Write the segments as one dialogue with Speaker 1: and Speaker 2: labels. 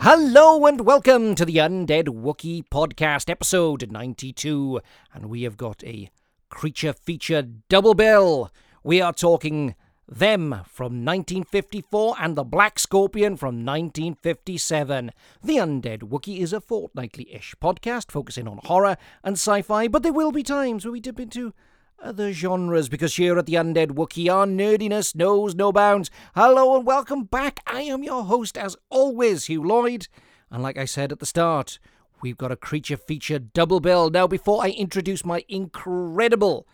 Speaker 1: Hello and welcome to the Undead Wookiee Podcast, episode 92. And we have got a creature feature double bill. We are talking them from 1954 and the Black Scorpion from 1957. The Undead Wookiee is a fortnightly ish podcast focusing on horror and sci fi, but there will be times where we dip into other genres because here at the Undead Wookiee, our nerdiness knows no bounds. Hello and welcome back. I am your host, as always, Hugh Lloyd. And like I said at the start, we've got a creature feature double bill. Now, before I introduce my incredible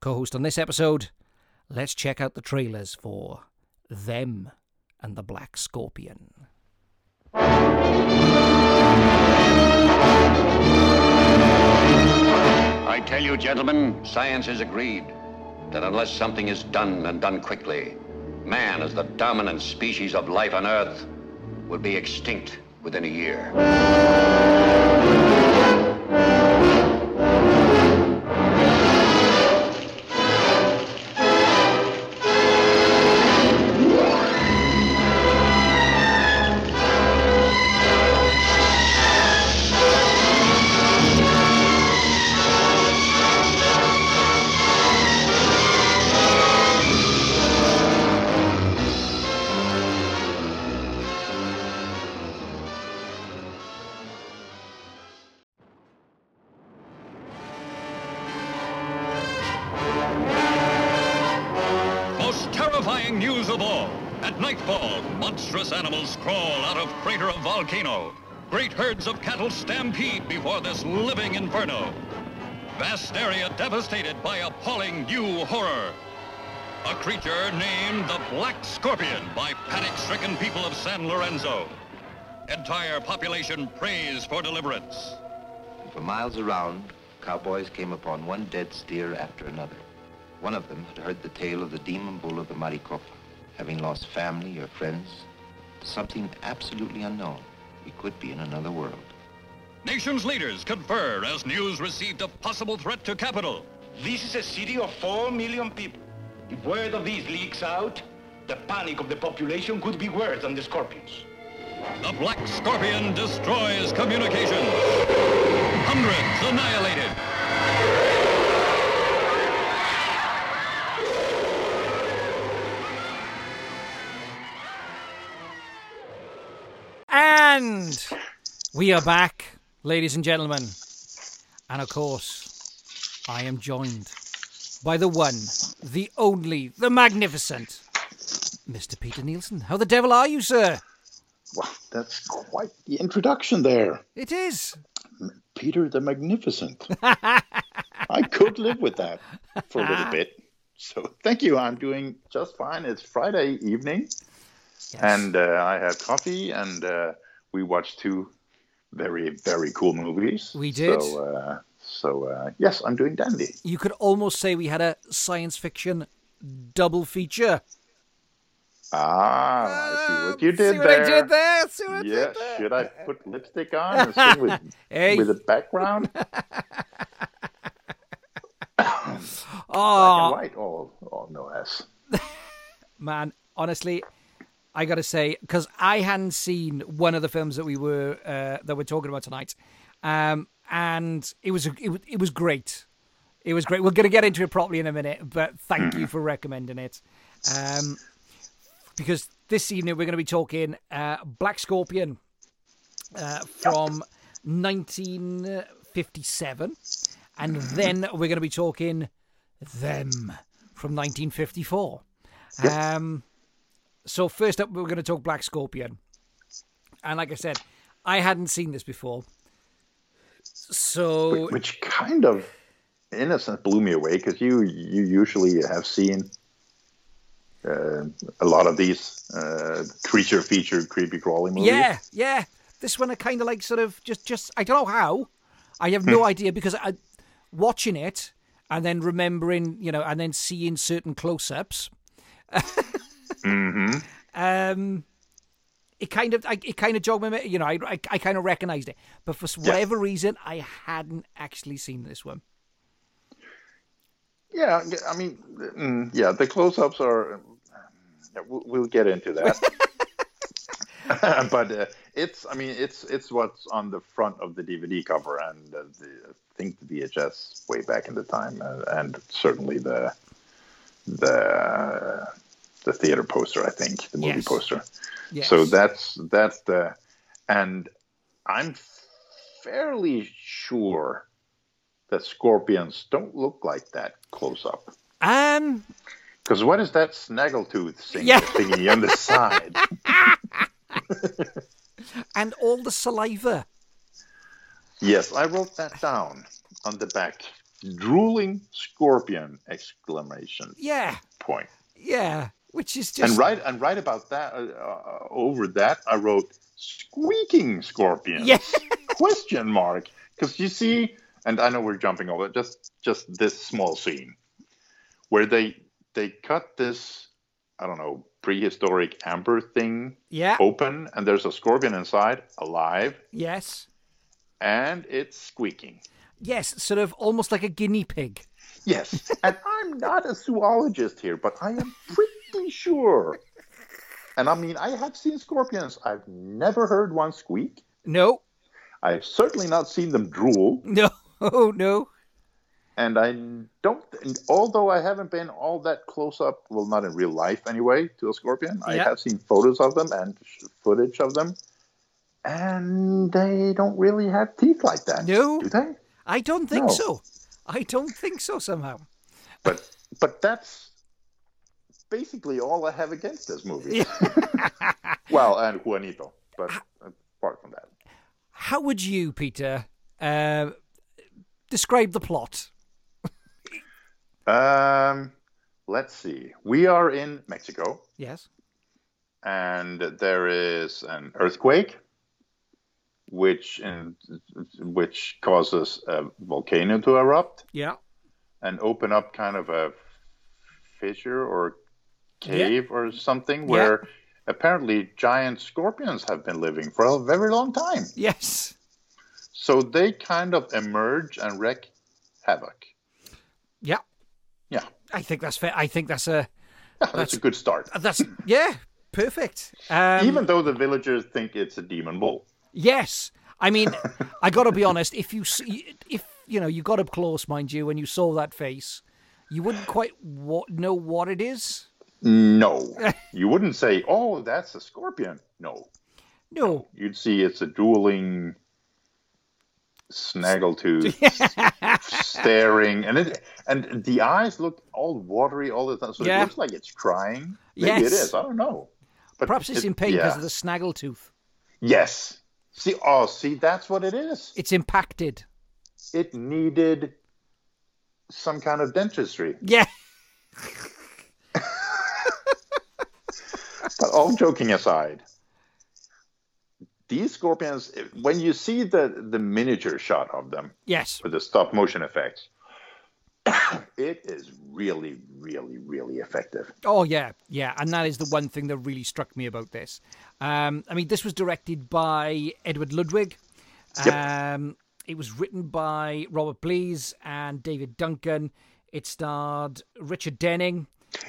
Speaker 1: co host on this episode, let's check out the trailers for Them and the Black Scorpion.
Speaker 2: I tell you, gentlemen, science has agreed that unless something is done and done quickly, man, as the dominant species of life on Earth, will be extinct within a year.
Speaker 3: Most terrifying news of all. At nightfall, monstrous animals crawl out of crater of volcano. Great herds of cattle stampede before this living inferno. Vast area devastated by appalling new horror. A creature named the Black Scorpion by panic-stricken people of San Lorenzo. Entire population prays for deliverance.
Speaker 4: For miles around, cowboys came upon one dead steer after another. One of them had heard the tale of the demon bull of the Maricopa, having lost family or friends to something absolutely unknown. He could be in another world.
Speaker 3: Nations leaders confer as news received of possible threat to capital.
Speaker 5: This is a city of 4 million people. If word of these leaks out, the panic of the population could be worse than the scorpions.
Speaker 3: The Black Scorpion destroys communications. Hundreds annihilated.
Speaker 1: And we are back, ladies and gentlemen. And of course, I am joined by the one, the only, the magnificent, Mr. Peter Nielsen. How the devil are you, sir?
Speaker 6: Wow, that's quite the introduction there.
Speaker 1: It is.
Speaker 6: Peter the Magnificent. I could live with that for a little bit. So thank you. I'm doing just fine. It's Friday evening,
Speaker 1: Yes.
Speaker 6: and uh, I had coffee, and uh, we watched two very, very cool movies.
Speaker 1: We did.
Speaker 6: So, uh, so uh, yes, I'm doing dandy.
Speaker 1: you could almost say we had a science fiction double feature.
Speaker 6: Ah, I see what you did
Speaker 1: See what
Speaker 6: there.
Speaker 1: I did there? See what I did
Speaker 6: Yeah,
Speaker 1: there?
Speaker 6: should I put lipstick on and sing with,
Speaker 1: Hey.
Speaker 6: with a background?
Speaker 1: Oh,
Speaker 6: Right, all, all no ass.
Speaker 1: man, honestly, I gotta say because I hadn't seen one of the films that we were uh, that we're talking about tonight, um, and it was it, was- it was great. It was great. We're gonna get into it properly in a minute, but thank you for recommending it, um, because this evening we're gonna be talking uh, Black Scorpion uh, from 1957, and then we're gonna be talking them from 1954. Um, so first up, we're going to talk Black Scorpion, and like I said, I hadn't seen this before, so
Speaker 6: which kind of in a sense blew me away because you you usually have seen uh, a lot of these uh, creature featured creepy crawly movies
Speaker 1: yeah, yeah. This one I kind of like, sort of just, just I don't know how. I have
Speaker 6: Hmm.
Speaker 1: no idea because I watching it and then remembering, you know, and then seeing certain close-ups.
Speaker 6: Mm-hmm.
Speaker 1: Um, it kind of, I, it kind of jogged my, me- you know, I, I, I kind of recognized it, but for whatever reason, I hadn't actually seen this one.
Speaker 6: yeah yeah, i mean mm, yeah the close-ups are um, yeah, we'll, we'll get into that but uh, it's I mean it's it's what's on the front of the DVD cover and uh, the, I think the VHS way back in the time uh, and certainly the the the theater poster I think the movie
Speaker 1: Yes.
Speaker 6: poster.
Speaker 1: Yes.
Speaker 6: So that's that's the and I'm fairly sure that scorpions don't look like that close up.
Speaker 1: Um,
Speaker 6: Because what is that snaggletooth thing
Speaker 1: Yeah.
Speaker 6: thingy on the side?
Speaker 1: and all the saliva.
Speaker 6: Yes, I wrote that down on the back. Drooling scorpion exclamation
Speaker 1: Yeah,
Speaker 6: point.
Speaker 1: yeah. Which is just
Speaker 6: And right and right about that uh, uh, over that I wrote squeaking scorpion
Speaker 1: Yeah.
Speaker 6: question mark because you see and I know we're jumping over just just this small scene where they they cut this I don't know prehistoric amber thing
Speaker 1: yeah.
Speaker 6: open and there's a scorpion inside alive
Speaker 1: Yes.
Speaker 6: and it's squeaking.
Speaker 1: Yes, sort of almost like a guinea pig.
Speaker 6: Yes, and I'm not a zoologist here, but I am pretty sure. And I mean, I have seen scorpions. I've never heard one squeak.
Speaker 1: No,
Speaker 6: I've certainly not seen them drool.
Speaker 1: no, no.
Speaker 6: And I don't, and although I haven't been all that close up, well, not in real life anyway, to a scorpion, I
Speaker 1: Yeah.
Speaker 6: have seen photos of them and sh- footage of them. And they don't really have teeth like that.
Speaker 1: No.
Speaker 6: Do they?
Speaker 1: I don't think
Speaker 6: No.
Speaker 1: so. I don't think so somehow.
Speaker 6: But, but that's basically all I have against this movie. Well, and Juanito, but
Speaker 1: Ah.
Speaker 6: apart from that,
Speaker 1: How would you, Peter, uh, describe the plot?
Speaker 6: um, let's see. We are in Mexico,
Speaker 1: Yes.
Speaker 6: and there is an earthquake, which in, which causes a volcano to erupt
Speaker 1: Yeah.
Speaker 6: and open up kind of a fissure or cave or something where apparently giant scorpions have been living for a very long time.
Speaker 1: Yes.
Speaker 6: So they kind of emerge and wreak havoc.
Speaker 1: Yeah.
Speaker 6: Yeah,
Speaker 1: I think that's fair. I think that's a
Speaker 6: that's a good start.
Speaker 1: Uh, that's yeah, perfect. Um,
Speaker 6: even though the villagers think it's a demon bull.
Speaker 1: Yes, I mean, I got to be honest. If you see, if you know, you got up close, mind you, and you saw that face, you wouldn't quite wa- know what it is.
Speaker 6: No, you wouldn't say, "Oh, that's a scorpion." No,
Speaker 1: No,
Speaker 6: you'd see it's a dueling snaggletooth staring, and it and the eyes look all watery all the time. So
Speaker 1: Yeah.
Speaker 6: it looks like it's crying. Maybe
Speaker 1: Yes.
Speaker 6: it is. I don't know. But
Speaker 1: perhaps it's
Speaker 6: it-
Speaker 1: in pain because
Speaker 6: yeah.
Speaker 1: of the snaggletooth.
Speaker 6: Yes. See, oh, see, that's what it is.
Speaker 1: It's impacted.
Speaker 6: It needed some kind of dentistry.
Speaker 1: Yeah,
Speaker 6: But all joking aside, these scorpions, when you see the, the miniature shot of them
Speaker 1: yes,
Speaker 6: with the stop motion effects, it is really, really, really effective.
Speaker 1: Oh yeah, yeah, and that is the one thing that really struck me about this. Um, I mean, this was directed by Edward Ludwig.
Speaker 6: Yep.
Speaker 1: Um, it was written by Robert Blease and David Duncan. It starred Richard Denning,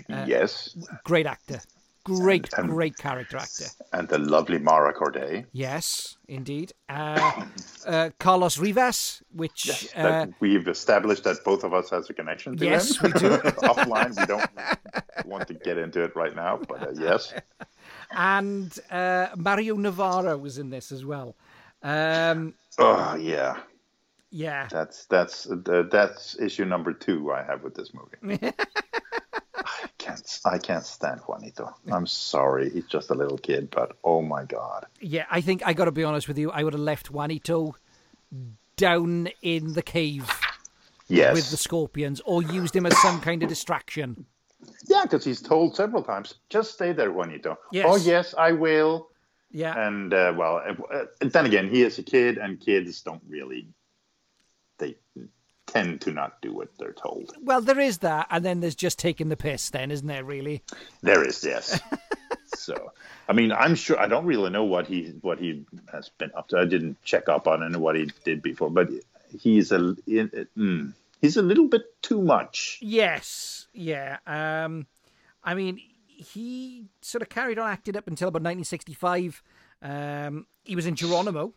Speaker 1: Uh,
Speaker 6: yes.
Speaker 1: great actor, great,
Speaker 6: And- and-
Speaker 1: great character actor.
Speaker 6: And the lovely Mara Corday.
Speaker 1: Yes, indeed. Uh, uh, Carlos Rivas, which
Speaker 6: Yes,
Speaker 1: uh,
Speaker 6: that we've established that both of us has a connection to
Speaker 1: Yes,
Speaker 6: him.
Speaker 1: we do.
Speaker 6: Offline, we don't want to get into it right now, but uh, yes.
Speaker 1: and uh, Mario Navarro was in this as well. Um,
Speaker 6: Oh yeah,
Speaker 1: yeah.
Speaker 6: that's that's uh, that's issue number two I have with this movie. I can't I can't stand Juanito. I'm sorry, he's just a little kid, but oh my god.
Speaker 1: Yeah, I think I got to be honest with you. I would have left Juanito down in the cave
Speaker 6: Yes.
Speaker 1: with the scorpions, or used him as some kind of distraction.
Speaker 6: yeah, because he's told several times, just stay there, Juanito.
Speaker 1: Yes.
Speaker 6: Oh yes, I will.
Speaker 1: Yeah,
Speaker 6: And uh, well, uh, then again, he is a kid, and kids don't really they tend to not do what they're told.
Speaker 1: well, there is that, and then there's just taking the piss, then, isn't there? Really?
Speaker 6: There is yes. so, I mean, I'm sure I don't really know what he what he has been up to. I didn't check up on and what he did before, but he's a in- mm, he's a little bit too much.
Speaker 1: Yes. Yeah. Um, I mean, he sort of carried on acting up until about 1965, Um, he was in Geronimo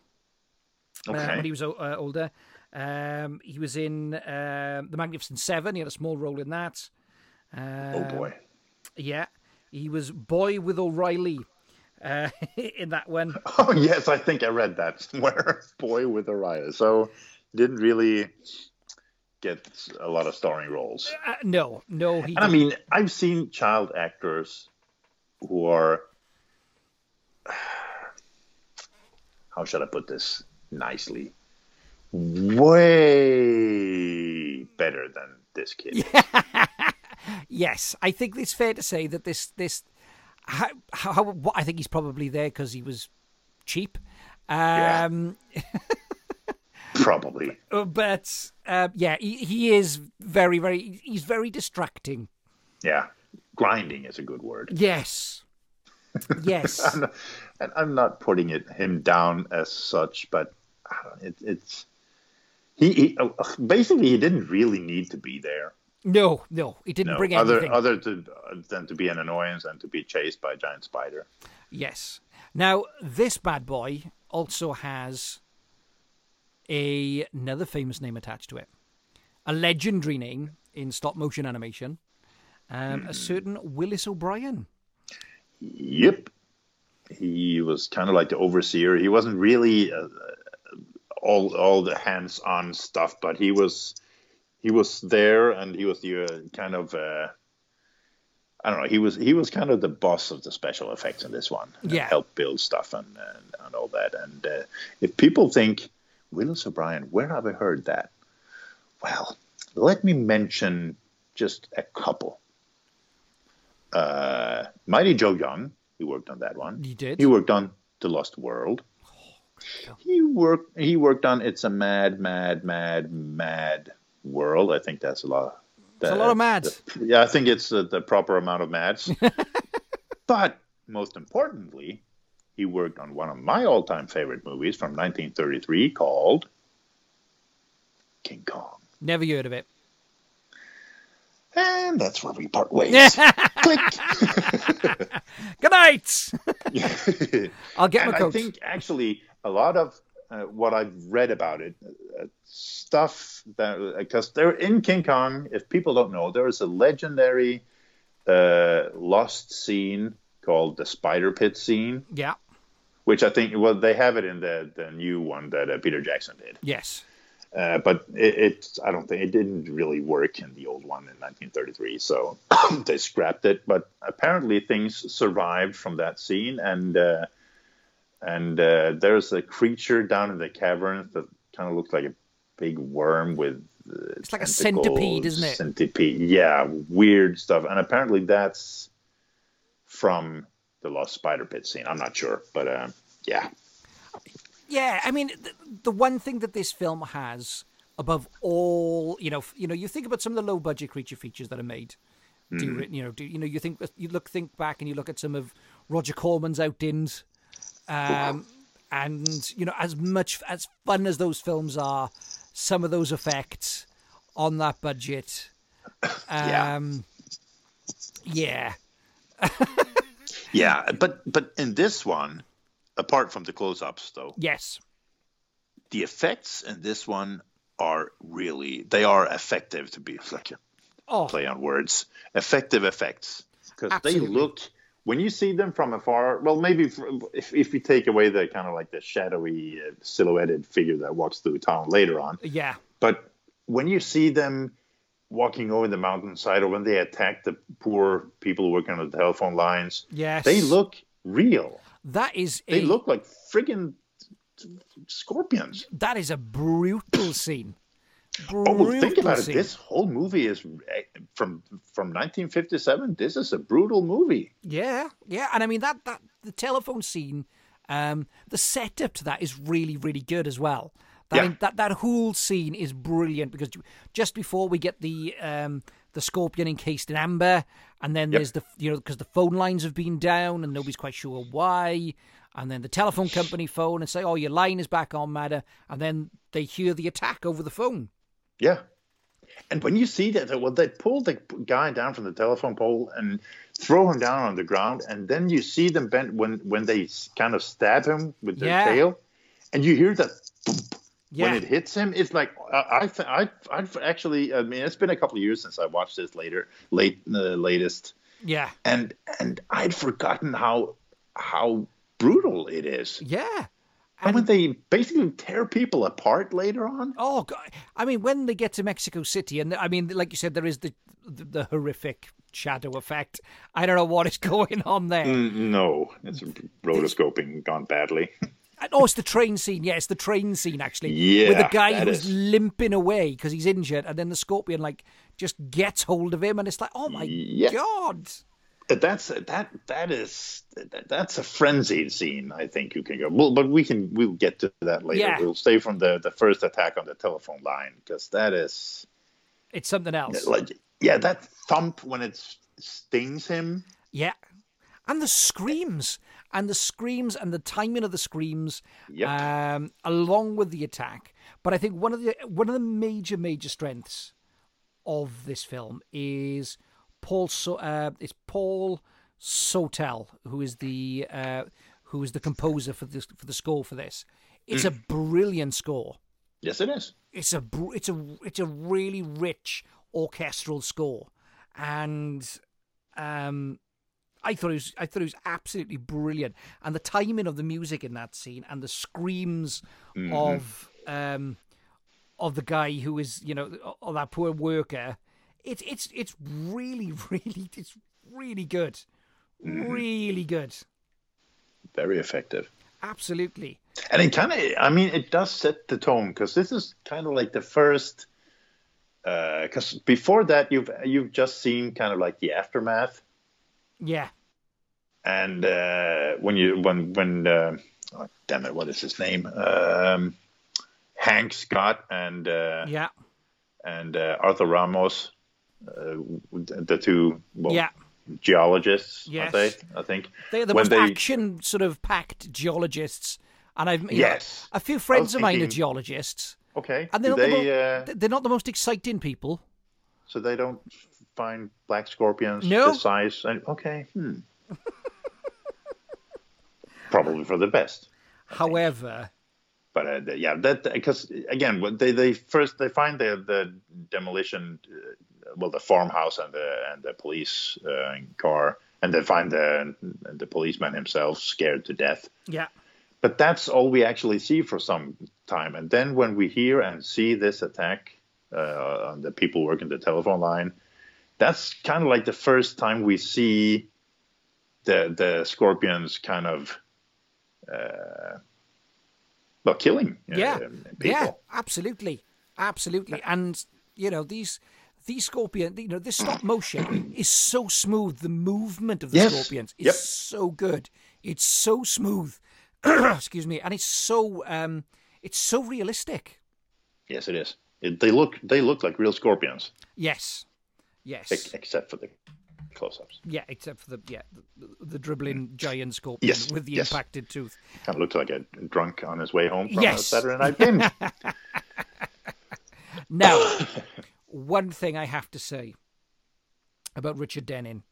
Speaker 1: uh,
Speaker 6: Okay.
Speaker 1: when he was o- uh, older. Um, he was in uh, The Magnificent Seven. He had a small role in that.
Speaker 6: oh boy.
Speaker 1: Yeah. He was Boy with O'Reilly uh, in that one.
Speaker 6: Oh yes, I think I read that somewhere. Boy with Araya. So didn't really get a lot of starring roles.
Speaker 1: Uh, no, no, he
Speaker 6: And I
Speaker 1: didn't.
Speaker 6: mean, I've seen child actors who are how should I put this nicely? Way better than this kid.
Speaker 1: Yes, I think it's fair to say that this this how, how what I think he's probably there because he was cheap.
Speaker 6: Yeah.
Speaker 1: Um,
Speaker 6: Probably.
Speaker 1: uh, but uh, yeah, he, he is very very he's very distracting.
Speaker 6: Yeah. Grinding is a good word.
Speaker 1: Yes. Yes.
Speaker 6: and I'm not putting it him down as such, but I don't- it, it's he, he uh, basically he didn't really need to be there.
Speaker 1: No, no, he didn't
Speaker 6: No,
Speaker 1: bring
Speaker 6: other
Speaker 1: anything.
Speaker 6: other to, than to be an annoyance and to be chased by a giant spider.
Speaker 1: Yes. Now this bad boy also has a another famous name attached to it, a legendary name in stop motion animation, um,
Speaker 6: Hmm.
Speaker 1: a certain Willis O'Brien.
Speaker 6: Yep, he was kind of like the overseer. He wasn't really uh, all all the hands on stuff, but he was he was there and he was the uh, kind of. Uh, I don't know. He was he was kind of the boss of the special effects in this one. and
Speaker 1: Yeah.
Speaker 6: helped build stuff and and, and all that. And uh, if people think Willis O'Brien, where have I heard that? Well, let me mention just a couple. Uh, Mighty Joe Young, he worked on that one.
Speaker 1: He did. Oh,
Speaker 6: He worked on The Lost World. He worked. He worked on It's a Mad, Mad, Mad, Mad World. I think that's a lot.
Speaker 1: It's a lot of mads.
Speaker 6: Yeah, I think it's uh, the, the proper amount of mads. but most importantly, he worked on one of my all-time favorite movies from 1933 called King Kong.
Speaker 1: Never heard of it.
Speaker 6: And that's where we part ways.
Speaker 1: Good night.
Speaker 6: Click.
Speaker 1: I'll get
Speaker 6: and
Speaker 1: my
Speaker 6: I
Speaker 1: coat.
Speaker 6: think actually a lot of uh, what I've read about it, uh, stuff that because they're in King Kong. If people don't know, there is a legendary uh, lost scene called the Spider Pit scene,
Speaker 1: Yeah.
Speaker 6: which I think well they have it in the the new one that uh, Peter Jackson did.
Speaker 1: Yes.
Speaker 6: Uh, but it, it's I don't think it didn't really work in the old one in 1933, so they scrapped it. But apparently things survived from that scene, and uh, and uh, there's a creature down in the caverns that kind of looks like a big worm with uh,
Speaker 1: It's like a
Speaker 6: tentacles,
Speaker 1: centipede, isn't it?
Speaker 6: Centipede, yeah, weird stuff. And apparently that's from the Lost Spider Pit scene. I'm not sure, but uh, yeah,
Speaker 1: Yeah, I mean, the, the one thing that this film has above all, you know, f- you know, you think about some of the low budget creature features that are made. Do
Speaker 6: Hmm.
Speaker 1: you re- you know? Do you know? You think you look think back and you look at some of Roger Corman's Outdins, um, and you know, as much as fun as those films are, some of those effects on that budget,
Speaker 6: yeah.
Speaker 1: um, yeah,
Speaker 6: Yeah, but but in this one, apart from the close-ups, though,
Speaker 1: yes,
Speaker 6: the effects in this one are really they are effective to be like a
Speaker 1: oh,
Speaker 6: play on words, effective effects because they
Speaker 1: Absolutely.
Speaker 6: look when you see them from afar. Well, maybe fr- if if you take away the kind of like the shadowy uh, silhouetted figure that walks through town later on,
Speaker 1: yeah,
Speaker 6: but when you see them walking over the mountainside or when they attack the poor people working on the telephone lines,
Speaker 1: yes,
Speaker 6: they look real.
Speaker 1: That is
Speaker 6: They
Speaker 1: a-
Speaker 6: look like friggin' scorpions.
Speaker 1: That is a brutal scene.
Speaker 6: Oh,
Speaker 1: Brutal
Speaker 6: well, think about it.
Speaker 1: scene.
Speaker 6: This whole movie is eh, from from 1957. This is a brutal movie.
Speaker 1: Yeah, yeah, and I mean that that the telephone scene, um, the setup to that is really really good as well. That,
Speaker 6: Yeah.
Speaker 1: that that whole scene is brilliant because you- just before we get the um, the scorpion encased in amber, and then there's the you know because the phone lines have been down and nobody's quite sure why, and then the telephone company phone and say oh your line is back on madam, and then they hear the attack over the phone.
Speaker 6: Yeah, And when you see that, well, they pull the guy down from the telephone pole and throw him down on the ground, and then you see them bend when when they kind of stab him with their
Speaker 1: Yeah.
Speaker 6: tail, and you hear that
Speaker 1: Yeah.
Speaker 6: when it hits him, it's like I, I, th- I, I've actually, I mean, it's been a couple of years since I watched this later, late, the latest,
Speaker 1: yeah.
Speaker 6: and and I'd forgotten how how brutal it is.
Speaker 1: Yeah.
Speaker 6: And, when they basically tear people apart later on,
Speaker 1: Oh God! I mean, when they get to Mexico City, and I mean, like you said, there is the the, the horrific shadow effect. I don't know what is going on there.
Speaker 6: Mm. no, it's rotoscoping gone badly.
Speaker 1: And- Oh, it's the train scene. Yeah, it's the train scene actually. with the
Speaker 6: Yeah,
Speaker 1: guy
Speaker 6: that
Speaker 1: who's
Speaker 6: is-
Speaker 1: limping away because he's injured, and then the scorpion like just gets hold of him, and it's like, oh my
Speaker 6: Yeah.
Speaker 1: god!
Speaker 6: that's that that is that, that's a frenzied scene. I think you can go. Well, but we can we'll get to that later.
Speaker 1: Yeah.
Speaker 6: We'll stay from the the first attack on the telephone line because that is
Speaker 1: It's something else.
Speaker 6: like yeah that thump when it s- stings him.
Speaker 1: Yeah. And the screams, and the screams, and the timing of the screams,
Speaker 6: Yep.
Speaker 1: um, along with the attack. But I think one of the one of the major major strengths of this film is Paul. So, uh, it's Paul Sotel who is the uh, who is the composer for this for the score for this. It's a brilliant score
Speaker 6: Yes, it is.
Speaker 1: it's a br- it's a it's a really rich orchestral score, and um, I thought it was I thought it was absolutely brilliant, and the timing of the music in that scene and the screams of um of the guy who is you know of that poor worker, it's it's it's really really it's really good, really good,
Speaker 6: Very effective.
Speaker 1: absolutely.
Speaker 6: And it kind of, I mean, it does set the tone because this is kind of like the first. Because before that, you've you've just seen kind of like the aftermath,
Speaker 1: Yeah,
Speaker 6: and uh, when you when when uh, oh, damn it, what is his name? Um, Hank Scott and uh,
Speaker 1: yeah,
Speaker 6: and uh, Arthur Ramos, uh, the two well,
Speaker 1: yeah.
Speaker 6: geologists,
Speaker 1: Yes.
Speaker 6: aren't they? I think
Speaker 1: They're the
Speaker 6: When
Speaker 1: most
Speaker 6: they-
Speaker 1: action sort of packed geologists, and I've you know,
Speaker 6: Yes.
Speaker 1: a few friends of mine are
Speaker 6: thinking-
Speaker 1: geologists,
Speaker 6: Okay,
Speaker 1: and
Speaker 6: do
Speaker 1: they're not, the
Speaker 6: they,
Speaker 1: mo-
Speaker 6: uh,
Speaker 1: they're not the most exciting people.
Speaker 6: so they don't find black scorpions
Speaker 1: No.
Speaker 6: the size and okay hmm probably for the best
Speaker 1: However,
Speaker 6: but uh, th- yeah that because again when they they first they find the the demolition uh, well the farmhouse and the and the police uh, car and they find the the policeman himself scared to death
Speaker 1: yeah,
Speaker 6: but that's all we actually see for some time and then when we hear and see this attack uh, on the people working the telephone line that's kind of like the first time we see the the scorpions kind of uh, well killing uh,
Speaker 1: yeah,
Speaker 6: people
Speaker 1: yeah, absolutely, absolutely, and you know these these scorpion, you know this stop motion is so smooth. The movement of the
Speaker 6: Yes.
Speaker 1: scorpions is
Speaker 6: Yep.
Speaker 1: so good. It's so smooth. Excuse me, and it's so um, it's so realistic.
Speaker 6: yes it is it, they look they look like real scorpions
Speaker 1: Yes, yes.
Speaker 6: ex- except for the close-ups
Speaker 1: Yeah, except for the yeah the, the dribbling giant scorpion
Speaker 6: Mm. Yes,
Speaker 1: with the
Speaker 6: yes.
Speaker 1: impacted tooth.
Speaker 6: kind of looks like a drunk on his way home from
Speaker 1: Yes.
Speaker 6: a saturday night binge
Speaker 1: Now, one thing I have to say about Richard Denning,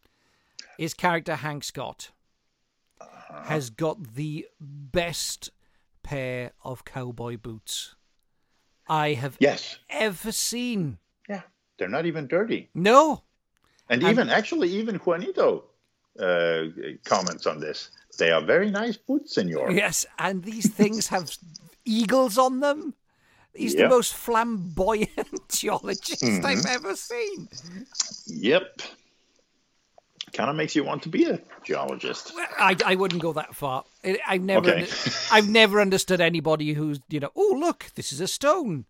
Speaker 1: his character Hank Scott
Speaker 6: Uh-huh.
Speaker 1: has got the best pair of cowboy boots I have
Speaker 6: yes
Speaker 1: ever seen.
Speaker 6: yeah they're not even dirty
Speaker 1: No,
Speaker 6: And even actually, even Juanito uh, comments on this. They are very nice boots, senor.
Speaker 1: yes, and these things have eagles on them. He's
Speaker 6: Yeah. Mm-hmm.
Speaker 1: the most flamboyant geologist I've ever seen.
Speaker 6: Yep. Kind of makes you want to be a geologist.
Speaker 1: I, I wouldn't go that far. I- I've never
Speaker 6: Okay.
Speaker 1: under- I've never understood anybody who's you know. Oh look, this is a stone.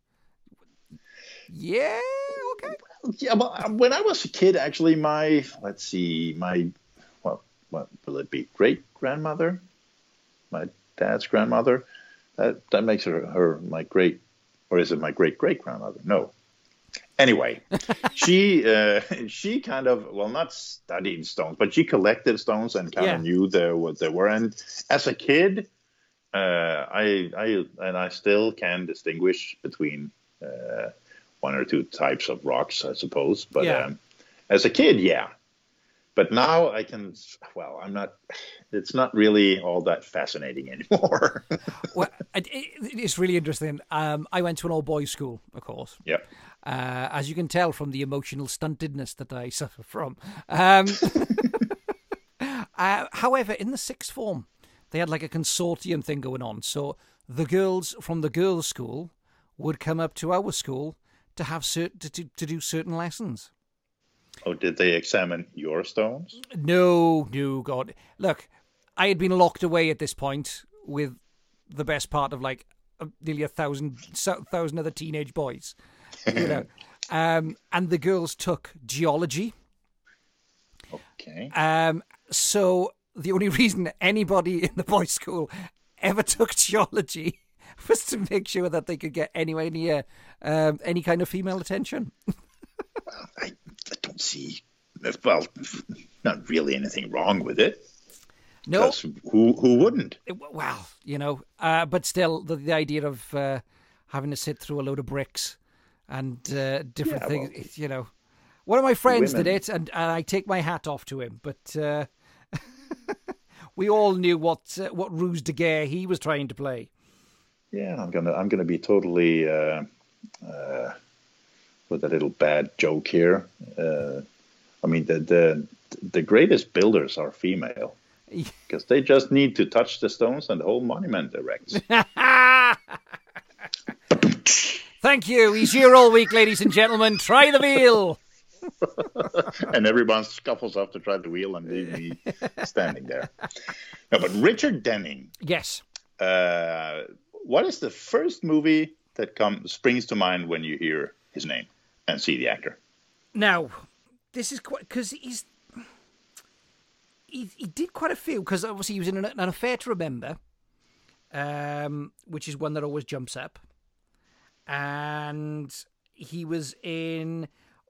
Speaker 1: Yeah. Okay.
Speaker 6: Yeah, well, when I was a kid, actually, my let's see, my what what will it be? Great grandmother, my dad's grandmother. That that makes her her my great, or is it my great great grandmother? No. Anyway, she uh, she kind of well not studied stones, but she collected stones and kind
Speaker 1: Yeah.
Speaker 6: of knew there what they were. And as a kid, uh, I I and I still can distinguish between one or two types of rocks, I suppose. But
Speaker 1: Yeah.
Speaker 6: um, as a kid, yeah. But now I can. Well, I'm not. It's not really all that fascinating anymore.
Speaker 1: Well, it, it, it's really interesting. Um, I went to an all boys school, of course.
Speaker 6: yeah.
Speaker 1: Uh, as you can tell from the emotional stuntedness that I suffer from. Um, uh, however, in the sixth form, they had like a consortium thing going on. So the girls from the girls' school would come up to our school to have cert- to, to, to do certain lessons.
Speaker 6: Oh, did they examine your stones?
Speaker 1: No, no, God. Look, I had been locked away at this point with the best part of like a- nearly a thousand, so- thousand other teenage boys, you know. Um, and the girls took geology.
Speaker 6: Okay.
Speaker 1: Um, so the only reason anybody in the boys' school ever took geology was to make sure that they could get anywhere near um, any kind of female attention.
Speaker 6: I, I don't see. Well, not really anything wrong with it.
Speaker 1: No,
Speaker 6: 'cause Who who wouldn't?
Speaker 1: it- well, you know, uh, but still, the, the idea of uh, having to sit through a load of bricks and uh, different
Speaker 6: Yeah,
Speaker 1: things,
Speaker 6: well,
Speaker 1: you know. One of my friends did
Speaker 6: women-
Speaker 1: it, and, and I take my hat off to him, but uh, we all knew what uh, what ruse de guerre he was trying to play.
Speaker 6: Yeah, I'm gonna I'm gonna be totally uh, uh, with a little bad joke here. Uh, I mean the the the greatest builders are female because they just need to touch the stones and the whole monument erects.
Speaker 1: Thank you. He's here all week, ladies and gentlemen. Try the veal.
Speaker 6: and everyone scuffles off to try the wheel and leave me standing there. No, but Richard Denning,
Speaker 1: Yes.
Speaker 6: uh, what is the first movie that comes springs to mind when you hear his name and see the actor?
Speaker 1: Now, this is quite because he's he, he did quite a few because obviously he was in an, an affair to remember, um, which is one that always jumps up, and he was in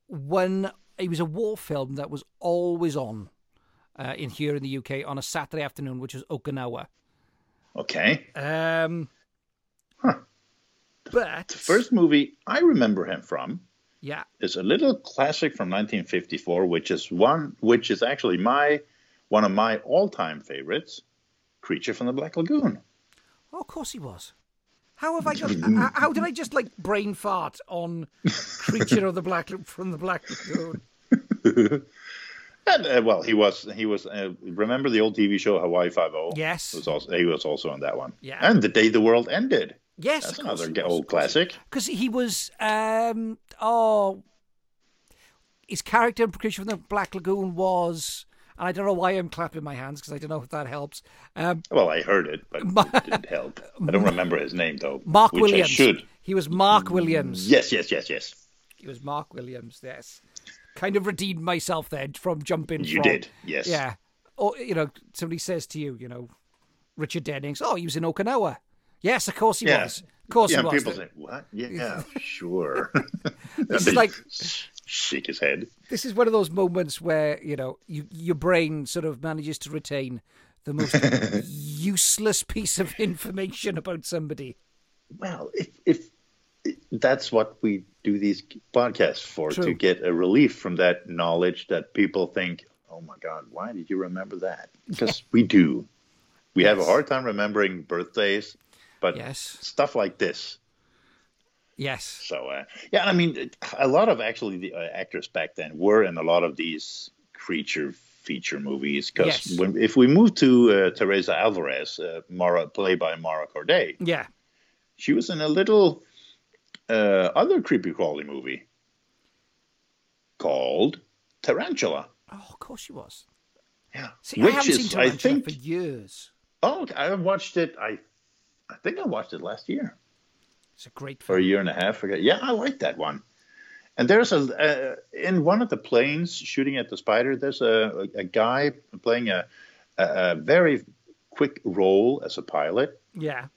Speaker 1: one. It was a war film that was always on uh, in here in the UK on a Saturday afternoon, which was Okinawa.
Speaker 6: Okay,
Speaker 1: Um, But
Speaker 6: first movie I remember him from
Speaker 1: yeah,
Speaker 6: is a little classic from 1954, which is one which is actually my one of my all-time favorites, Creature from the Black Lagoon.
Speaker 1: Oh, of course he was. How have I got? h- how did I just like brain fart on creature of the black from the black lagoon?
Speaker 6: And uh, well, he was he was uh, remember the old TV show Hawaii Five O?
Speaker 1: Yes.
Speaker 6: was also, he was also on that one.
Speaker 1: Yeah.
Speaker 6: and the day the world ended.
Speaker 1: Yes,
Speaker 6: That's another g- old classic.
Speaker 1: Because he was. um Oh, his character in creature from the black lagoon was. And I don't know why I'm clapping my hands because I don't know if that helps. Um,
Speaker 6: Well, I heard it, but it didn't help. I don't remember his name though.
Speaker 1: Mark
Speaker 6: which
Speaker 1: Williams.
Speaker 6: I should.
Speaker 1: He was Mark Williams.
Speaker 6: Yes, yes, yes, yes.
Speaker 1: It was Mark Williams. Yes, kind of redeemed myself there from jumping.
Speaker 6: You
Speaker 1: from-
Speaker 6: did, yes.
Speaker 1: Yeah. Or you know, somebody says to you, you know, Richard Dennings. Oh, he was in Okinawa. Yes, of course he
Speaker 6: Yeah.
Speaker 1: was. Of course
Speaker 6: yeah,
Speaker 1: he
Speaker 6: and
Speaker 1: was.
Speaker 6: people say what? Yeah, sure. this
Speaker 1: is like-
Speaker 6: shake his head.
Speaker 1: This is one of those moments where you know you, your brain sort of manages to retain the most useless piece of information about somebody.
Speaker 6: Well, if if that's what we do these podcasts for
Speaker 1: True.
Speaker 6: to get a relief from that knowledge that people think, "Oh my god, why did you remember that?" Because we do. We have a hard time remembering birthdays, but
Speaker 1: Yes.
Speaker 6: stuff like this.
Speaker 1: Yes.
Speaker 6: So, uh, yeah, I mean, it- a lot of actually the uh, actors back then were in a lot of these creature feature movies because
Speaker 1: Yes.
Speaker 6: when if we move to uh, Teresa Alvarez, uh, Mara played by Mara Corday,
Speaker 1: Yeah.
Speaker 6: she was in a little uh, other creepy crawly movie called Tarantula.
Speaker 1: Oh, of course she was.
Speaker 6: Yeah,
Speaker 1: See, I haven't seen Tarantula for years.
Speaker 6: oh, I watched it. I I think I watched it last year
Speaker 1: It's a great
Speaker 6: or
Speaker 1: film.
Speaker 6: a year and a half ago. Yeah, I like that one. And there's a uh, in one of the planes shooting at the spider. There's a a guy playing a a, a very quick role as a pilot.
Speaker 1: Yeah.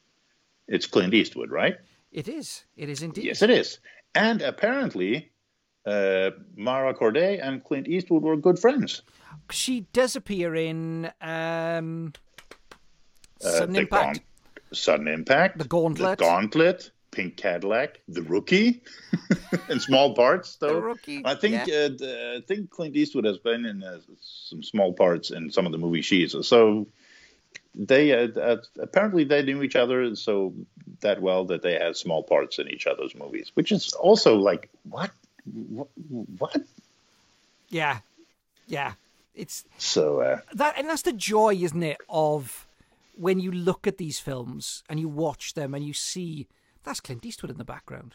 Speaker 6: It's Clint Eastwood, right?
Speaker 1: It is. It is indeed.
Speaker 6: Yes, it is. And apparently, uh, Mara Corday and Clint Eastwood were good friends.
Speaker 1: she does appear in um,
Speaker 6: Uh,
Speaker 1: sudden
Speaker 6: the
Speaker 1: impact.
Speaker 6: Uh, Gaun- sudden impact.
Speaker 1: The Gauntlet.
Speaker 6: The gauntlet. Pink Cadillac, The Rookie, in small parts. Though
Speaker 7: Rookie,
Speaker 6: I think
Speaker 7: yeah.
Speaker 6: uh, the- I think Clint Eastwood has been in uh, some small parts in some of the movies she's so. They uh, uh, apparently they knew each other so that well that they had small parts in each other's movies, which is also like what, what, what?
Speaker 1: Yeah, yeah. It's
Speaker 6: So uh,
Speaker 1: that, and that's the joy, isn't it, of when you look at these films and you watch them and you see that's Clint Eastwood in the background.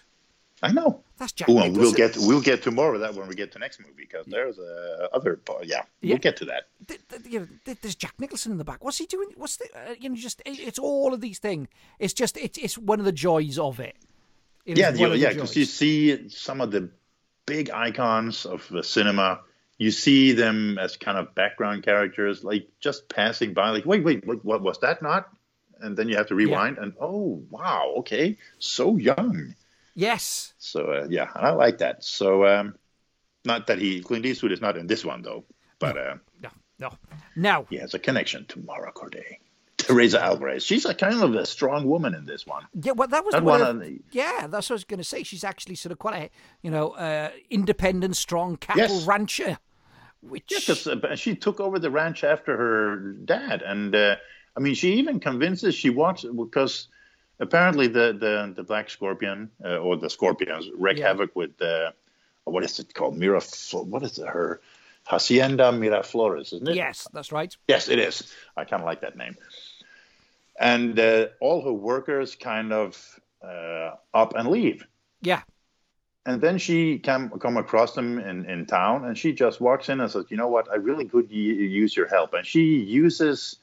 Speaker 6: I know.
Speaker 1: That's Jack.
Speaker 6: Oh, and we'll
Speaker 1: Nicholson.
Speaker 6: get we'll get to more of that when we get to next movie because there's uh, other part. Yeah,
Speaker 1: Yeah.
Speaker 6: we'll get to that.
Speaker 1: th- th- you know, th- there's Jack Nicholson in the back. What's he doing? What's the uh, you know just it- it's all of these things. It's just it's it's one of the joys of it. It is
Speaker 6: yeah,
Speaker 1: one
Speaker 6: you,
Speaker 1: of the
Speaker 6: yeah, because
Speaker 1: joys.
Speaker 6: you see some of the big icons of the cinema. You see them as kind of background characters, like just passing by. Like, wait, wait, what, what was that? Not, and then you have to rewind, and oh, wow, okay, so young.
Speaker 1: yes,
Speaker 6: So uh, yeah, I like that. So um, not that he Clint Eastwood is not in this one though, but uh,
Speaker 1: no, no. Now,
Speaker 6: he has a connection to Mara Corday, Teresa Alvarez. She's a kind of a strong woman in this one.
Speaker 1: yeah, well, that was
Speaker 6: That
Speaker 1: the one.
Speaker 6: one
Speaker 1: of-
Speaker 6: on the-
Speaker 1: yeah, that's what I was going to say. She's actually sort of quite a you know uh, independent, strong cattle
Speaker 6: Yes.
Speaker 1: rancher, which
Speaker 6: Yeah, because uh, she took over the ranch after her dad, and uh, I mean, she even convinces she wants because apparently the the, the black scorpion uh, or the scorpions wreak
Speaker 1: Yeah.
Speaker 6: havoc with uh, what is it called? Mira, what is it? her hacienda Miraflores, isn't it?
Speaker 1: yes, that's right.
Speaker 6: Yes, it is. I kind of like that name. And uh, all her workers kind of uh, up and leave
Speaker 1: Yeah,
Speaker 6: and then she come come across them in, in town and she just walks in and says you know what i really could y- use your help and she uses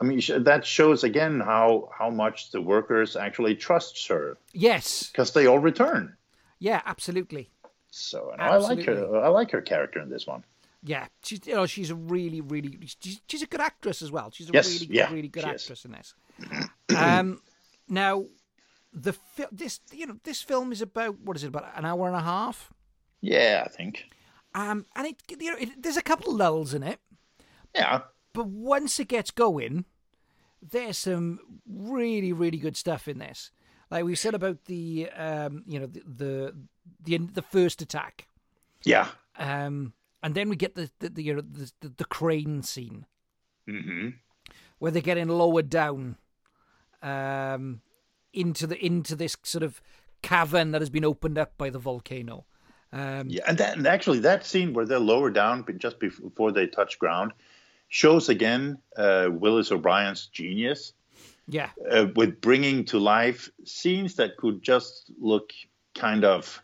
Speaker 6: i mean sh- that shows again how how much the workers actually trusts her
Speaker 1: yes,
Speaker 6: because they all return
Speaker 1: yeah, absolutely.
Speaker 6: so and i like
Speaker 1: Absolutely.
Speaker 6: her i like her character in this one
Speaker 1: Yeah, she's you know she's a really really she's, she's a good actress as well. She's a
Speaker 6: Yes,
Speaker 1: really
Speaker 6: yeah,
Speaker 1: really good
Speaker 6: she
Speaker 1: actress
Speaker 6: is.
Speaker 1: in this. um, now the fi- this you know this film is about what is it about an hour and a half?
Speaker 6: yeah i think
Speaker 1: Um, and it you know it, there's a couple of lulls in it,
Speaker 6: yeah
Speaker 1: but once it gets going, there's some really really good stuff in this. Like we said about the um you know the the the, the first attack,
Speaker 6: yeah
Speaker 1: um, and then we get the the the, you know, the, the, the crane scene.
Speaker 6: hmm
Speaker 1: where they're getting lowered down um, into the into this sort of cavern that has been opened up by the volcano. Um,
Speaker 6: yeah and that and actually that scene where they're lower down but just bef- before they touch ground shows again uh, willis o'brien's genius
Speaker 1: yeah,
Speaker 6: uh, with bringing to life scenes that could just look kind of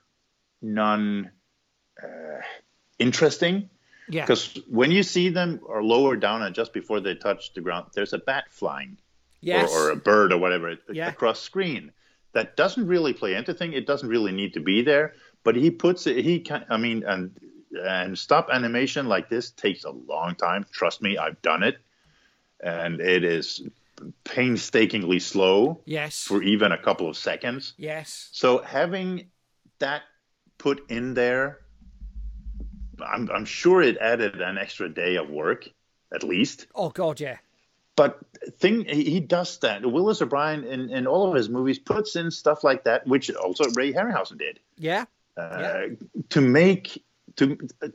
Speaker 6: non uh, interesting
Speaker 1: yeah,
Speaker 6: because when you see them or lower down and just before they touch the ground there's a bat flying
Speaker 1: yes,
Speaker 6: or, or a bird or whatever it-
Speaker 1: Yeah.
Speaker 6: across screen that doesn't really play anything it doesn't really need to be there but he puts it he can i mean and and stop animation like this takes a long time trust me i've done it and it is painstakingly slow
Speaker 1: yes,
Speaker 6: for even a couple of seconds
Speaker 1: yes,
Speaker 6: so having that put in there i'm, I'm sure it added an extra day of work at least
Speaker 1: oh god, yeah,
Speaker 6: but thing he he does that. Willis O'Brien in, in all of his movies puts in stuff like that, which also Ray Harryhausen did,
Speaker 1: yeah,
Speaker 6: uh, to make to uh,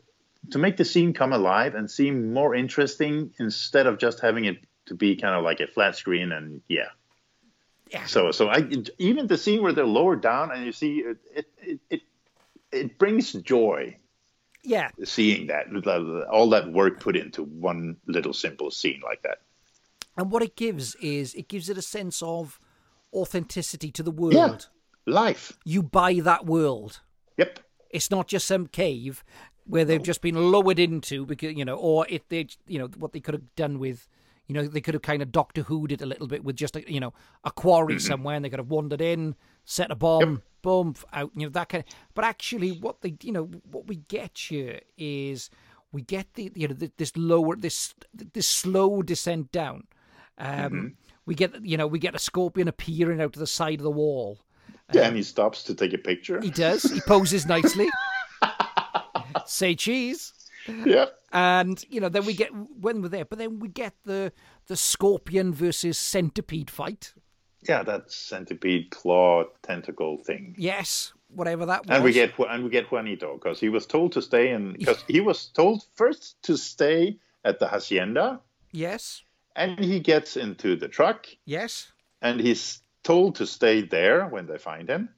Speaker 6: to make the scene come alive and seem more interesting instead of just having it to be kind of like a flat screen and yeah.
Speaker 1: Yeah.
Speaker 6: So so I even the scene where they're lower down and you see it it it, it, it brings joy
Speaker 1: yeah.
Speaker 6: seeing that all that work put into one little simple scene like that.
Speaker 1: And what it gives is it gives it a sense of authenticity to the world.
Speaker 6: Yeah. Life.
Speaker 1: You buy that world.
Speaker 6: Yep.
Speaker 1: It's not just some cave where they've just been lowered into because you know, or if they, you know, what they could have done with, you know, they could have kind of Doctor Who'd it a little bit with just a, you know a quarry somewhere, and they could have wandered in, set a bomb, boom, f- out, you know that kind. of But actually, what they, you know, what we get here is we get the you know th- this lower this this slow descent down. Um, We get you know we get a scorpion appearing out of the side of the wall.
Speaker 6: Yeah, and he stops to take a picture.
Speaker 1: He does. He poses nicely. Say cheese.
Speaker 6: yeah.
Speaker 1: And you know, then we get when we're there, but then we get the the scorpion versus centipede fight.
Speaker 6: yeah, that centipede claw tentacle thing.
Speaker 1: Yes, whatever that was.
Speaker 6: And we get and we get Juanito because he was told to stay and because he was told first to stay at the hacienda,
Speaker 1: yes,
Speaker 6: and he gets into the truck
Speaker 1: yes,
Speaker 6: and he's told to stay there when they find him.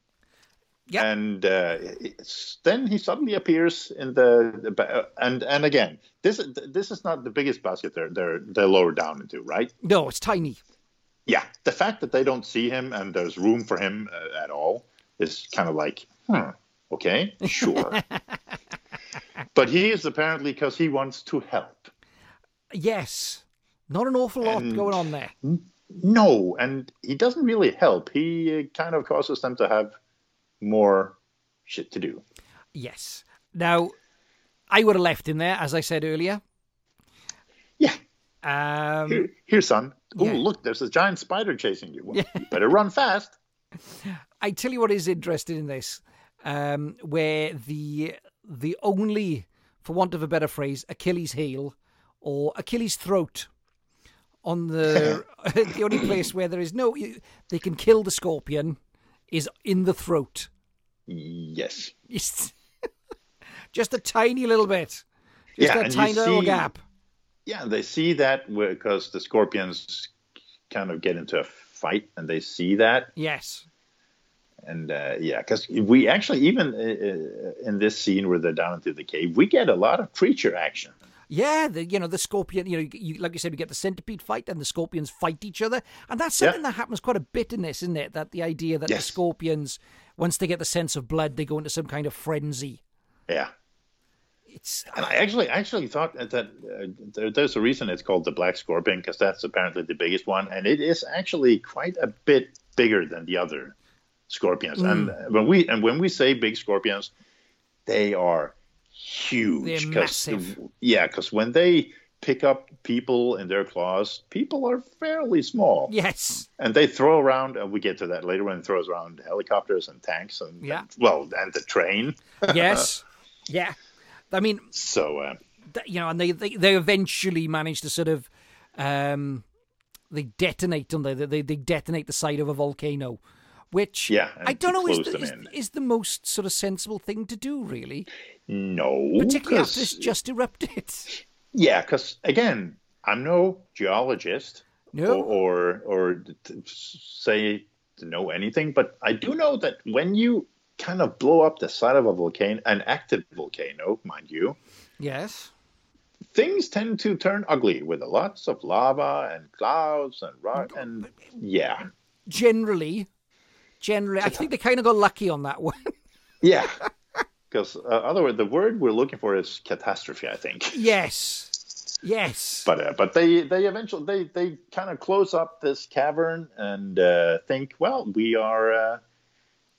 Speaker 1: Yep.
Speaker 6: And uh, it's- then he suddenly appears in the, the ba- and and again this this is not the biggest basket they're they're they're lower down into right
Speaker 1: no, it's tiny.
Speaker 6: yeah, the fact that they don't see him and there's room for him uh, at all is kind of like, hmm, okay, sure. but he is apparently because he wants to help.
Speaker 1: Yes, not an awful lot going on there.
Speaker 6: No, and he doesn't really help. He uh, kind of causes them to have more shit to do.
Speaker 1: Yes. Now, I would have left him there, as I said earlier.
Speaker 6: Yeah,
Speaker 1: Um,
Speaker 6: here, here son. Oh,
Speaker 1: Yeah.
Speaker 6: look, there's a giant spider chasing you. Well, you better run fast.
Speaker 1: I tell you what is interesting in this, um, where the the only, for want of a better phrase, Achilles heel or Achilles throat on the the only place where there is no you, they can kill the scorpion is in the throat.
Speaker 6: Yes.
Speaker 1: It's just a tiny little bit, just
Speaker 6: yeah,
Speaker 1: a
Speaker 6: and you
Speaker 1: tiny little
Speaker 6: see-
Speaker 1: gap.
Speaker 6: yeah, they see that because the scorpions kind of get into a fight, and they see that,
Speaker 1: Yes.
Speaker 6: and uh, yeah, because we actually even uh, uh, in this scene where they're down into the cave, we get a lot of creature action.
Speaker 1: Yeah, the, you know the scorpion. You know, you, like you said, we get the centipede fight, and the scorpions fight each other, and that's something that happens quite a bit in this, isn't it? That the idea that the
Speaker 6: Yes.
Speaker 1: scorpions, once they get the sense of blood, they go into some kind of frenzy.
Speaker 6: Yeah,
Speaker 1: It's
Speaker 6: and I actually actually thought that uh, there, there's a reason it's called the black scorpion because that's apparently the biggest one, and it is actually quite a bit bigger than the other scorpions. And uh,
Speaker 1: Mm.
Speaker 6: when we and when we say big scorpions, they are huge.
Speaker 1: They're
Speaker 6: 'cause-
Speaker 1: massive.
Speaker 6: yeah, because when they pick up people in their claws, people are fairly small,
Speaker 1: yes,
Speaker 6: and they throw around. And we get to that later when it throws around helicopters and tanks and
Speaker 1: Yeah.
Speaker 6: and- well, and the train.
Speaker 1: yes, yeah. I mean,
Speaker 6: So. Uh,
Speaker 1: th- you know, and they they, they eventually manage to sort of, um, they detonate on the they they detonate the side of a volcano, which
Speaker 6: Yeah,
Speaker 1: I
Speaker 6: and
Speaker 1: don't know is
Speaker 6: close
Speaker 1: the,
Speaker 6: them
Speaker 1: is,
Speaker 6: in.
Speaker 1: is the most sort of sensible thing to do, really,
Speaker 6: No,
Speaker 1: particularly after it's
Speaker 6: 'cause-
Speaker 1: just erupted.
Speaker 6: Yeah, because again, I'm no geologist
Speaker 1: No.
Speaker 6: or or, or t- t- say to know anything, but I do know that when you kind of blow up the side of a volcano, an active volcano, mind you,
Speaker 1: Yes.
Speaker 6: things tend to turn ugly with lots of lava and clouds and rock and yeah,
Speaker 1: Generally, generally, I think they kind of got lucky on that one.
Speaker 6: yeah. Because uh, otherwise, the word we're looking for is catastrophe, I think.
Speaker 1: yes. Yes.
Speaker 6: but uh, but they they eventually they they kind of close up this cavern and uh, think well we are uh,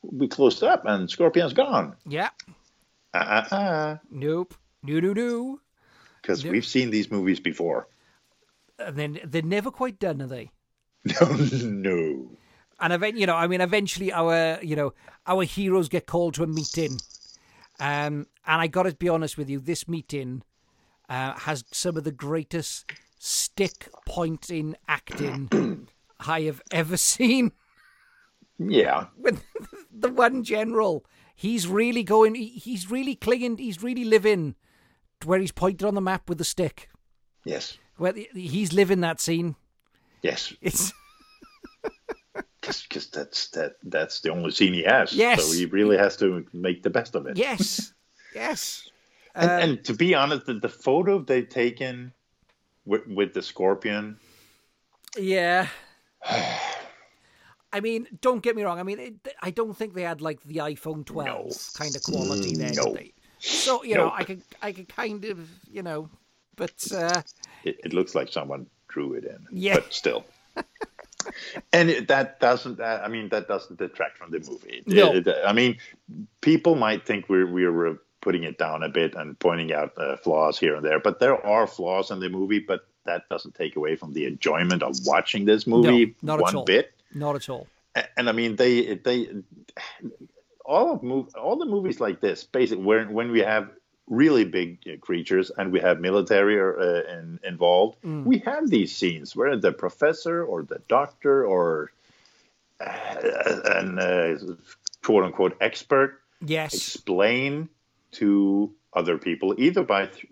Speaker 6: we closed up and scorpion's gone
Speaker 1: yeah.
Speaker 6: because uh, uh,
Speaker 1: Nope. No, no, no.
Speaker 6: 'cause we've seen these movies before
Speaker 1: And then they're never quite done, are they?
Speaker 6: no no
Speaker 1: And event, you know, I mean, eventually our, you know, our heroes get called to a meeting. Um, and I got to be honest with you, this meeting uh, has some of the greatest stick pointing acting I have ever seen.
Speaker 6: yeah
Speaker 1: when the one general he's really going he- he's really clinging he's really living to where he's pointed on the map with the stick
Speaker 6: yes
Speaker 1: where the- he's living that scene
Speaker 6: yes
Speaker 1: it's
Speaker 6: because that's that that's the only scene he has
Speaker 1: Yes.
Speaker 6: so he really has to make the best of it
Speaker 1: yes yes
Speaker 6: and, and to be honest the, the photo they've taken with, with the scorpion
Speaker 1: yeah I mean, don't get me wrong. I mean, it, I don't think they had like the iPhone 12 kind of quality there,
Speaker 6: No.
Speaker 1: did they? So you know,
Speaker 6: No.
Speaker 1: I could, I could kind of, you know, but uh,
Speaker 6: it, it looks like someone drew it in
Speaker 1: Yeah.
Speaker 6: but still and it, that doesn't uh, i mean that doesn't detract from the movie It-
Speaker 1: No.
Speaker 6: it- i mean people might think we're we're putting it down a bit and pointing out uh, flaws here and there but there are flaws in the movie but that doesn't take away from the enjoyment of watching this movie
Speaker 1: no, not
Speaker 6: one
Speaker 1: at all.
Speaker 6: bit
Speaker 1: Not at all.
Speaker 6: A- and i mean they they all of mov- all the movies like this basically when when we have really big uh, creatures and we have military or, uh, in, involved we have these scenes where the professor or the doctor or an uh, quote unquote expert
Speaker 1: Yes.
Speaker 6: explain to other people either by th-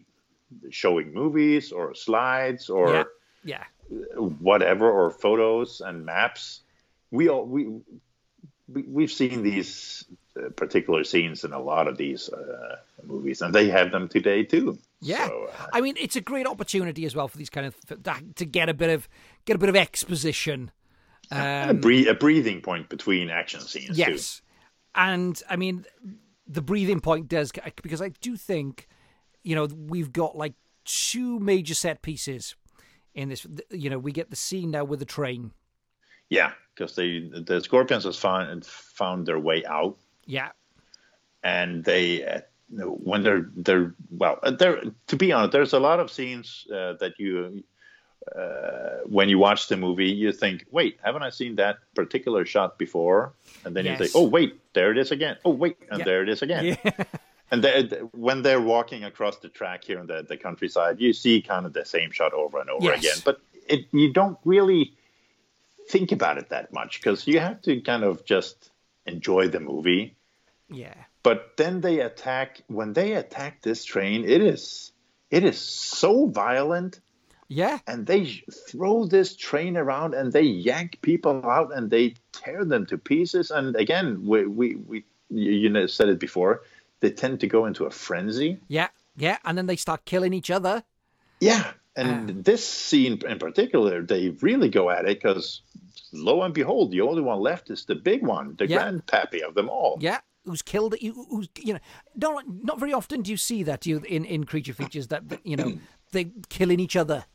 Speaker 6: showing movies or slides or
Speaker 1: Yeah. Yeah.
Speaker 6: whatever or photos and maps we all we we- We've seen these uh, particular scenes in a lot of these uh, movies, and they have them today too.
Speaker 1: Yeah,
Speaker 6: So, uh,
Speaker 1: I mean it's a great opportunity as well for these kind of for that- to get a bit of get a bit of exposition.
Speaker 6: and a, bre- a breathing point between action scenes.
Speaker 1: Yes, and I mean the breathing point does because I do think you know we've got like two major set pieces in this. You know we get the scene now with the train.
Speaker 6: Too. Yeah, because they the scorpions has found found their way out,
Speaker 1: Yeah,
Speaker 6: and they uh, when they're they're well, uh, there to be honest, there's a lot of scenes uh, that you. Uh, when you watch the movie, you think, "Wait, haven't I seen that particular shot before?" And then you
Speaker 1: Yes.
Speaker 6: say, "Oh, wait, there it is again. Oh, wait, and
Speaker 1: Yeah.
Speaker 6: there it is again." And they, when they're walking across the track here in the, the countryside, you see kind of the same shot over and over
Speaker 1: Yes.
Speaker 6: again. But it, you don't really think about it that much because you have to kind of just enjoy the movie.
Speaker 1: yeah,
Speaker 6: But then they attack. When they attack this train, it is it is so violent,
Speaker 1: yeah,
Speaker 6: and they throw this train around and they yank people out and they tear them to pieces. And again, we we, we you, you know, said it before. They tend to go into a frenzy.
Speaker 1: yeah, yeah, and then they start killing each other.
Speaker 6: Yeah, and this scene in particular, they really go at it because lo and behold, the only one left is the big one, the
Speaker 1: Yeah.
Speaker 6: grandpappy of them all.
Speaker 1: Yeah. Who's killed? You, who's you know? Not not very often do you see that do you in in creature features that that, you know they killing each other.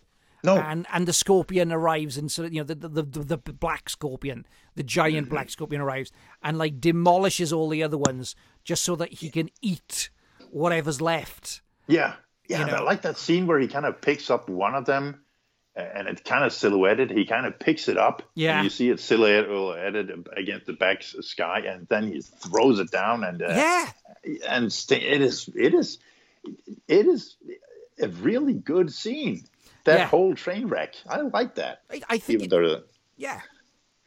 Speaker 6: No,
Speaker 1: and and the scorpion arrives and sort of you know the the, the, the black scorpion the giant
Speaker 6: Mm-hmm.
Speaker 1: black scorpion arrives and like demolishes all the other ones just so that he can eat whatever's left
Speaker 6: yeah, yeah. and I
Speaker 1: know.
Speaker 6: like that scene where he kind of picks up one of them, a- and it kind of silhouetted. He kind of picks it up.
Speaker 1: Yeah.
Speaker 6: and you see it silhouetted against the back s- sky, and then he throws it down, and uh,
Speaker 1: yeah
Speaker 6: and st- it is it is it is a really good scene. That
Speaker 1: Yeah.
Speaker 6: whole train wreck, I like that.
Speaker 1: i, I think
Speaker 6: Even
Speaker 1: it,
Speaker 6: though. the-
Speaker 1: yeah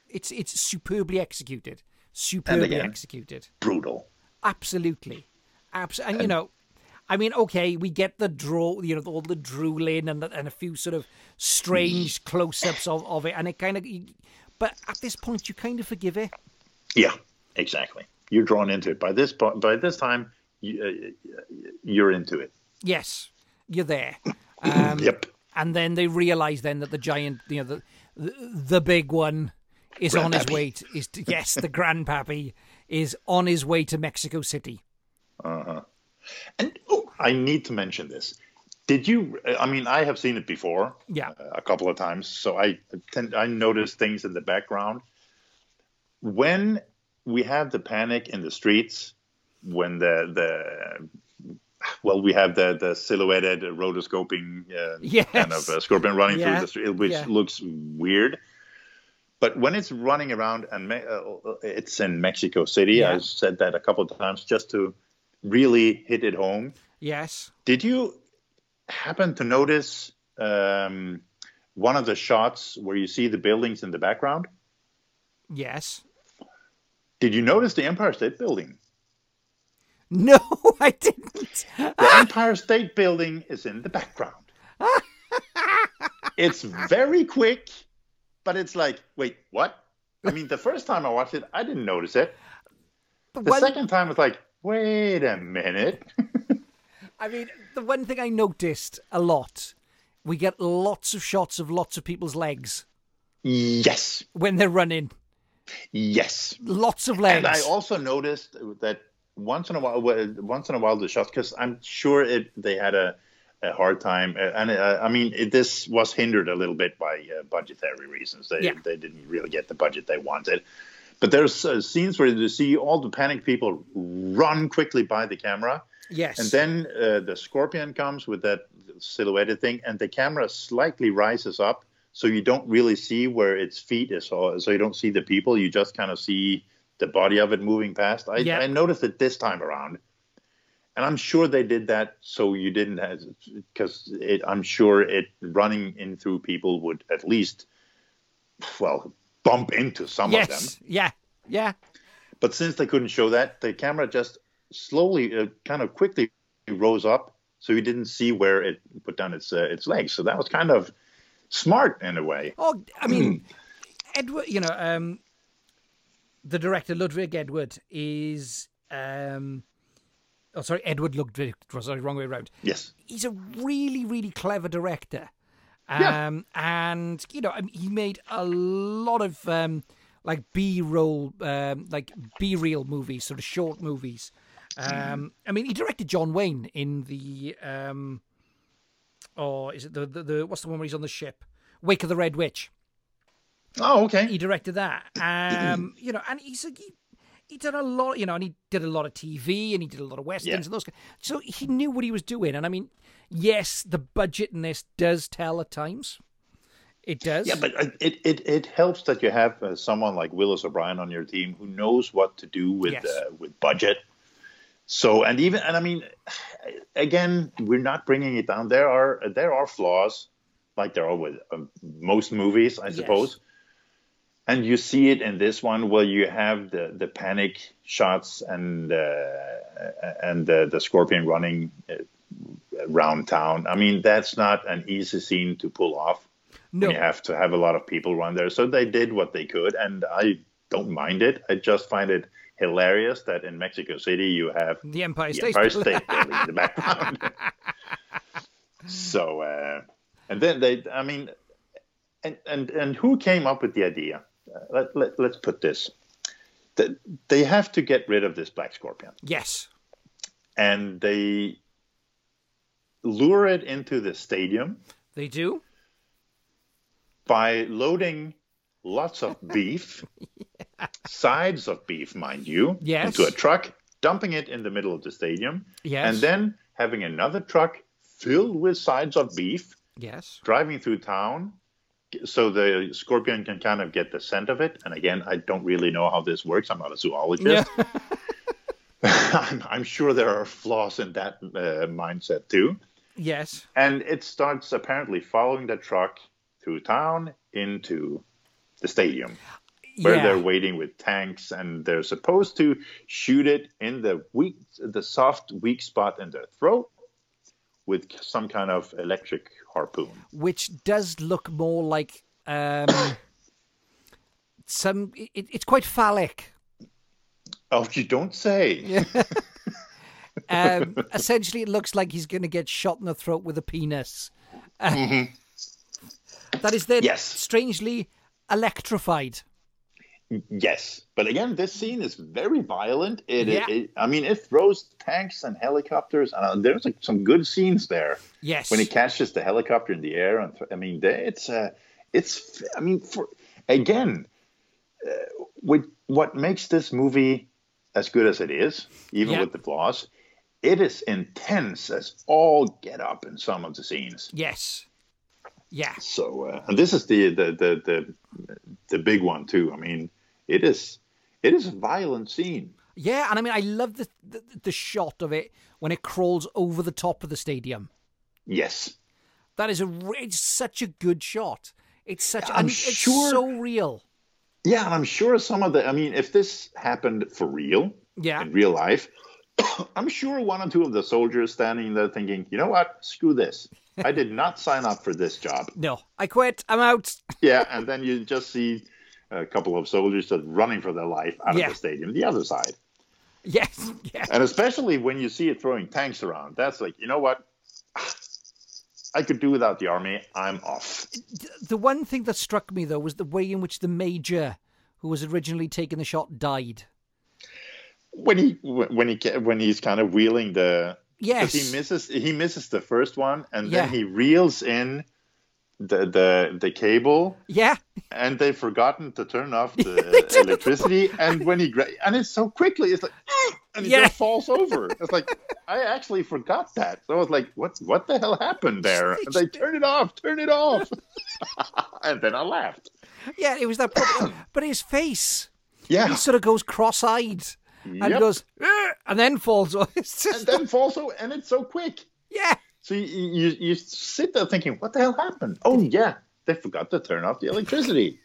Speaker 1: it's it's superbly executed superbly
Speaker 6: again.
Speaker 1: executed
Speaker 6: brutal.
Speaker 1: absolutely Abs- and you know I mean, okay, we get the draw, you know, all the drooling and the, and a few sort of
Speaker 6: Mm.
Speaker 1: strange close-ups of, of it, and it kind of, but at this point, you kind of forgive it.
Speaker 6: Yeah, exactly. You're drawn into it by this point. By this time, you, uh, you're into it.
Speaker 1: Yes, you're there. Um,
Speaker 6: yep.
Speaker 1: And then they realise then that the giant, you know, the the, the big one is on his
Speaker 6: Grandpappy.
Speaker 1: way. To, is to, yes, the grandpappy is on his way to Mexico City.
Speaker 6: And oh, I need to mention this. Did you? I mean, I have seen it before.
Speaker 1: Yeah.
Speaker 6: uh, a couple of times. So I tend, I notice things in the background. When we have the panic in the streets, when the the well, we have the the silhouetted uh, rotoscoping uh, kind
Speaker 1: Yes.
Speaker 6: of uh, scorpion running
Speaker 1: Yeah.
Speaker 6: through the street, which
Speaker 1: Yeah.
Speaker 6: looks weird. But when it's running around and me- uh, it's in Mexico City,
Speaker 1: Yeah.
Speaker 6: i said that a couple of times just to really hit it home.
Speaker 1: Yes.
Speaker 6: Did you happen to notice um, one of the shots where you see the buildings in the background?
Speaker 1: Yes.
Speaker 6: Did you notice the Empire State Building?
Speaker 1: No, I didn't.
Speaker 6: The Empire State Building is in the background. it's very quick, but it's like, wait, what? I mean, the first time I watched it, I didn't notice it.
Speaker 1: But
Speaker 6: The
Speaker 1: one-
Speaker 6: second time, it's like, wait a minute.
Speaker 1: I mean, the one thing I noticed a lot, we get lots of shots of lots of people's legs
Speaker 6: yes,
Speaker 1: when they're running.
Speaker 6: yes.
Speaker 1: Lots of legs.
Speaker 6: And I also noticed that once in a while, once in a while, the shots because I'm sure it they had a, a hard time, uh, and uh, I mean it, this was hindered a little bit by uh, budgetary reasons. They
Speaker 1: Yeah.
Speaker 6: they didn't really get the budget they wanted. But there's uh, scenes where you see all the panicked people run quickly by the camera,
Speaker 1: yes.
Speaker 6: and then uh, the scorpion comes with that silhouetted thing, and the camera slightly rises up, so you don't really see where its feet is, or, so you don't see the people. You just kind of see the body of it moving past. I,
Speaker 1: Yeah.
Speaker 6: I noticed it this time around, and I'm sure they did that so you didn't have because I'm sure it running in through people would at least, well, bump into some of them.
Speaker 1: yes, yeah, yeah.
Speaker 6: But since they couldn't show that, the camera just slowly, uh, kind of quickly, rose up, so you didn't see where it put down its uh, its legs. So that was kind of smart in a way.
Speaker 1: Oh, I mean, Edward, you know, um, the director Ludwig Edward is, um, oh, sorry, Edward Ludwig, sorry, wrong way around.
Speaker 6: Yes,
Speaker 1: He's a really, really clever director.
Speaker 6: Yeah.
Speaker 1: Um, and, you know, I mean, he made a lot of, um, like B roll, um, like B reel movies, sort of short movies. Um, I mean, he directed John Wayne in the, um, oh, is it the, the, the, what's the one where he's on the ship? Wake of the Red Witch
Speaker 6: Oh, okay.
Speaker 1: he directed that. Um, you know, and he's a, he, he did a lot, you know, and he did a lot of TV and he did a lot of westerns
Speaker 6: Yeah.
Speaker 1: and those. ki- So he knew what he was doing. And I mean, yes, the budget in this does tell at times. It does.
Speaker 6: Yeah, but uh, it, it, it helps that you have uh, someone like Willis O'Brien on your team who knows what to do with
Speaker 1: Yes.
Speaker 6: uh, with budget. So and even and I mean, again, we're not bringing it down. There are there are flaws, like there are with um, most movies, I suppose. And you see it in this one where you have the, the panic shots and uh, and the, the scorpion running uh, around town. I mean, that's not an easy scene to pull off
Speaker 1: no,
Speaker 6: you have to have a lot of people run there. So they did what they could, and I don't mind it. I just find it hilarious that in Mexico City you have
Speaker 1: the Empire
Speaker 6: the
Speaker 1: State.
Speaker 6: Empire State Building in the background. so, uh, and then they, I mean, and and and who came up with the idea? Uh, let, let let's put this: That they have to get rid of this black scorpion
Speaker 1: Yes.
Speaker 6: and they lure it into the stadium
Speaker 1: They do.
Speaker 6: by loading lots of beef, sides of beef, mind you,
Speaker 1: Yes.
Speaker 6: into a truck, dumping it in the middle of the stadium,
Speaker 1: Yes.
Speaker 6: and then having another truck filled with sides of beef
Speaker 1: Yes.
Speaker 6: driving through town so the scorpion can kind of get the scent of it. And again, I don't really know how this works. I'm not a zoologist. I'm, I'm sure there are flaws in that uh, mindset too.
Speaker 1: Yes.
Speaker 6: And it starts apparently following the truck through town into the stadium where
Speaker 1: yeah.
Speaker 6: they're waiting with tanks and they're supposed to shoot it in the weak the soft weak spot in their throat with some kind of electric harpoon.
Speaker 1: Which does look more like um, some. It, it's quite phallic.
Speaker 6: Oh, you don't say.
Speaker 1: um, essentially, it looks like he's going to get shot in the throat with a penis. that is then
Speaker 6: Mm-hmm. Yes.
Speaker 1: strangely electrified.
Speaker 6: Yes, but again, this scene is very violent. It,
Speaker 1: Yeah.
Speaker 6: it, it- I mean, it throws tanks and helicopters. Uh, there's like some good scenes there
Speaker 1: Yes.
Speaker 6: when it catches the helicopter in the air. And th- I mean, they- it's uh, it's. I mean, for again, uh, with what makes this movie as good as it is, even
Speaker 1: Yeah.
Speaker 6: with the flaws, it is intense as all get up in some of the scenes.
Speaker 1: yes. Yeah.
Speaker 6: So uh, and this is the, the the the the big one too. I mean, it is it is a violent scene.
Speaker 1: Yeah, and I mean, I love the, the the shot of it when it crawls over the top of the stadium.
Speaker 6: Yes,
Speaker 1: That is a re- it's such a good shot. It's such
Speaker 6: I'm
Speaker 1: and
Speaker 6: sure-
Speaker 1: it's so real.
Speaker 6: yeah, and I'm sure some of the. I mean, if this happened for real
Speaker 1: Yeah.
Speaker 6: in real life, I'm sure one or two of the soldiers standing there thinking, you know what, screw this. I did not sign up for this job.
Speaker 1: No, I quit. I'm out.
Speaker 6: Yeah, and then you just see a couple of soldiers just running for their life out
Speaker 1: Yeah.
Speaker 6: of the stadium, the other side.
Speaker 1: Yes. Yeah.
Speaker 6: And especially when you see it throwing tanks around, that's like, you know what? I could do without the army. I'm off.
Speaker 1: The one thing that struck me though was the way in which the major, who was originally taking the shot, died.
Speaker 6: When he when he ca- when he's kind of wheeling the 'cause
Speaker 1: Yes.
Speaker 6: he misses he misses the first one and
Speaker 1: Yeah.
Speaker 6: then he reels in the the the cable
Speaker 1: Yeah.
Speaker 6: and they've forgotten to turn off the uh, electricity and when he gra- and it's so quickly it's like "Ah!" and he
Speaker 1: Yeah.
Speaker 6: just falls over it's like i actually forgot that so i was like what what the hell happened there and they turn it off turn it off and then i laughed
Speaker 1: Yeah, it was that problem. but his face,
Speaker 6: yeah
Speaker 1: he sort of goes cross-eyed and
Speaker 6: Yep.
Speaker 1: goes, "Ugh," and then falls off. It's
Speaker 6: and
Speaker 1: just,
Speaker 6: then falls over and it's so quick
Speaker 1: yeah,
Speaker 6: so you, you you sit there thinking what the hell happened oh yeah they forgot to turn off the electricity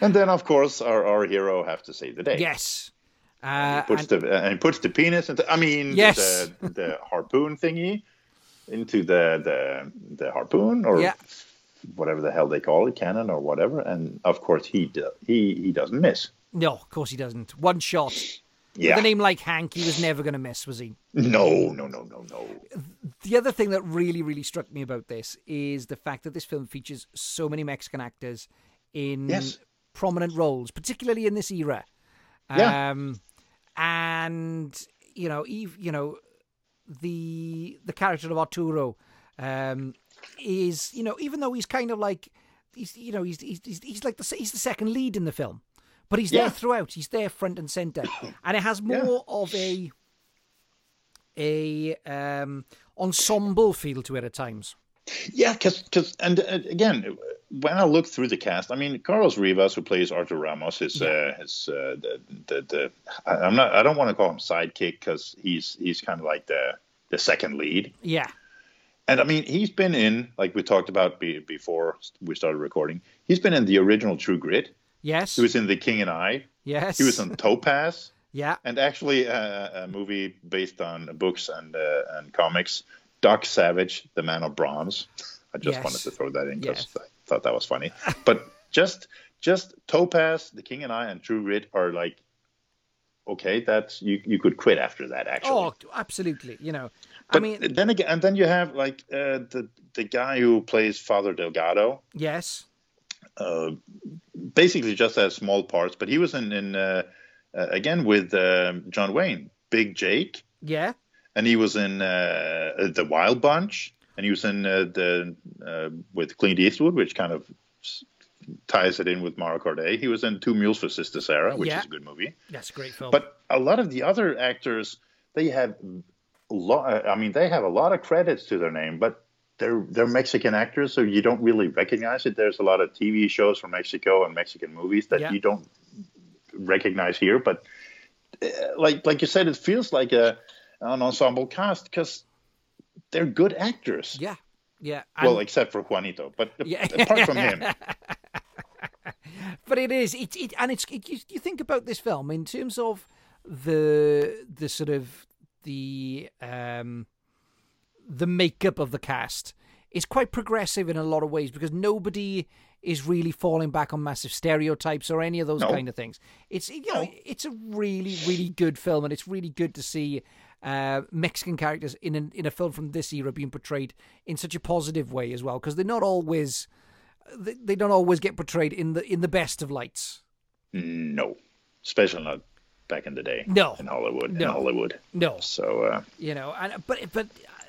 Speaker 6: And then, of course, our, our hero have to save the day.
Speaker 1: Yes. Uh,
Speaker 6: puts
Speaker 1: and-
Speaker 6: the and puts the penis into I mean
Speaker 1: Yes.
Speaker 6: the the harpoon thingy into the the the harpoon or
Speaker 1: Yeah.
Speaker 6: whatever the hell they call it cannon or whatever and of course he do, he he doesn't miss
Speaker 1: no, of course he doesn't. One shot.
Speaker 6: yeah
Speaker 1: With a name like Hank, he was never going to miss, was he?
Speaker 6: no no no no no
Speaker 1: The other thing that really, really struck me about this is the fact that this film features so many Mexican actors in
Speaker 6: Yes.
Speaker 1: prominent roles, particularly in this era.
Speaker 6: Yeah.
Speaker 1: Um, and you know, Eve, you know, the the character of Arturo um, is, you know, even though he's kind of like, he's, you know, he's he's he's, he's like the se- he's the second lead in the film, but he's there
Speaker 6: Yeah.
Speaker 1: throughout. He's there front and center, and it has more of a a um, ensemble feel to it at times.
Speaker 6: yeah because and uh, again when I look through the cast I mean Carlos Rivas who plays Arthur Ramos is uh, his uh, the, the the I- I'm not I don't want to call him sidekick because he's he's kind of like the the second lead
Speaker 1: Yeah,
Speaker 6: And I mean, he's been in, like we talked about be, before we started recording, he's been in the original True Grit.
Speaker 1: yes,
Speaker 6: He was in The King and I.
Speaker 1: yes,
Speaker 6: He was on Topaz,
Speaker 1: yeah,
Speaker 6: and actually uh, a movie based on books and uh, and comics, Doc Savage, The Man of Bronze. I just
Speaker 1: Yes.
Speaker 6: wanted to throw that in because
Speaker 1: Yes.
Speaker 6: I thought that was funny. But just just Topaz, The King and I, and True Grit are like, okay, that's you you could quit after that actually.
Speaker 1: oh, absolutely. You know,
Speaker 6: But
Speaker 1: I mean,
Speaker 6: then again, and then you have like uh, the the guy who plays Father Delgado,
Speaker 1: yes,
Speaker 6: basically just has small parts. But he was in, in uh, uh, again with um John Wayne, Big Jake,
Speaker 1: yeah,
Speaker 6: and he was in uh, uh, the Wild Bunch, and he was in uh, the uh, with Clint Eastwood, which kind of s- ties it in with Mara Corday. He was in Two Mules for Sister Sarah, which
Speaker 1: Yeah.
Speaker 6: is a good movie.
Speaker 1: that's a great film.
Speaker 6: But a lot of the other actors, they have a lot. I mean, they have a lot of credits to their name, but they're they're Mexican actors, so you don't really recognize it. There's a lot of TV shows from Mexico and Mexican movies that
Speaker 1: Yeah.
Speaker 6: you don't recognize here. But uh, like like you said, it feels like a an ensemble cast because they're good actors.
Speaker 1: yeah, yeah, and-
Speaker 6: Well, except for Juanito, but
Speaker 1: Yeah.
Speaker 6: apart from him,
Speaker 1: but it is it, it and it's it, you, you think about this film in terms of the the sort of the um the makeup of the cast it's quite progressive in a lot of ways because nobody is really falling back on massive stereotypes or any of those
Speaker 6: No.
Speaker 1: kind of things it's you know it's a really really good film and it's really good to see uh, Mexican characters in an, in a film from this era being portrayed in such a positive way as well because they're not always they, they don't always get portrayed in the in the best of lights.
Speaker 6: no, especially not back in the day.
Speaker 1: No.
Speaker 6: in Hollywood,
Speaker 1: No.
Speaker 6: in Hollywood.
Speaker 1: No,
Speaker 6: So. Uh,
Speaker 1: you know, and but but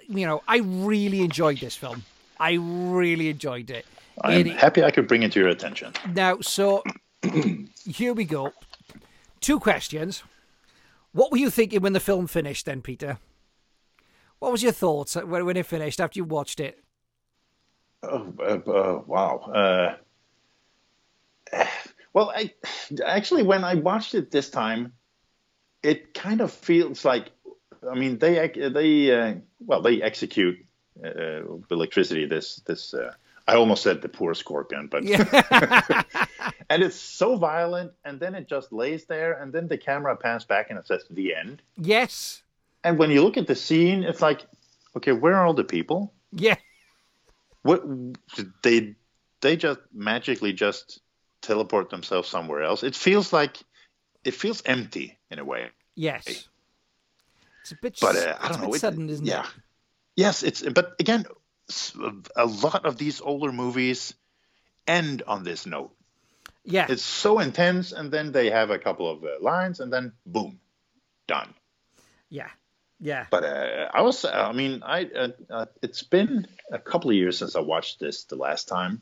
Speaker 1: you know, I really enjoyed this film. I really enjoyed it.
Speaker 6: I'm
Speaker 1: It-
Speaker 6: happy I could bring it to your attention.
Speaker 1: now, so here we go. Two questions. What were you thinking when the film finished, then, Peter? What was your thoughts when, when it finished after you watched it?
Speaker 6: Oh, uh, uh, wow. Uh, well, I actually when I watched it this time, it kind of feels like, I mean, they ex- they uh, well they execute uh, with electricity. This this uh, I almost said the poor scorpion, but and it's so violent, and then it just lays there, and then the camera pans back and it says the end.
Speaker 1: Yes,
Speaker 6: And when you look at the scene, it's like, okay, where are all the people?
Speaker 1: yeah,
Speaker 6: What they they just magically just teleport themselves somewhere else. It feels like it feels empty in a way.
Speaker 1: yes. It's a bit,
Speaker 6: But
Speaker 1: s-
Speaker 6: uh,
Speaker 1: it's
Speaker 6: I don't
Speaker 1: a
Speaker 6: know.
Speaker 1: bit
Speaker 6: it-
Speaker 1: sudden, isn't
Speaker 6: yeah.
Speaker 1: it?
Speaker 6: Yes, it's but again, s- a lot of these older movies end on this note.
Speaker 1: Yeah,
Speaker 6: It's so intense, and then they have a couple of uh, lines, and then boom, done.
Speaker 1: yeah, yeah.
Speaker 6: But uh, I was, I mean, I uh, uh, it's been a couple of years since I watched this the last time,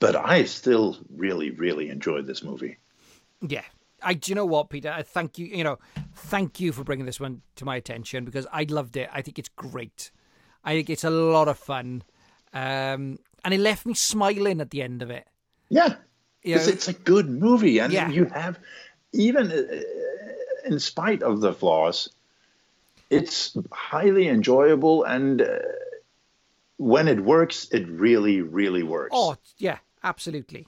Speaker 6: but I still really, really enjoyed this movie.
Speaker 1: Yeah. I do you know what, Peter? I thank you. You know, thank you for bringing this one to my attention because I loved it. I think it's great. I think it's a lot of fun, um, and it left me smiling at the end of it.
Speaker 6: Yeah,
Speaker 1: You
Speaker 6: because
Speaker 1: know,
Speaker 6: it's a good movie, and
Speaker 1: Yeah.
Speaker 6: you have, even uh, in spite of the flaws, it's highly enjoyable, and uh, when it works, it really, really works.
Speaker 1: oh yeah, Oh, absolutely,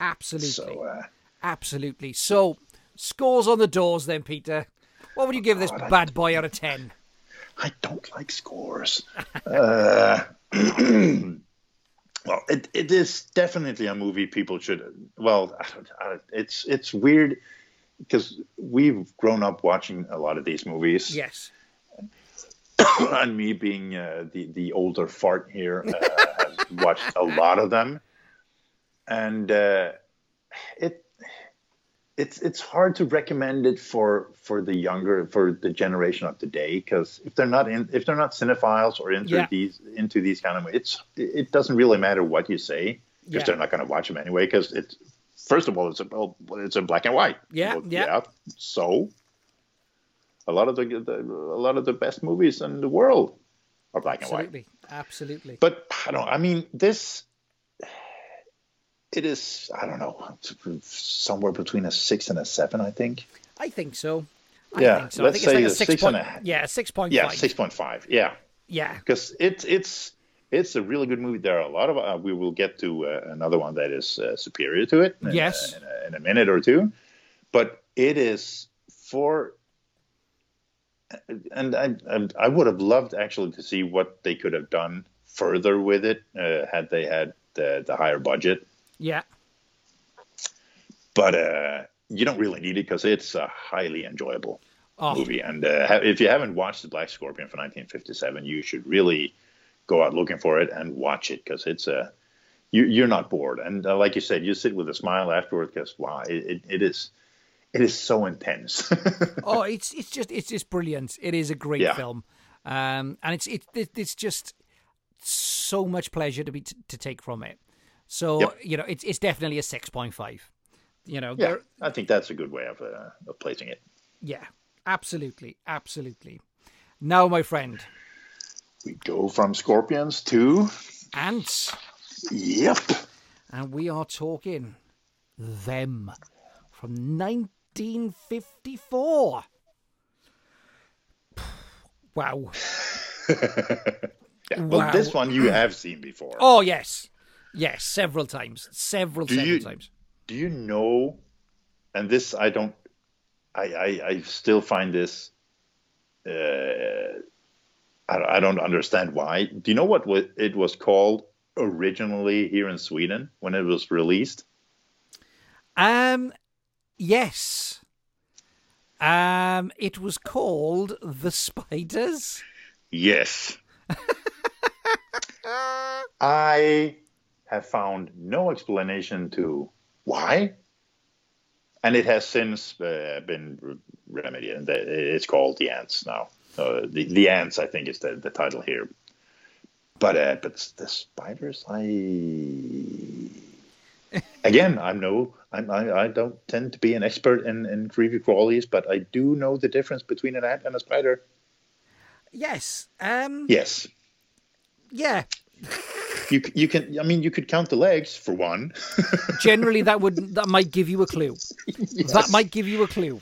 Speaker 1: Absolutely.
Speaker 6: So uh,
Speaker 1: Absolutely. So, scores on the doors then, Peter. What would you give this bad boy out of 10?
Speaker 6: I don't like scores. uh, well, it, it is definitely a movie people should. Well, I don't, I, it's it's weird because we've grown up watching a lot of these movies.
Speaker 1: Yes.
Speaker 6: and me being uh, the the older fart here, uh, has watched a lot of them, and uh, it it's it's hard to recommend it for for the younger for the generation of today because if they're not in if they're not cinephiles or into
Speaker 1: Yeah.
Speaker 6: these into these kind of it's it doesn't really matter what you say
Speaker 1: Yeah.
Speaker 6: if they're not going to watch them anyway because it's first of all it's a well, it's in black and white
Speaker 1: Yeah,
Speaker 6: Well,
Speaker 1: yeah.
Speaker 6: so a lot of the, the a lot of the best movies in the world are black and white
Speaker 1: Absolutely. Absolutely.
Speaker 6: but I don't. I mean, this. It is. I don't know. Somewhere between a six and a seven, I think.
Speaker 1: I think so. I
Speaker 6: Yeah,
Speaker 1: think so. I think it's
Speaker 6: let's
Speaker 1: like
Speaker 6: say
Speaker 1: a
Speaker 6: a
Speaker 1: six
Speaker 6: six
Speaker 1: point.
Speaker 6: and a-
Speaker 1: yeah, six point
Speaker 6: Yeah,
Speaker 1: five.
Speaker 6: six point five. Yeah,
Speaker 1: Yeah,
Speaker 6: because it's it's it's a really good movie. There are a lot of. Uh, we will get to uh, another one that is uh, superior to it. In,
Speaker 1: Yes.
Speaker 6: uh, in, a, in a minute or two, but it is for. uh, And I, I I would have loved actually to see what they could have done further with it uh, had they had the, the higher budget.
Speaker 1: yeah,
Speaker 6: but uh, you don't really need it because it's a highly enjoyable
Speaker 1: Oh.
Speaker 6: movie. And uh, ha- if you haven't watched The Black Scorpion from 1957, you should really go out looking for it and watch it because it's a you, you're not bored. And uh, like you said, you sit with a smile afterward because wow, it, it, it is it is so intense.
Speaker 1: oh, it's it's just it's just brilliant. It is a great
Speaker 6: Yeah.
Speaker 1: film, um, and it's it, it it's just so much pleasure to be t- to take from it. So
Speaker 6: Yep.
Speaker 1: you know, it's it's definitely a six point five. You know,
Speaker 6: yeah,
Speaker 1: there,
Speaker 6: I think that's a good way of uh, of placing it.
Speaker 1: yeah, absolutely, absolutely. Now, my friend,
Speaker 6: We go from scorpions to
Speaker 1: ants,
Speaker 6: yep,
Speaker 1: and we are talking them from nineteen fifty four. Wow.
Speaker 6: yeah. Well,
Speaker 1: Wow.
Speaker 6: this one you have seen before.
Speaker 1: Oh yes, yes, several times, several
Speaker 6: Do
Speaker 1: several
Speaker 6: you-
Speaker 1: times.
Speaker 6: do you know and this i don't i i, I still find this uh I, I don't understand why do you know what wa- it was called originally here in sweden when it was released
Speaker 1: Um, yes. Um, it was called the spiders.
Speaker 6: yes i have found no explanation to why and it has since uh, been re- remedied and that- it's called the ants now uh, the, the ants i think is the, the title here but uh, but s- the spiders i again i'm no I'm, I, I don't tend to be an expert in, in creepy crawlies but i do know the difference between an ant and a spider
Speaker 1: Yes. Um.
Speaker 6: yes
Speaker 1: Yeah.
Speaker 6: you, c- you can i mean you could count the legs for one
Speaker 1: Generally, that would that might give you a clue. That might give you a clue.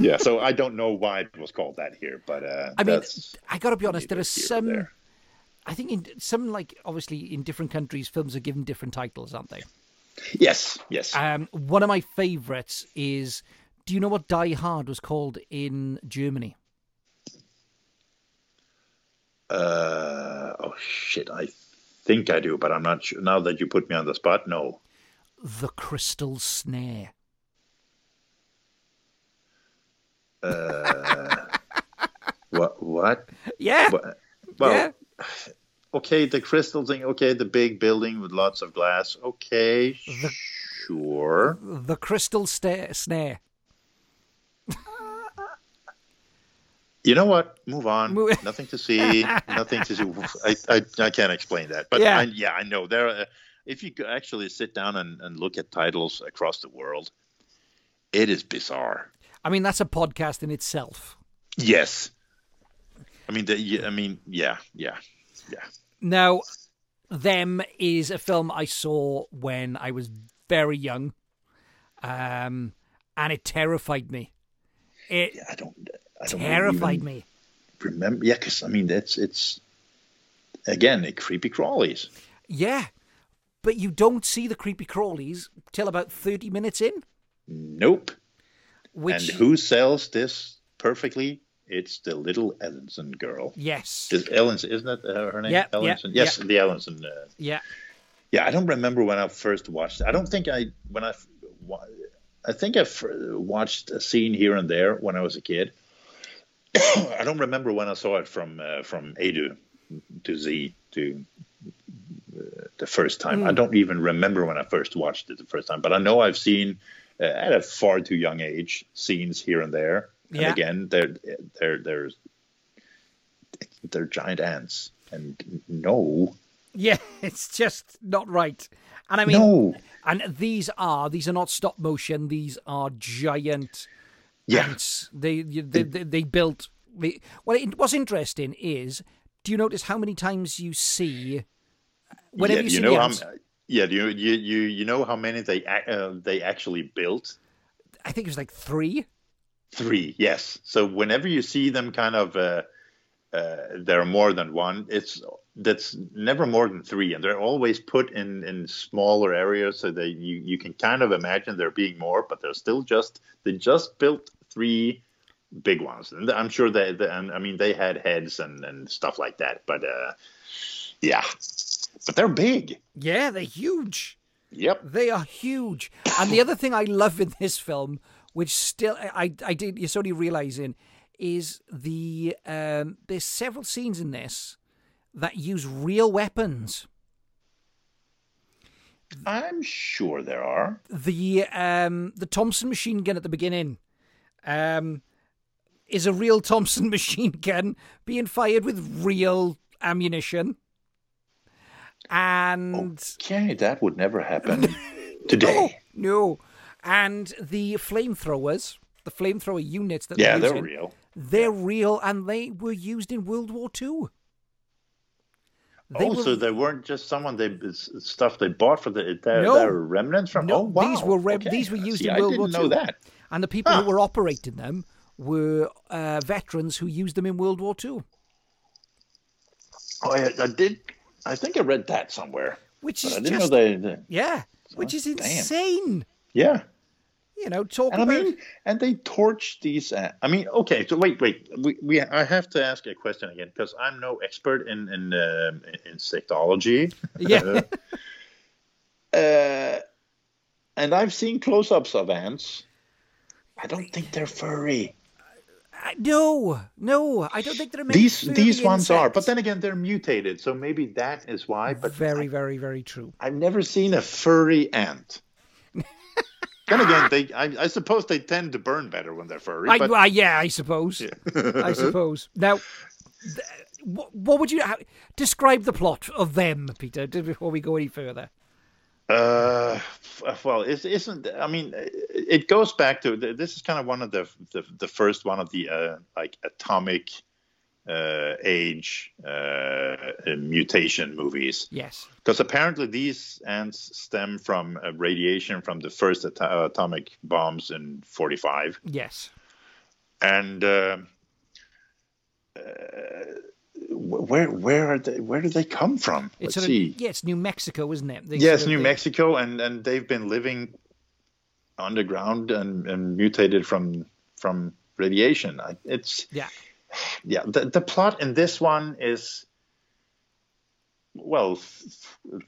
Speaker 6: yeah so i don't know why it was called that here but uh,
Speaker 1: I mean,
Speaker 6: that's
Speaker 1: I got to be honest. There
Speaker 6: neither
Speaker 1: are
Speaker 6: here nor
Speaker 1: some.
Speaker 6: there.
Speaker 1: I think in some like obviously in different countries, films are given different titles, aren't they?
Speaker 6: yes yes
Speaker 1: Um, one of my favourites is. Do you know what Die Hard was called in Germany?
Speaker 6: Uh, oh shit, I think I do, but I'm not sure. Now that you put me on the spot, no.
Speaker 1: The Crystal Snare.
Speaker 6: What? What?
Speaker 1: Yeah.
Speaker 6: what? Well,
Speaker 1: Yeah.
Speaker 6: okay, the crystal thing. Okay, the big building with lots of glass. Okay, sure.
Speaker 1: The Crystal Sta- Snare.
Speaker 6: You know what? Move on.
Speaker 1: Mo-
Speaker 6: Nothing to see. Nothing to see. Oof, I, I, I can't explain that. But
Speaker 1: Yeah.
Speaker 6: I, yeah, I know there. Are, if you could actually sit down and, and look at titles across the world, it is bizarre.
Speaker 1: I mean, that's a podcast in itself.
Speaker 6: Yes. I mean, the, yeah, I mean, yeah, yeah, yeah.
Speaker 1: Now, Them is a film I saw when I was very young, um, and it terrified me. It
Speaker 6: I don't. I don't
Speaker 1: terrified
Speaker 6: even
Speaker 1: me.
Speaker 6: Remember? Yeah, because I mean, that's it's again, it creepy crawlies.
Speaker 1: Yeah. But you don't see the creepy crawlies till about 30 minutes in,
Speaker 6: Nope.
Speaker 1: which.
Speaker 6: And who sells this perfectly? It's the little Ellenson girl.
Speaker 1: Yes.
Speaker 6: Is Ellenson, isn't that uh, her name?
Speaker 1: Yeah, yeah,
Speaker 6: Ellenson.
Speaker 1: yeah.
Speaker 6: yes, the Ellenson. Uh,
Speaker 1: Yeah.
Speaker 6: yeah, I don't remember when I first watched. it. I don't think I when I f- wa- I think I f- watched a scene here and there when I was a kid. I don't remember when I saw it from uh, from A to to Z to uh, the first time.
Speaker 1: Hmm.
Speaker 6: I don't even remember when I first watched it the first time, but I know I've seen uh, at a far too young age scenes here and there. And
Speaker 1: Yeah.
Speaker 6: again, they're they're they're they're giant ants, and no,
Speaker 1: Yeah, it's just not right. And I mean,
Speaker 6: no,
Speaker 1: and these are these are not stop motion. These are giant
Speaker 6: yeah.
Speaker 1: ants. They you- they they, they built. They, well, it, what's interesting is, do you notice how many times you see whenever
Speaker 6: yeah,
Speaker 1: you
Speaker 6: do
Speaker 1: see
Speaker 6: know
Speaker 1: the
Speaker 6: how
Speaker 1: ants?
Speaker 6: m- yeah, do you you you you know how many they ac- uh, they actually built?
Speaker 1: I think it was like three.
Speaker 6: Three, yes. So whenever you see them, kind of, uh, uh, there are more than one. It's that's never more than three, and they're always put in in smaller areas so that you you can kind of imagine there being more, but they're still just they just built three big ones, and I'm sure they, they and I mean they had heads and and stuff like that, but uh, yeah, but they're big.
Speaker 1: Yeah, they're huge.
Speaker 6: Yep.
Speaker 1: They are huge. And the other thing I love in this film, which still I I- I did it's only realizing, is the um, there's several scenes in this that use real weapons.
Speaker 6: I'm sure there are.
Speaker 1: The um, the Thompson machine gun at the beginning um, is a real Thompson machine gun being fired with real ammunition. And
Speaker 6: Okay, that would never happen today.
Speaker 1: no, and the flamethrowers, the flamethrower units that
Speaker 6: yeah,
Speaker 1: they're
Speaker 6: they're
Speaker 1: using,
Speaker 6: real.
Speaker 1: They're real, and they were used in World War Two. They
Speaker 6: also,
Speaker 1: were-
Speaker 6: Oh, they weren't just someone they it's stuff they bought for the. They're,
Speaker 1: No.
Speaker 6: they're remnants from.
Speaker 1: No,
Speaker 6: oh wow,
Speaker 1: these were rem-
Speaker 6: okay.
Speaker 1: these were used
Speaker 6: See,
Speaker 1: in
Speaker 6: I
Speaker 1: World
Speaker 6: didn't
Speaker 1: War
Speaker 6: know
Speaker 1: Two.
Speaker 6: that.
Speaker 1: and the people
Speaker 6: Huh.
Speaker 1: who were operating them were uh, veterans who used them in World War Two,
Speaker 6: Oh, I, I did. I think I read that somewhere,
Speaker 1: which
Speaker 6: but
Speaker 1: is
Speaker 6: I didn't
Speaker 1: just
Speaker 6: know they. they-
Speaker 1: yeah, which is
Speaker 6: damn.
Speaker 1: insane.
Speaker 6: yeah,
Speaker 1: You know, talk
Speaker 6: and I
Speaker 1: about
Speaker 6: mean, and they torch these. Uh, I mean, okay, so wait, wait, we, we I have to ask a question again because I'm no expert in in um insectology.
Speaker 1: yeah,
Speaker 6: uh, and I've seen close-ups of ants. I don't think they're furry.
Speaker 1: I- no, no, I don't think there are many
Speaker 6: These these
Speaker 1: furry
Speaker 6: ones are, but
Speaker 1: insects.
Speaker 6: then again, they're mutated, so maybe that is why. But
Speaker 1: very, very, very true.
Speaker 6: I've never seen a furry ant. then again, they I, I suppose they tend to burn better when they're furry.
Speaker 1: I,
Speaker 6: but
Speaker 1: well, yeah, I suppose. I suppose. Now, th- what, what would you how, describe the plot of them, Peter? d- Before we go any further,
Speaker 6: Uh, f- well, it isn't. I mean, it goes back to this is kind of one of the the, the first one of the uh, like atomic uh, age uh, mutation movies
Speaker 1: yes,
Speaker 6: because apparently these ants stem from uh, radiation from the first ato- atomic bombs in 45
Speaker 1: yes,
Speaker 6: and uh, uh, wh- where where are they where do they come from
Speaker 1: it's
Speaker 6: let's
Speaker 1: sort
Speaker 6: see
Speaker 1: of yeah, it's New Mexico, isn't it? They
Speaker 6: yes
Speaker 1: sort of-
Speaker 6: new
Speaker 1: they-
Speaker 6: mexico and and they've been living underground and, and mutated from from radiation I, it's
Speaker 1: Yeah,
Speaker 6: yeah the, the plot in this one is well f- f-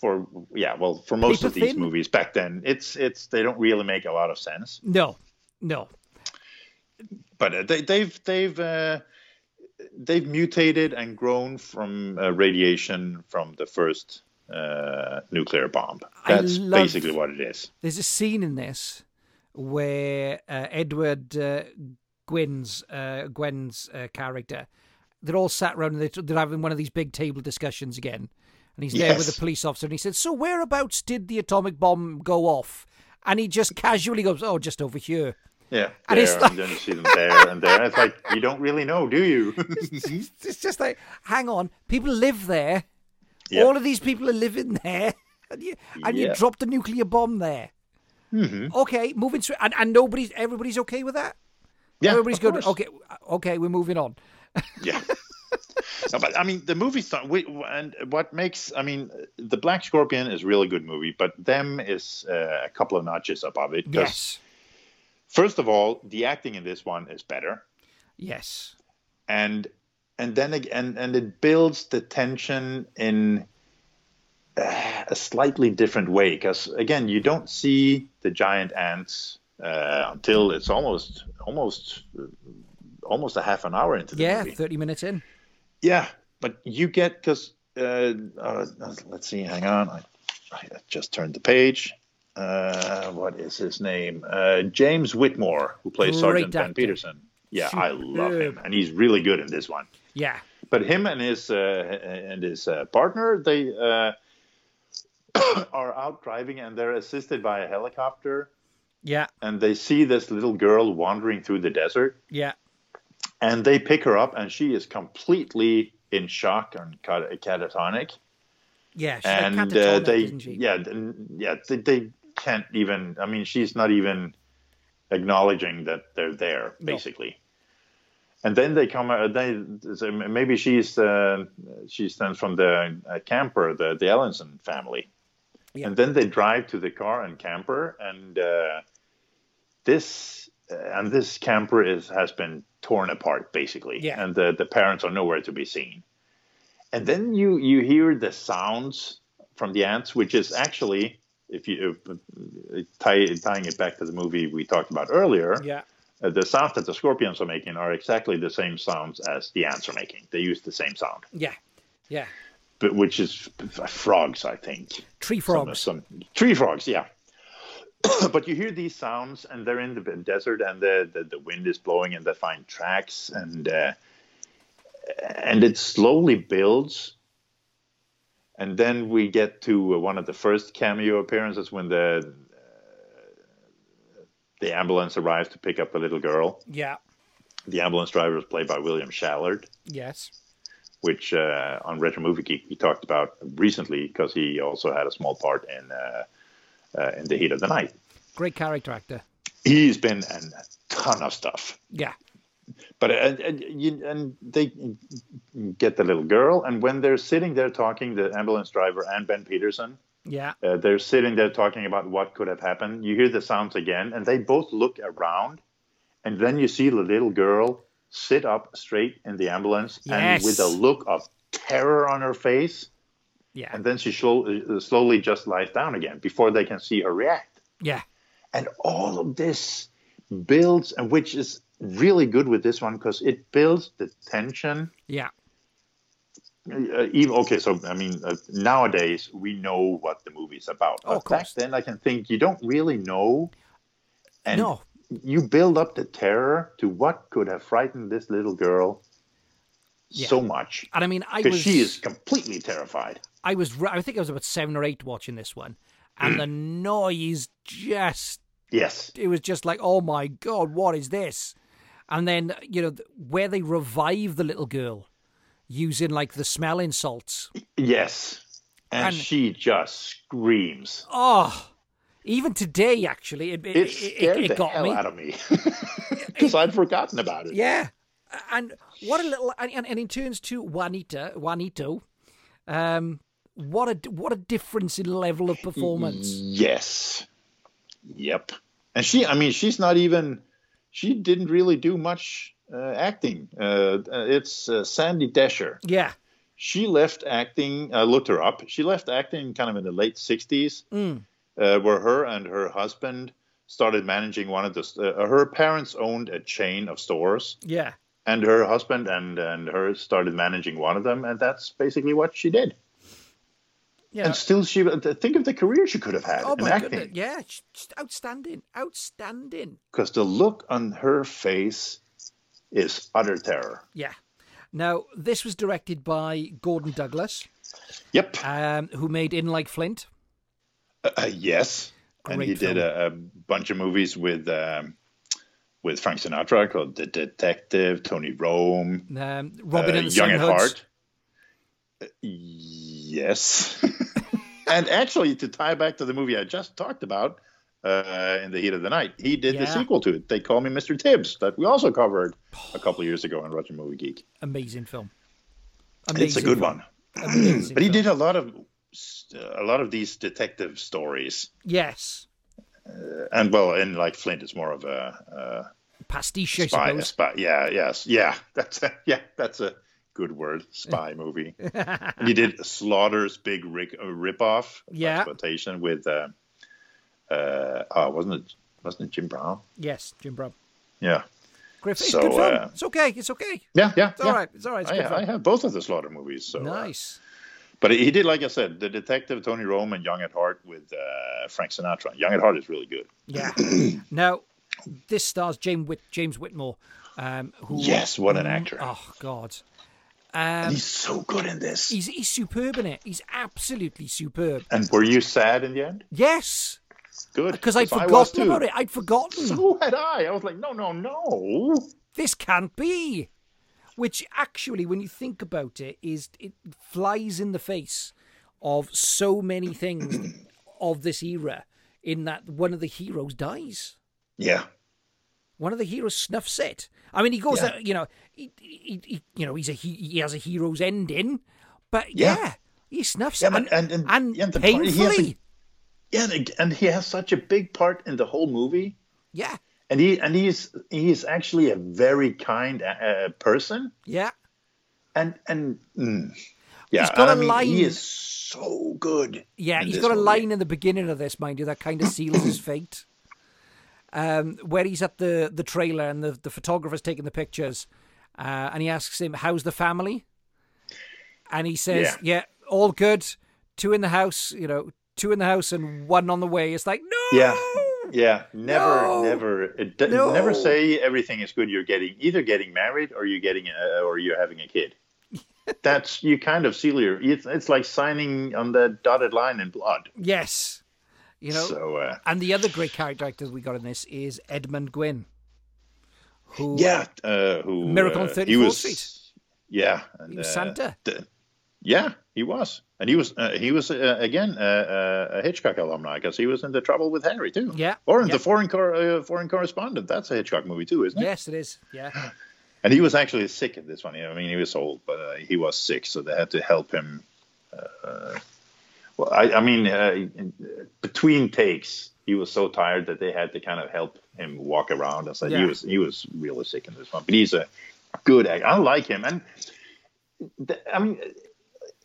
Speaker 6: for yeah well for most
Speaker 1: Paper
Speaker 6: of these
Speaker 1: thin?
Speaker 6: movies back then it's it's they don't really make a lot of sense
Speaker 1: no, no,
Speaker 6: but uh, they, they've they've uh, they've mutated and grown from uh, radiation from the first uh, nuclear bomb.
Speaker 1: I
Speaker 6: That's
Speaker 1: love-
Speaker 6: basically what it is.
Speaker 1: There's a scene in this where uh, Edward uh, Gwyn's uh, Gwen's uh, character, they're all sat around and they're, they're having one of these big table discussions again, and he's there with
Speaker 6: Yes.
Speaker 1: a police officer and he said, "So whereabouts did the atomic bomb go off?" And he just casually goes, "Oh, just over here."
Speaker 6: Yeah,
Speaker 1: And
Speaker 6: there,
Speaker 1: it's
Speaker 6: and
Speaker 1: like-
Speaker 6: then you see them there and there. It's like you don't really know, do you?
Speaker 1: It's just like, hang on, people live there.
Speaker 6: Yeah.
Speaker 1: All of these people are living there, and you and you
Speaker 6: Yeah. Mm-hmm.
Speaker 1: dropped a nuclear bomb there. Okay, moving to and, and nobody's everybody's okay with that.
Speaker 6: yeah,
Speaker 1: Everybody's
Speaker 6: of
Speaker 1: good. uh,
Speaker 6: course.
Speaker 1: Okay, okay, we're moving on.
Speaker 6: Yeah. No, but I mean, the movie st- we, and what makes I mean, the Black Scorpion is a really good movie, but them is uh, a couple of notches above it. 'cause
Speaker 1: Yes.
Speaker 6: First of all, the acting in this one is better,
Speaker 1: Yes.
Speaker 6: and and then ag- and and it builds the tension in uh, a slightly different way because again, you don't see the giant ants uh, until it's almost almost uh, almost a half an hour into the
Speaker 1: Yeah,
Speaker 6: movie.
Speaker 1: 30 minutes in.
Speaker 6: Yeah, but you get because uh, uh, let's see, hang on, I, I just turned the page. Uh, what is his name? Uh, James Whitmore, who plays
Speaker 1: Great
Speaker 6: Sergeant Ben
Speaker 1: actor.
Speaker 6: Peterson. Yeah, I love
Speaker 1: Superb.
Speaker 6: him, and he's really good in this one.
Speaker 1: Yeah.
Speaker 6: But him and his uh, and his uh, partner, they uh, are out driving, and they're assisted by a helicopter,
Speaker 1: Yeah.
Speaker 6: and they see this little girl wandering through the desert,
Speaker 1: Yeah.
Speaker 6: and they pick her up and she is completely in shock and cat- catatonic
Speaker 1: Yeah. She's
Speaker 6: and
Speaker 1: like
Speaker 6: uh,
Speaker 1: catatonic,
Speaker 6: they
Speaker 1: isn't she?
Speaker 6: yeah th- yeah they, they can't even i mean she's not even acknowledging that they're there
Speaker 1: No.
Speaker 6: basically and then they come uh, they so maybe she's uh, she's then from the uh, camper the the ellenson family
Speaker 1: Yeah.
Speaker 6: and then they drive to the car and camper and uh, this uh, and this camper is has been torn apart basically
Speaker 1: Yeah.
Speaker 6: and the, the parents are nowhere to be seen and then you you hear the sounds from the ants which is actually if you if, tie, tying it back to the movie we talked about earlier
Speaker 1: Yeah.
Speaker 6: uh, the sounds that the scorpions are making are exactly the same sounds as the ants are making they use the same sound
Speaker 1: Yeah. Yeah.
Speaker 6: but which is f- frogs i think
Speaker 1: Tree
Speaker 6: some-
Speaker 1: frogs.
Speaker 6: Some, tree frogs, yeah. but you hear these sounds, and they're in the b- desert, and the, the, the wind is blowing, and they find tracks, and uh, and it slowly builds. And then we get to uh, one of the first cameo appearances when the uh, the ambulance arrives to pick up the little girl.
Speaker 1: Yeah.
Speaker 6: The ambulance driver is played by William Shallard
Speaker 1: Yes.
Speaker 6: which uh, on Retro Movie Geek we talked about recently because he also had a small part in uh, uh, in the Heat of the Night.
Speaker 1: Great character actor.
Speaker 6: He's been in a ton of stuff,
Speaker 1: Yeah.
Speaker 6: but uh, and, and, you, and they get the little girl, and when they're sitting there talking, the ambulance driver and Ben Peterson,
Speaker 1: Yeah.
Speaker 6: uh, they're sitting there talking about what could have happened. You hear the sounds again, and they both look around, and then you see the little girl sit up straight in the ambulance,
Speaker 1: Yes.
Speaker 6: and with a look of terror on her face.
Speaker 1: Yeah.
Speaker 6: and then she slow, uh, slowly just lies down again before they can see her react.
Speaker 1: Yeah.
Speaker 6: And all of this builds, and which is really good with this one because it builds the tension.
Speaker 1: Yeah.
Speaker 6: Uh, even okay, so I mean, uh, nowadays we know what the movie's about.
Speaker 1: Oh, of
Speaker 6: But back
Speaker 1: course.
Speaker 6: then, I can think you don't really know, and
Speaker 1: No.
Speaker 6: you build up the terror to what could have frightened this little girl so much
Speaker 1: And I mean, I
Speaker 6: because
Speaker 1: was.
Speaker 6: she is completely terrified.
Speaker 1: I was. r- I think I was about seven or eight watching this one,
Speaker 6: Mm.
Speaker 1: and the noise just.
Speaker 6: Yes,
Speaker 1: It was just like, oh my god, what is this? And then you know th- where they revive the little girl, using like the smelling salts.
Speaker 6: Yes. And,
Speaker 1: And-
Speaker 6: she just screams.
Speaker 1: Oh, even today actually, it it,
Speaker 6: It
Speaker 1: it-
Speaker 6: scared
Speaker 1: it
Speaker 6: the
Speaker 1: got
Speaker 6: hell
Speaker 1: me.
Speaker 6: out of me because I'd forgotten about it.
Speaker 1: Yeah, and what a little and, and, and in turns to Juanita Juanito, um, what a what a difference in level of performance.
Speaker 6: Yes. Yep. And she, I mean, she's not even. She didn't really do much uh, acting. Uh, it's uh, Sandy Desher.
Speaker 1: Yeah,
Speaker 6: She left acting. I looked her up. She left acting kind of in the late '60s,
Speaker 1: Mm.
Speaker 6: uh, where her and her husband started managing one of the. Uh, her parents owned a chain of stores,
Speaker 1: yeah,
Speaker 6: and her husband and and her started managing one of them, and that's basically what she did.
Speaker 1: yeah.
Speaker 6: And still, she think of the career she could have had
Speaker 1: oh
Speaker 6: in
Speaker 1: my goodness,
Speaker 6: acting,
Speaker 1: yeah, sh- sh- outstanding, outstanding.
Speaker 6: because the look on her face is utter terror.
Speaker 1: Yeah. Now this was directed by Gordon Douglas,
Speaker 6: Yep.
Speaker 1: um, who made In Like Flint.
Speaker 6: Uh, uh, yes. and
Speaker 1: Great
Speaker 6: he did
Speaker 1: film.
Speaker 6: a, a bunch of movies with um, with Frank Sinatra called The Detective, Tony Rome,
Speaker 1: Um, Robin
Speaker 6: uh,
Speaker 1: and the
Speaker 6: Young at
Speaker 1: Sunhoods.
Speaker 6: Heart. Uh, yes. and actually, to tie back to the movie I just talked about, uh, In the Heat of the Night, he did the
Speaker 1: Yeah.
Speaker 6: sequel to it. They Call Me Mr. Tibbs, that we also covered a couple of years ago on Roger Movie Geek.
Speaker 1: Amazing film. Amazing.
Speaker 6: It's a good
Speaker 1: film.
Speaker 6: one.
Speaker 1: Amazing
Speaker 6: But he
Speaker 1: film.
Speaker 6: did a lot of a lot of these detective stories,
Speaker 1: Yes.
Speaker 6: and well, and like Flint is more of a,
Speaker 1: Pastiche,
Speaker 6: a
Speaker 1: I
Speaker 6: spy, a
Speaker 1: suppose.
Speaker 6: spy. Yeah, yes, yeah. That's a, yeah, that's a good word. Spy movie. And he did Slaughter's big rick, uh, ripoff
Speaker 1: Yeah.
Speaker 6: exploitation with, uh, uh, oh, wasn't it wasn't it Jim Brown?
Speaker 1: Yes, Jim Brown.
Speaker 6: Yeah,
Speaker 1: Griffith. It's
Speaker 6: So,
Speaker 1: good film.
Speaker 6: uh,
Speaker 1: it's okay. It's okay.
Speaker 6: yeah, yeah.
Speaker 1: It's all right. It's all right. It's good
Speaker 6: I, I
Speaker 1: film.
Speaker 6: have both of the Slaughter movies. So uh,
Speaker 1: nice.
Speaker 6: But he did, like I said, the detective Tony Rome and Young at Heart with uh, Frank Sinatra. Young at Heart is really good.
Speaker 1: Yeah. now, this stars James Whit- James Whitmore. Um, who?
Speaker 6: Yes, what an actor!
Speaker 1: Oh God. Um,
Speaker 6: and he's so good in this.
Speaker 1: He's he's superb in it. He's absolutely superb.
Speaker 6: And were you sad in the end?
Speaker 1: Yes,
Speaker 6: Good,
Speaker 1: because I'd
Speaker 6: I was
Speaker 1: forgotten
Speaker 6: too.
Speaker 1: about it. I'd forgotten.
Speaker 6: So had I. I was like, no, no, no.
Speaker 1: this can't be. Which actually, when you think about it, is it flies in the face of so many things of this era. In that one of the heroes dies.
Speaker 6: Yeah,
Speaker 1: one of the heroes snuffs it. I mean, he goes,
Speaker 6: Yeah.
Speaker 1: uh, you know, he, he, he, you know, he's a he, he has a hero's ending, but yeah,
Speaker 6: Yeah.
Speaker 1: he snuffs
Speaker 6: Yeah,
Speaker 1: it
Speaker 6: but-
Speaker 1: and
Speaker 6: and-
Speaker 1: and,
Speaker 6: and- yeah, the part-
Speaker 1: painfully,
Speaker 6: he has a- yeah, and- and he has such a big part in the whole movie.
Speaker 1: yeah,
Speaker 6: And he and he's he's actually a very kind uh, person.
Speaker 1: yeah,
Speaker 6: And and mm, yeah,
Speaker 1: He's got
Speaker 6: I
Speaker 1: a
Speaker 6: mean,
Speaker 1: line-
Speaker 6: He is so good.
Speaker 1: yeah.
Speaker 6: in
Speaker 1: he's
Speaker 6: this
Speaker 1: got a
Speaker 6: movie.
Speaker 1: line in the beginning of this, mind you, that kind of seals his fate. Um, where he's at the the trailer and the the photographer's taking the pictures, uh, and he asks him, "How's the family?" And he says,
Speaker 6: Yeah.
Speaker 1: "Yeah, all good. Two in the house, you know, two in the house and one on the way." It's like, no,
Speaker 6: Yeah. Yeah, never,
Speaker 1: No!
Speaker 6: never, it d-
Speaker 1: No!
Speaker 6: never say everything is good. You're getting either getting married or you're getting uh, or you're having a kid. That's you kind of seal your. It's, it's like signing on the dotted line in blood.
Speaker 1: Yes. You know,
Speaker 6: so uh,
Speaker 1: and the other great character actor we got in this is Edmund Gwynn. Who
Speaker 6: yeah, uh, who
Speaker 1: Miracle on
Speaker 6: uh,
Speaker 1: 34th
Speaker 6: he was,
Speaker 1: Street.
Speaker 6: Yeah, and,
Speaker 1: He was
Speaker 6: uh,
Speaker 1: Santa.
Speaker 6: d- yeah, he was, and he was uh, he was uh, again uh, uh, a Hitchcock alumni because he was in the Trouble with Harry too.
Speaker 1: Yeah,
Speaker 6: or in
Speaker 1: yeah.
Speaker 6: the Foreign Cor- uh, Foreign Correspondent. That's a Hitchcock movie too, isn't it?
Speaker 1: Yes, it is. Yeah.
Speaker 6: And he was actually sick at this one. I mean, he was old, but uh, he was sick, so they had to help him. Uh, well, I, I mean, uh, between takes, he was so tired that they had to kind of help him walk around. And so
Speaker 1: Yeah.
Speaker 6: he was he was really sick in this one, but he's a good actor. I like him, and th- I mean,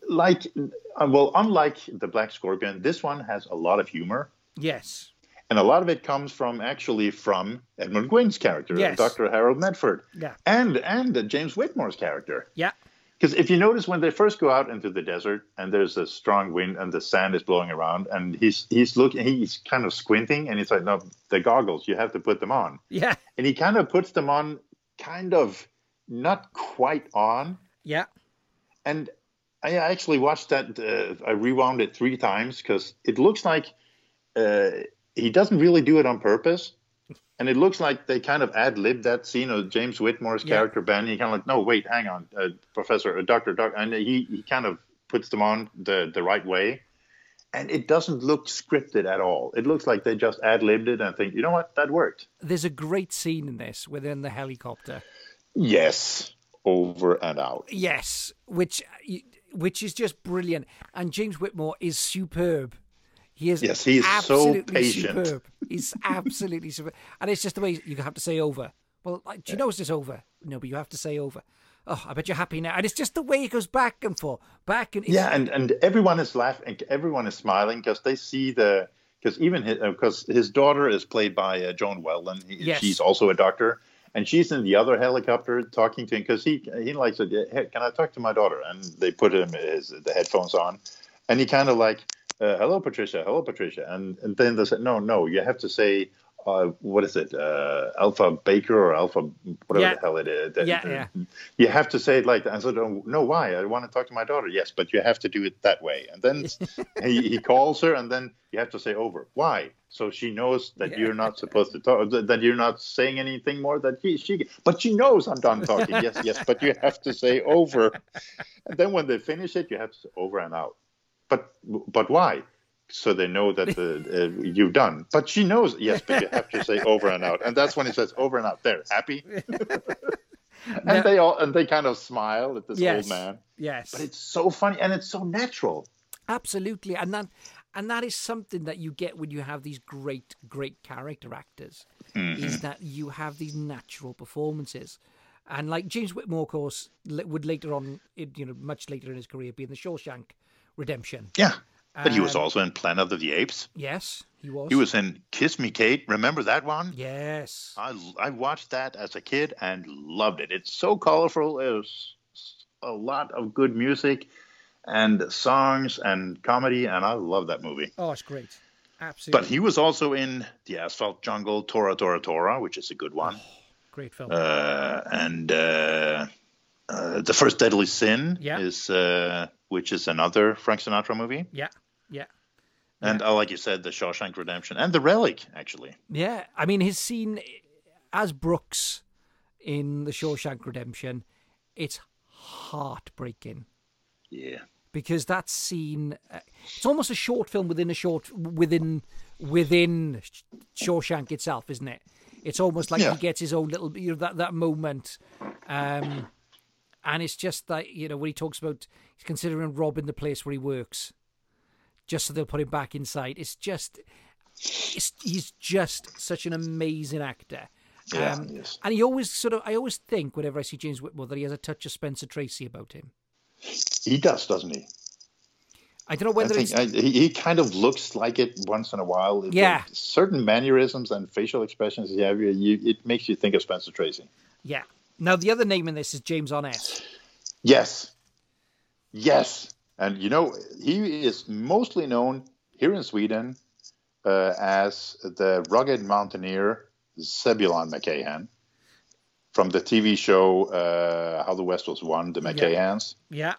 Speaker 6: like, uh, well, unlike the Black Scorpion, this one has a lot of humor.
Speaker 1: Yes.
Speaker 6: And a lot of it comes from actually from Edmund Gwynn's character,
Speaker 1: Yes.
Speaker 6: Dr. Harold Medford,
Speaker 1: Yeah.
Speaker 6: and and uh, James Whitmore's character.
Speaker 1: Yeah.
Speaker 6: Because if you notice, when they first go out into the desert and there's a strong wind and the sand is blowing around, and he's he's looking, he's kind of squinting, and it's like, no, the goggles, you have to put them on,
Speaker 1: Yeah.
Speaker 6: and he kind of puts them on, kind of not quite on,
Speaker 1: Yeah.
Speaker 6: and I actually watched that. Uh, I rewound it three times because it looks like uh, he doesn't really do it on purpose, and it looks like they kind of ad lib that scene of James Whitmore's
Speaker 1: Yeah.
Speaker 6: character Ben. He kind of like, no, wait, hang on, uh, Professor, uh, Doctor, Doc, and he he kind of puts them on the the right way. And it doesn't look scripted at all. It looks like they just ad libbed it and think, you know what, that worked.
Speaker 1: There's a great scene in this within the helicopter.
Speaker 6: Yes, over and out.
Speaker 1: Yes, which which is just brilliant. And James Whitmore is superb. He is
Speaker 6: Yes, he is so
Speaker 1: absolutely
Speaker 6: patient.
Speaker 1: Superb. He's absolutely superb. And it's just the way you have to say over. Well, like, do you know it's just over? No, but you have to say over. Oh, I bet you're happy now. And it's just the way it goes back and forth, back and
Speaker 6: yeah and and everyone is laughing everyone is smiling because they see the because even his because his daughter is played by uh, joan weldon He-
Speaker 1: Yes.
Speaker 6: she's also a doctor and she's in the other helicopter talking to him because he he likes it hey, can i talk to my daughter and they put him his the headphones on and he kind of like uh, hello patricia hello patricia and, and then they said no no you have to say uh, what is it uh, alpha baker or alpha whatever
Speaker 1: Yeah.
Speaker 6: the hell it is
Speaker 1: Yeah, yeah.
Speaker 6: you have to say it like that. I said, oh, no, why? I want to talk to my daughter. Yes, but you have to do it that way. And then he, he calls her, and then you have to say over. Why? So she knows that
Speaker 1: Yeah.
Speaker 6: you're not supposed to talk, that that you're not saying anything more. That she, she, but she knows I'm done talking. yes, yes, but you have to say over. And then when they finish it, you have to say over and out. But but why? So they know that the, uh, you've done. But she knows. Yes, but you have to say over and out. And that's when it says over and out. There, happy. and they all and they kind of smile at this
Speaker 1: Yes.
Speaker 6: old man.
Speaker 1: Yes.
Speaker 6: But it's so funny and it's so natural.
Speaker 1: Absolutely, and that and that is something that you get when you have these great, great character actors,
Speaker 6: Mm-hmm.
Speaker 1: is that you have these natural performances, and like James Whitmore, of course, l- would later on, in- you know, much later in his career, be in The Shawshank Redemption.
Speaker 6: Yeah. But he was also in Planet of the Apes.
Speaker 1: Yes, he was.
Speaker 6: He was Uh, in Kiss Me Kate. Remember that one?
Speaker 1: Yes,
Speaker 6: I I watched that as a kid and loved it. It's so colorful. There's a lot of good music and songs and comedy, and I love that movie.
Speaker 1: oh, it's great, absolutely
Speaker 6: But he was also in The Asphalt Jungle, Tora Tora Tora, which is a good one,
Speaker 1: great film. Oh.
Speaker 6: uh, and uh, uh, The First Deadly Sin
Speaker 1: Yeah.
Speaker 6: is uh, which is another Frank Sinatra movie,
Speaker 1: yeah, yeah.
Speaker 6: and uh, like you said, The Shawshank Redemption and The Relic actually.
Speaker 1: Yeah, I mean his scene as Brooks in The Shawshank Redemption, it's heartbreaking
Speaker 6: Yeah.
Speaker 1: because that scene uh, it's almost a short film within a short within within Sh- Shawshank itself, isn't it? It's almost like
Speaker 6: Yeah.
Speaker 1: he gets his own little you know that that moment um and it's just that you know when he talks about he's considering robbing the place where he works just so they'll put him back inside. It's just it's, he's just such an amazing actor.
Speaker 6: Yeah,
Speaker 1: Um,
Speaker 6: he is.
Speaker 1: and he always sort of, I always think whenever I see James Whitmore that he has a touch of Spencer Tracy about him.
Speaker 6: He does, doesn't he?
Speaker 1: I don't know
Speaker 6: I
Speaker 1: whether
Speaker 6: think
Speaker 1: it's
Speaker 6: I, he he kind of looks like it once in a while. It-
Speaker 1: Yeah.
Speaker 6: Certain mannerisms and facial expressions he have, you, it makes you think of Spencer Tracy.
Speaker 1: Yeah. Now the other name in this is James Arnett.
Speaker 6: Yes. Yes. And you know, he is mostly known here in Sweden uh, as the rugged mountaineer Zebulon McCahan from the TV show uh, How the West Was Won, The McCahans.
Speaker 1: Yeah.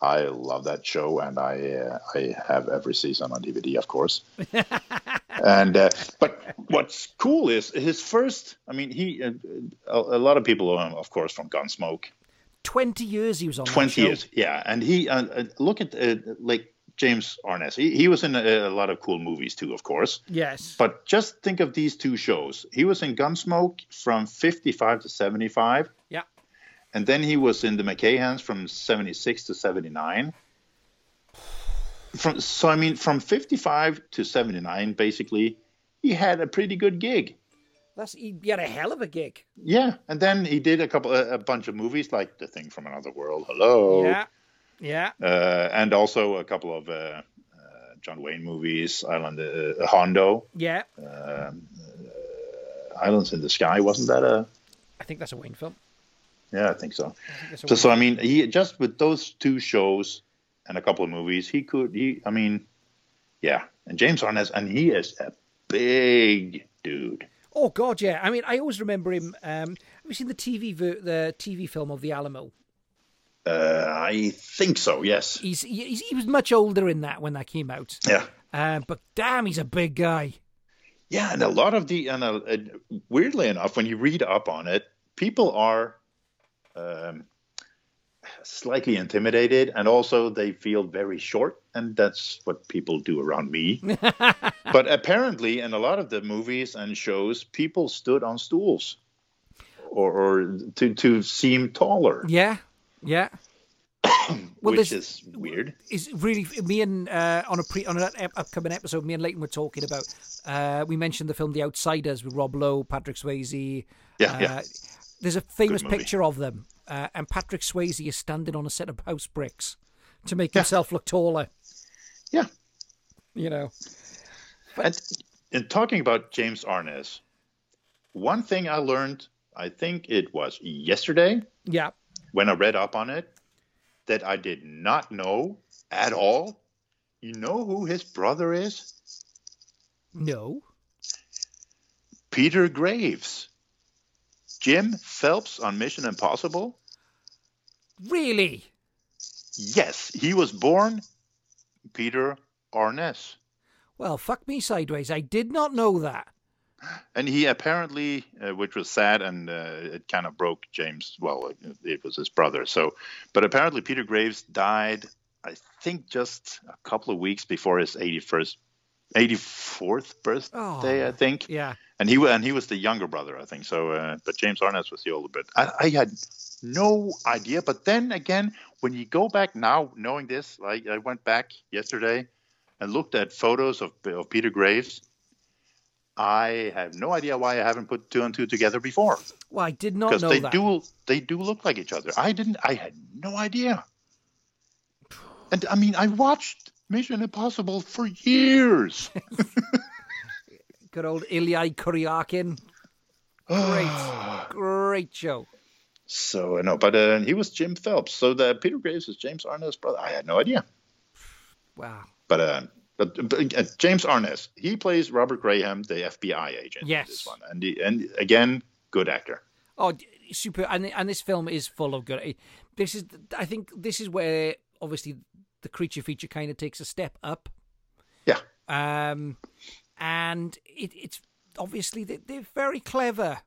Speaker 6: I love that show, and I uh, I have every season on DVD, of course. and uh, but what's cool is his first. I mean, he uh, a, a lot of people, um, of course, from Gunsmoke,
Speaker 1: Twenty years he was on. that
Speaker 6: twenty
Speaker 1: show.
Speaker 6: years, yeah. And he uh, uh, look at uh, like James Arness. He, he was in a, a lot of cool movies too, of course.
Speaker 1: Yes.
Speaker 6: But just think of these two shows. He was in Gunsmoke from fifty-five to seventy-five.
Speaker 1: Yeah.
Speaker 6: And then he was in the McCahans from 76 to 79. From, so, I mean, from 55 to 79, basically, he had a pretty good gig.
Speaker 1: That's he, he had a hell of a gig.
Speaker 6: Yeah. And then he did a couple, a, a bunch of movies like The Thing from Another World, Hello.
Speaker 1: Yeah. Yeah.
Speaker 6: Oh. Uh, and also a couple of uh, uh, John Wayne movies, Island, uh, Hondo,
Speaker 1: Yeah.
Speaker 6: Islands in the Sky. Wasn't that a.
Speaker 1: I think that's a Wayne film.
Speaker 6: Yeah, I think so.
Speaker 1: that's a
Speaker 6: so, so I mean, he just with those two shows and a couple of movies, he could. He, I mean, yeah. And James Arness, and he is a big dude.
Speaker 1: Oh God, yeah. I mean, I always remember him. Um, have you seen the TV ver- the TV film of the Alamo?
Speaker 6: Uh, I think so. Yes.
Speaker 1: He's, he- he's he was much older in that when that came out.
Speaker 6: Yeah.
Speaker 1: Um, but damn, he's a big guy.
Speaker 6: Yeah, and a lot of the and, uh, and weirdly enough, when you read up on it, people are um, slightly intimidated, and also they feel very short, and that's what people do around me. but apparently, in a lot of the movies and shows, people stood on stools, or, or to to seem taller,
Speaker 1: Yeah. Yeah. well,
Speaker 6: which
Speaker 1: there's-
Speaker 6: is weird.
Speaker 1: is really me and uh, on a pre on an ep- upcoming episode, me and Leighton were talking about. Uh, we mentioned the film The Outsiders with Rob Lowe, Patrick Swayze.
Speaker 6: Yeah, yeah.
Speaker 1: Uh, There's a famous
Speaker 6: Good movie.
Speaker 1: picture of them, uh, and Patrick Swayze is standing on a set of house bricks to make himself look taller.
Speaker 6: Yeah.
Speaker 1: You know,
Speaker 6: And in talking about James Arness, one thing I learned, I think it was yesterday
Speaker 1: yeah,
Speaker 6: when I read up on it, that I did not know at all. You know who his brother is?
Speaker 1: no,
Speaker 6: Peter Graves. Jim Phelps on Mission Impossible?
Speaker 1: really,
Speaker 6: Yes, he was born Peter Arness.
Speaker 1: well, fuck me sideways. I did not know that.
Speaker 6: And he apparently, uh, which was sad, and uh, it kind of broke James. Well, it, it was his brother. So, but apparently Peter Graves died. I think just a couple of weeks before his 81st, 84th birthday. I think.
Speaker 1: Yeah,
Speaker 6: and he wa- and he was the younger brother, I think. So, uh, but James Arness was the older bit. I, I had no idea. But then again, when you go back now, knowing this, like I went back yesterday and looked at photos of, of Peter Graves. I have no idea why I haven't put two and two together before
Speaker 1: Well, I did not
Speaker 6: because
Speaker 1: know
Speaker 6: they
Speaker 1: that.
Speaker 6: do they do look like each other. I didn't. I had no idea. And I mean, I watched Mission Impossible for years.
Speaker 1: Good old Ilyai Kuryakin. Great, great show.
Speaker 6: So I know, but uh, he was Jim Phelps. So the Peter Graves is James Arnett's brother. I had no idea.
Speaker 1: Wow.
Speaker 6: But uh, but, but uh, James Arness, he plays Robert Graham, the FBI agent. in
Speaker 1: Yes.
Speaker 6: this one, and he, and again, good actor.
Speaker 1: Oh, d- super! And and this film is full of good. This is, I think, this is where obviously the creature feature kind of takes a step up.
Speaker 6: Yeah.
Speaker 1: Um, and it, it's obviously they, they're very clever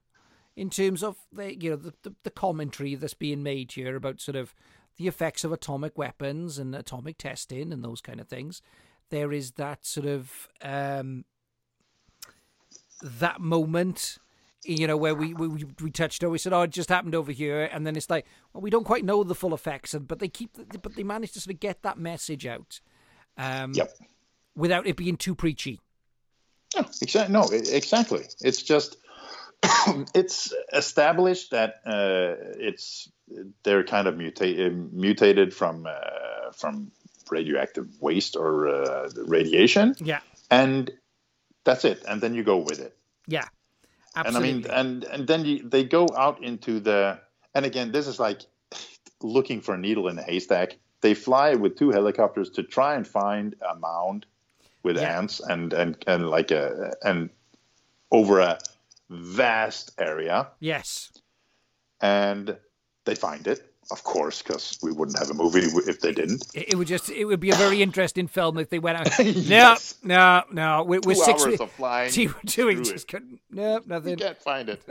Speaker 1: in terms of the you know the, the the commentary that's being made here about sort of the effects of atomic weapons and atomic testing and those kind of things. There is that sort of um, that moment, you know, where we we, we- we touched on. We said, "Oh, it just happened over here," and then it's like, well, we don't quite know the full effects, and but they keep, but they manage to sort of get that message out, um,
Speaker 6: Yep.
Speaker 1: without it being too preachy.
Speaker 6: No, exactly. No, e- exactly. It's just it's established that uh, it's they're kind of muta- uh, mutated from uh, from radioactive waste or uh, radiation,
Speaker 1: Yeah,
Speaker 6: and that's it. And then you go with it.
Speaker 1: yeah,
Speaker 6: And I
Speaker 1: absolutely.
Speaker 6: mean, and and then you, they go out into the and again, this is like looking for a needle in a haystack. They fly with two helicopters to try and find a mound with
Speaker 1: Yeah.
Speaker 6: ants and and and like a and over a vast area,
Speaker 1: yes,
Speaker 6: and they find it, of course, because we wouldn't have a movie if they didn't.
Speaker 1: it, it would just it would be a very interesting film if they went out.
Speaker 6: Yes.
Speaker 1: No, no, no. We're, we're
Speaker 6: Two
Speaker 1: six
Speaker 6: hours
Speaker 1: weeks.
Speaker 6: of flying.
Speaker 1: See, we're doing
Speaker 6: Screw it.
Speaker 1: just couldn't. No,
Speaker 6: You
Speaker 1: nothing.
Speaker 6: can't find it.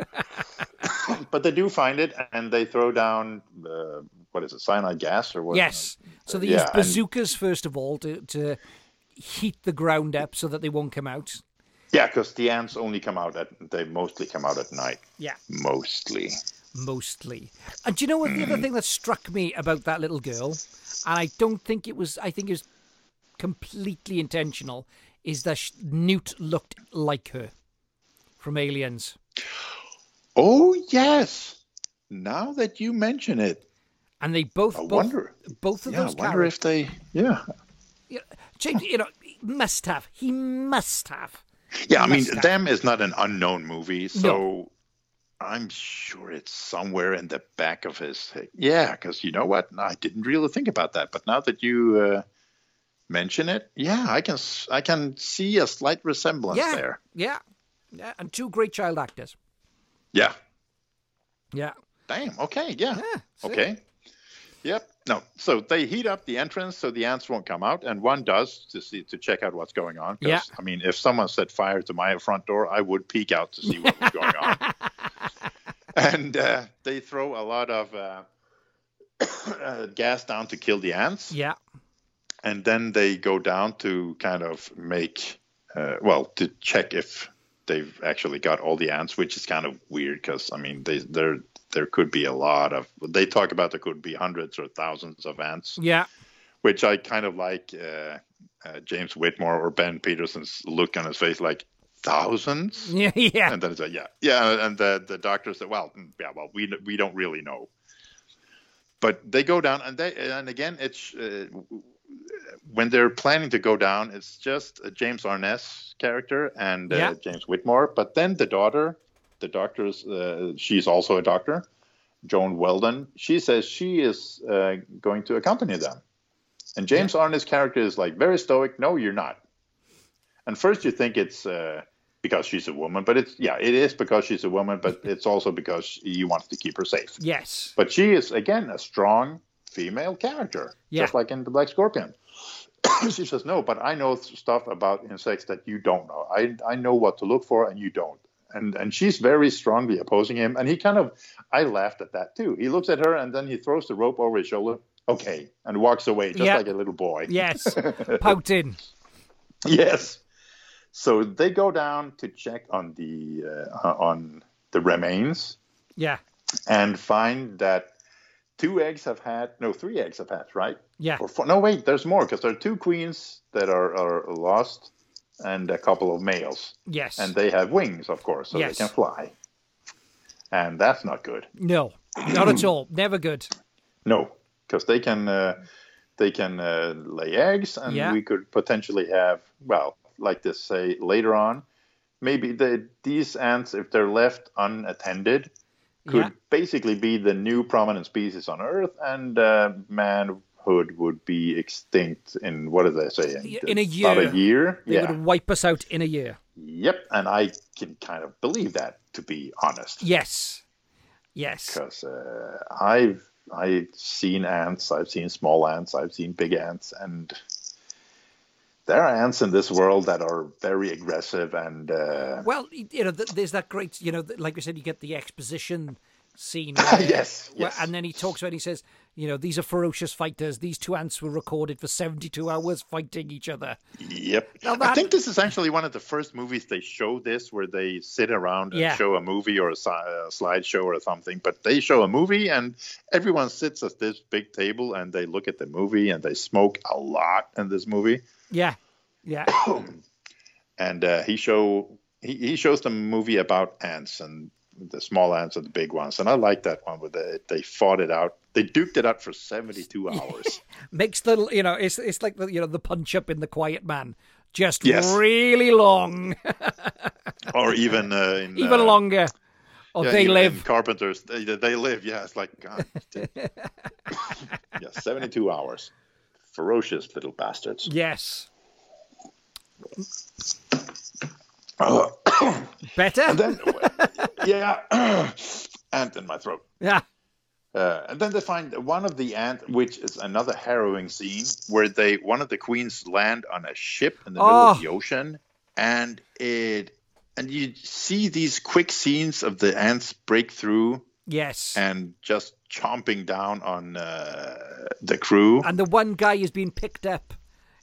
Speaker 6: but they do find it, and they throw down uh, what is it, cyanide gas or what?
Speaker 1: Yes. So they
Speaker 6: yeah,
Speaker 1: use
Speaker 6: and-
Speaker 1: bazookas first of all to to heat the ground up so that they won't come out.
Speaker 6: Yeah, because the ants only come out at they mostly come out at night.
Speaker 1: Yeah.
Speaker 6: Mostly.
Speaker 1: mostly. And do you know what the other thing that struck me about that little girl, and I don't think it was, I think it was completely intentional, is that sh- Newt looked like her from Aliens.
Speaker 6: Oh yes. Now that you mention it,
Speaker 1: And they both,
Speaker 6: I
Speaker 1: both,
Speaker 6: wonder.
Speaker 1: both of
Speaker 6: yeah, I
Speaker 1: those
Speaker 6: wonder
Speaker 1: characters,
Speaker 6: if they. Yeah.
Speaker 1: you know, James, you know, he must have, he must have.
Speaker 6: Yeah, I mean,
Speaker 1: Must have.
Speaker 6: them is not an unknown movie, so I'm sure it's somewhere in the back of his. Yeah, because you know what? I didn't really think about that, but now that you uh, mention it, yeah, I can s- I can see a slight resemblance
Speaker 1: Yeah,
Speaker 6: there.
Speaker 1: yeah, yeah, and two great child actors.
Speaker 6: Yeah.
Speaker 1: Yeah,
Speaker 6: Damn. Okay. Yeah.
Speaker 1: see?
Speaker 6: okay. Yep. No. So they heat up the entrance so the ants won't come out, and one does to see to check out what's going on. 'cause,
Speaker 1: Yeah.
Speaker 6: I mean, if someone set fire to my front door, I would peek out to see what was going on. And uh, they throw a lot of uh, uh, gas down to kill the ants,
Speaker 1: yeah,
Speaker 6: and then they go down to kind of make, uh, well, to check if they've actually got all the ants, which is kind of weird because I mean, they there there could be a lot of. They talk about there could be hundreds or thousands of ants,
Speaker 1: yeah,
Speaker 6: which I kind of like uh, uh, James Whitmore or Ben Peterson's look on his face, like thousands.
Speaker 1: yeah, yeah,
Speaker 6: And then it's like, yeah, yeah. And the the doctor said, well, mm, yeah, well, we we don't really know. But they go down, and they and again, it's uh, when they're planning to go down, it's just uh, James Arness character and uh,
Speaker 1: Yeah.
Speaker 6: James Whitmore. But then the daughter, the doctor's, uh, she's also a doctor, Joan Weldon. She says she is uh, going to accompany them, and James Arness character is like very stoic. No, you're not. And first you think it's. Uh, because she's a woman, but it's yeah, it is because she's a woman, but it's also because he wants to keep her safe.
Speaker 1: yes,
Speaker 6: But she is again a strong female character,
Speaker 1: Yeah.
Speaker 6: just like in the Black Scorpion. she says, "No, but I know stuff about insects that you don't know. I I know what to look for, and you don't." And and she's very strongly opposing him, and he kind of I laughed at that too. He looks at her, and then he throws the rope over his shoulder. Okay, and walks away just
Speaker 1: Yeah.
Speaker 6: like a little boy.
Speaker 1: yes, pouting.
Speaker 6: Yes. So they go down to check on the uh, on the remains
Speaker 1: Yeah.
Speaker 6: and find that two eggs have had no three eggs have had right
Speaker 1: Yeah.
Speaker 6: or four, no wait there's more because there are two queens that are, are lost and a couple of males
Speaker 1: Yes.
Speaker 6: and they have wings of course so
Speaker 1: Yes.
Speaker 6: they can fly and that's not good
Speaker 1: no. Not at all. Never good.
Speaker 6: no because they can uh, they can uh, lay eggs and
Speaker 1: Yeah.
Speaker 6: we could potentially have well like this say later on maybe the, these ants if they're left unattended could
Speaker 1: Yeah.
Speaker 6: basically be the new prominent species on earth and uh, manhood would be extinct in what did they say
Speaker 1: In a
Speaker 6: about
Speaker 1: year.
Speaker 6: a year
Speaker 1: They
Speaker 6: yeah
Speaker 1: would wipe us out in a year.
Speaker 6: yep and i can kind of believe that to be honest
Speaker 1: Yes. Yes.
Speaker 6: because uh, I've I've seen ants, I've seen small ants, I've seen big ants, and there are ants in this world that are very aggressive and uh,
Speaker 1: Well, y- you know, th- there's that great, you know, th- like we said, you get the exposition scene. where-
Speaker 6: yes,
Speaker 1: where-
Speaker 6: yes,
Speaker 1: and then he talks about, he says, you know, these are ferocious fighters. These two ants were recorded for 72 hours fighting each other.
Speaker 6: yep.
Speaker 1: Now
Speaker 6: I
Speaker 1: that-
Speaker 6: think this is actually one of the first movies they show this, where they sit around and
Speaker 1: Yeah.
Speaker 6: show a movie or a, si- a slideshow or something. But they show a movie, and everyone sits at this big table and they look at the movie and they smoke a lot in this movie.
Speaker 1: Yeah. Yeah.
Speaker 6: and uh, he show he, he shows the movie about ants and the small ants and the big ones and i like that one where they, they fought it out they duked it out for 72 hours
Speaker 1: Makes the, you know, it's, it's like, the, you know, the punch up in The Quiet Man. Just
Speaker 6: Yes.
Speaker 1: really long,
Speaker 6: or even uh, in,
Speaker 1: even
Speaker 6: uh,
Speaker 1: longer. Or
Speaker 6: yeah,
Speaker 1: they
Speaker 6: even in
Speaker 1: live.
Speaker 6: carpenters they, they live yeah it's like god damn. yeah 72 hours ferocious little bastards
Speaker 1: Yes.
Speaker 6: Oh,
Speaker 1: Better?
Speaker 6: and then yeah ant in my throat
Speaker 1: yeah.
Speaker 6: Uh, and then they find one of the ant, which is another harrowing scene, where they one of the queens land on a ship in the middle
Speaker 1: Oh.
Speaker 6: of the ocean, and it and you see these quick scenes of the ants break through
Speaker 1: Yes.
Speaker 6: and just chomping down on uh, the crew.
Speaker 1: and the one guy is being picked up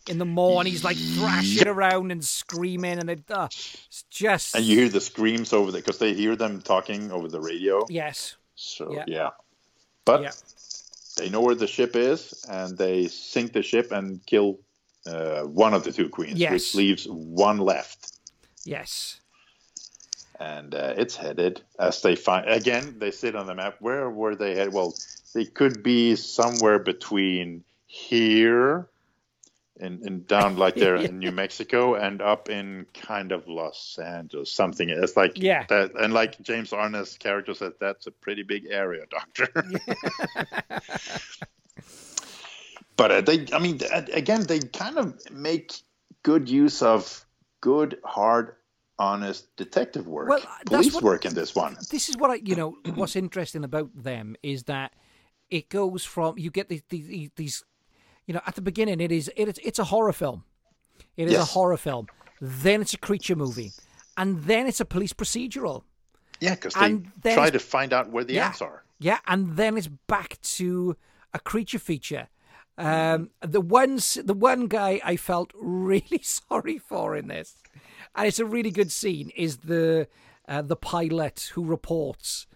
Speaker 1: in the mall and he's like thrashing around and screaming and it, uh, it's just
Speaker 6: And you hear the screams over there because they hear them talking over the radio.
Speaker 1: yes
Speaker 6: So
Speaker 1: Yeah.
Speaker 6: yeah, but
Speaker 1: yeah
Speaker 6: they know where the ship is and they sink the ship and kill uh, one of the two queens,
Speaker 1: Yes.
Speaker 6: which leaves one left.
Speaker 1: yes
Speaker 6: and uh, it's headed as they find again they sit on the map where were they headed well they could be somewhere between here and, and down like there in new mexico and up in kind of los angeles something it's like
Speaker 1: Yeah.
Speaker 6: that, and like james arna's character said that's a pretty big area doctor but uh, they i mean a- again they kind of make good use of good hard honest detective work
Speaker 1: Well, that's
Speaker 6: police
Speaker 1: what-
Speaker 6: work in this one
Speaker 1: this is what i you know what's interesting about them is that it goes from you get these these, these you know at the beginning it is it is it's a horror film it is a
Speaker 6: Yes.
Speaker 1: horror film then it's a creature movie and then it's a police procedural
Speaker 6: yeah because they
Speaker 1: And there's-
Speaker 6: try to find out where the
Speaker 1: Yeah.
Speaker 6: ants are
Speaker 1: Yeah, and then it's back to a creature feature. Um,
Speaker 6: Mm-hmm.
Speaker 1: the one, s- the one guy I felt really sorry for in this, and it's a really good scene. Is the uh, the pilot who reports?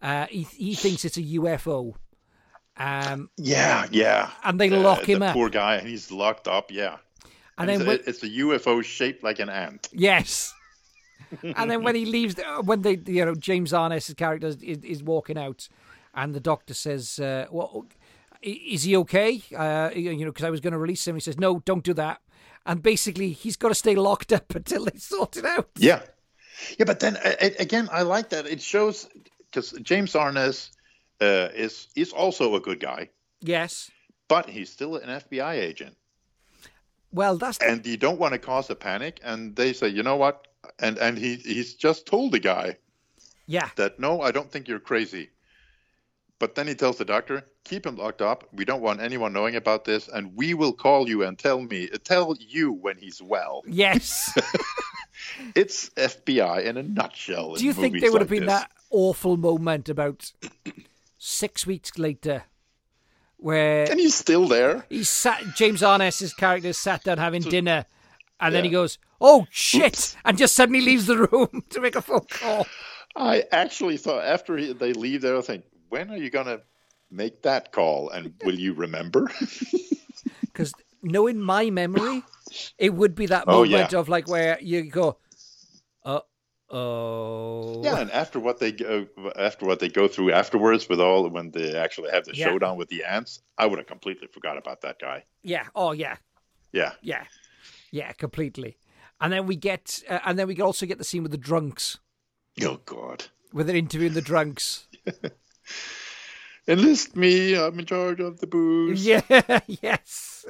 Speaker 1: Uh, he he thinks it's a UFO. Um,
Speaker 6: yeah yeah
Speaker 1: And they
Speaker 6: The-
Speaker 1: lock him
Speaker 6: Uh, the
Speaker 1: up.
Speaker 6: poor Uh, guy and he's locked up yeah
Speaker 1: and,
Speaker 6: it's,
Speaker 1: then
Speaker 6: a,
Speaker 1: when,
Speaker 6: it's a ufo shaped like an ant
Speaker 1: yes, and then when he leaves, uh, when they you know James Arnest's character is, is, is walking out, and the doctor says, uh, "Well, i- is he okay? Uh, you you know, because I was going to release him." He says, "No, don't do that." And basically, he's got to stay locked up until they sort it out.
Speaker 6: Yeah, yeah, but then a- a- again, I like that it shows because James Arness uh, is is also a good guy,
Speaker 1: Yes.
Speaker 6: but he's still an FBI agent,
Speaker 1: Well, that's the,
Speaker 6: and you don't want to cause a panic. And they say, you know what? And and he he's just told the guy
Speaker 1: yeah,
Speaker 6: that no, I don't think you're crazy. But then he tells the doctor, keep him locked up. We don't want anyone knowing about this, and we will call you and tell me tell you when he's well.
Speaker 1: yes.
Speaker 6: It's FBI in a nutshell.
Speaker 1: do you think there would have been that awful moment about six weeks later, where
Speaker 6: And he's still there.
Speaker 1: He sat. James Arness's character sat down having dinner, And then he goes, "Oh shit!" and just suddenly leaves the room to make a phone call.
Speaker 6: I actually thought after he, they leave there, I think, when are you going to make that call? And will you remember?
Speaker 1: Because knowing my memory, it would be that
Speaker 6: Oh,
Speaker 1: moment
Speaker 6: yeah.
Speaker 1: of like where you go, "Uh oh."
Speaker 6: yeah, and after what they go, after what they go through afterwards with all when they actually have the
Speaker 1: Yeah.
Speaker 6: showdown with the ants, I would have completely forgot about that guy.
Speaker 1: Yeah. Oh yeah.
Speaker 6: Yeah,
Speaker 1: Yeah. Yeah. Completely. And then we get, uh, and then we also get the scene with the drunks,
Speaker 6: oh god.
Speaker 1: where they're interviewing the drunks.
Speaker 6: Enlist me. I'm in charge of the booze.
Speaker 1: Yeah. yes.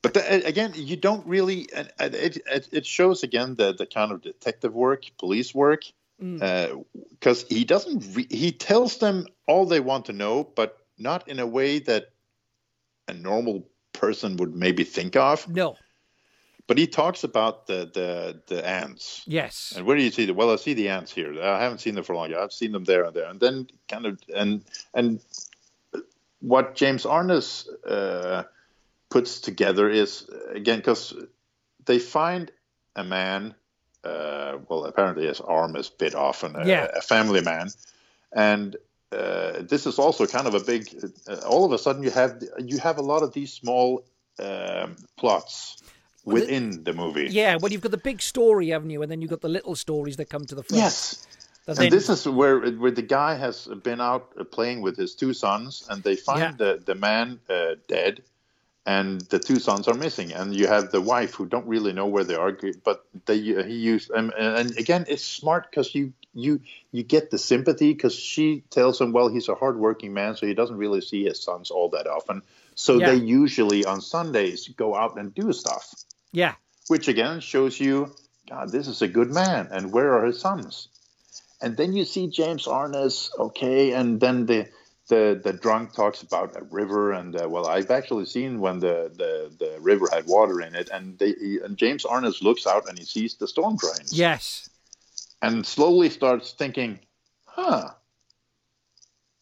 Speaker 6: But the, again, you don't really. and- and It, it, it shows again the, the kind of detective work, police work,
Speaker 1: Mm.
Speaker 6: because he doesn't. Re- he tells them all they want to know, but not in a way that a normal person would maybe think of.
Speaker 1: No.
Speaker 6: But he talks about the the, the ants.
Speaker 1: Yes.
Speaker 6: And where do you see them? Well, I see the ants here. I haven't seen them for a long. time. I've seen them there and there, and then kind of and and what James Arnes uh, puts together is again because they find a man. Uh, well, apparently his arm is bit off, and a,
Speaker 1: Yeah.
Speaker 6: a family man, and. Uh, this is also kind of a big. Uh, all of a sudden, you have you have a lot of these small um, plots
Speaker 1: the-
Speaker 6: within the, movie.
Speaker 1: Yeah. Well, you've got the big story, haven't you? And then you've got the little stories that come to the front.
Speaker 6: Yes.
Speaker 1: That
Speaker 6: And
Speaker 1: then-
Speaker 6: this is where where the guy has been out uh, playing with his two sons, and they find
Speaker 1: Yeah.
Speaker 6: the the man uh, dead, and the two sons are missing, and you have the wife who don't really know where they are, but they uh, he used um, and again it's smart because you you you get the sympathy because she tells him well he's a hardworking man so he doesn't really see his sons all that often, so
Speaker 1: Yeah.
Speaker 6: they usually on Sundays go out and do stuff,
Speaker 1: yeah.
Speaker 6: which again shows you, God, this is a good man, and where are his sons? And then you see James Arnes, okay, and then the the the drunk talks about a river, and uh, well, I've actually seen when the, the the river had water in it, and they he, and James Arnes looks out and he sees the storm drains,
Speaker 1: Yes.
Speaker 6: and slowly starts thinking, huh.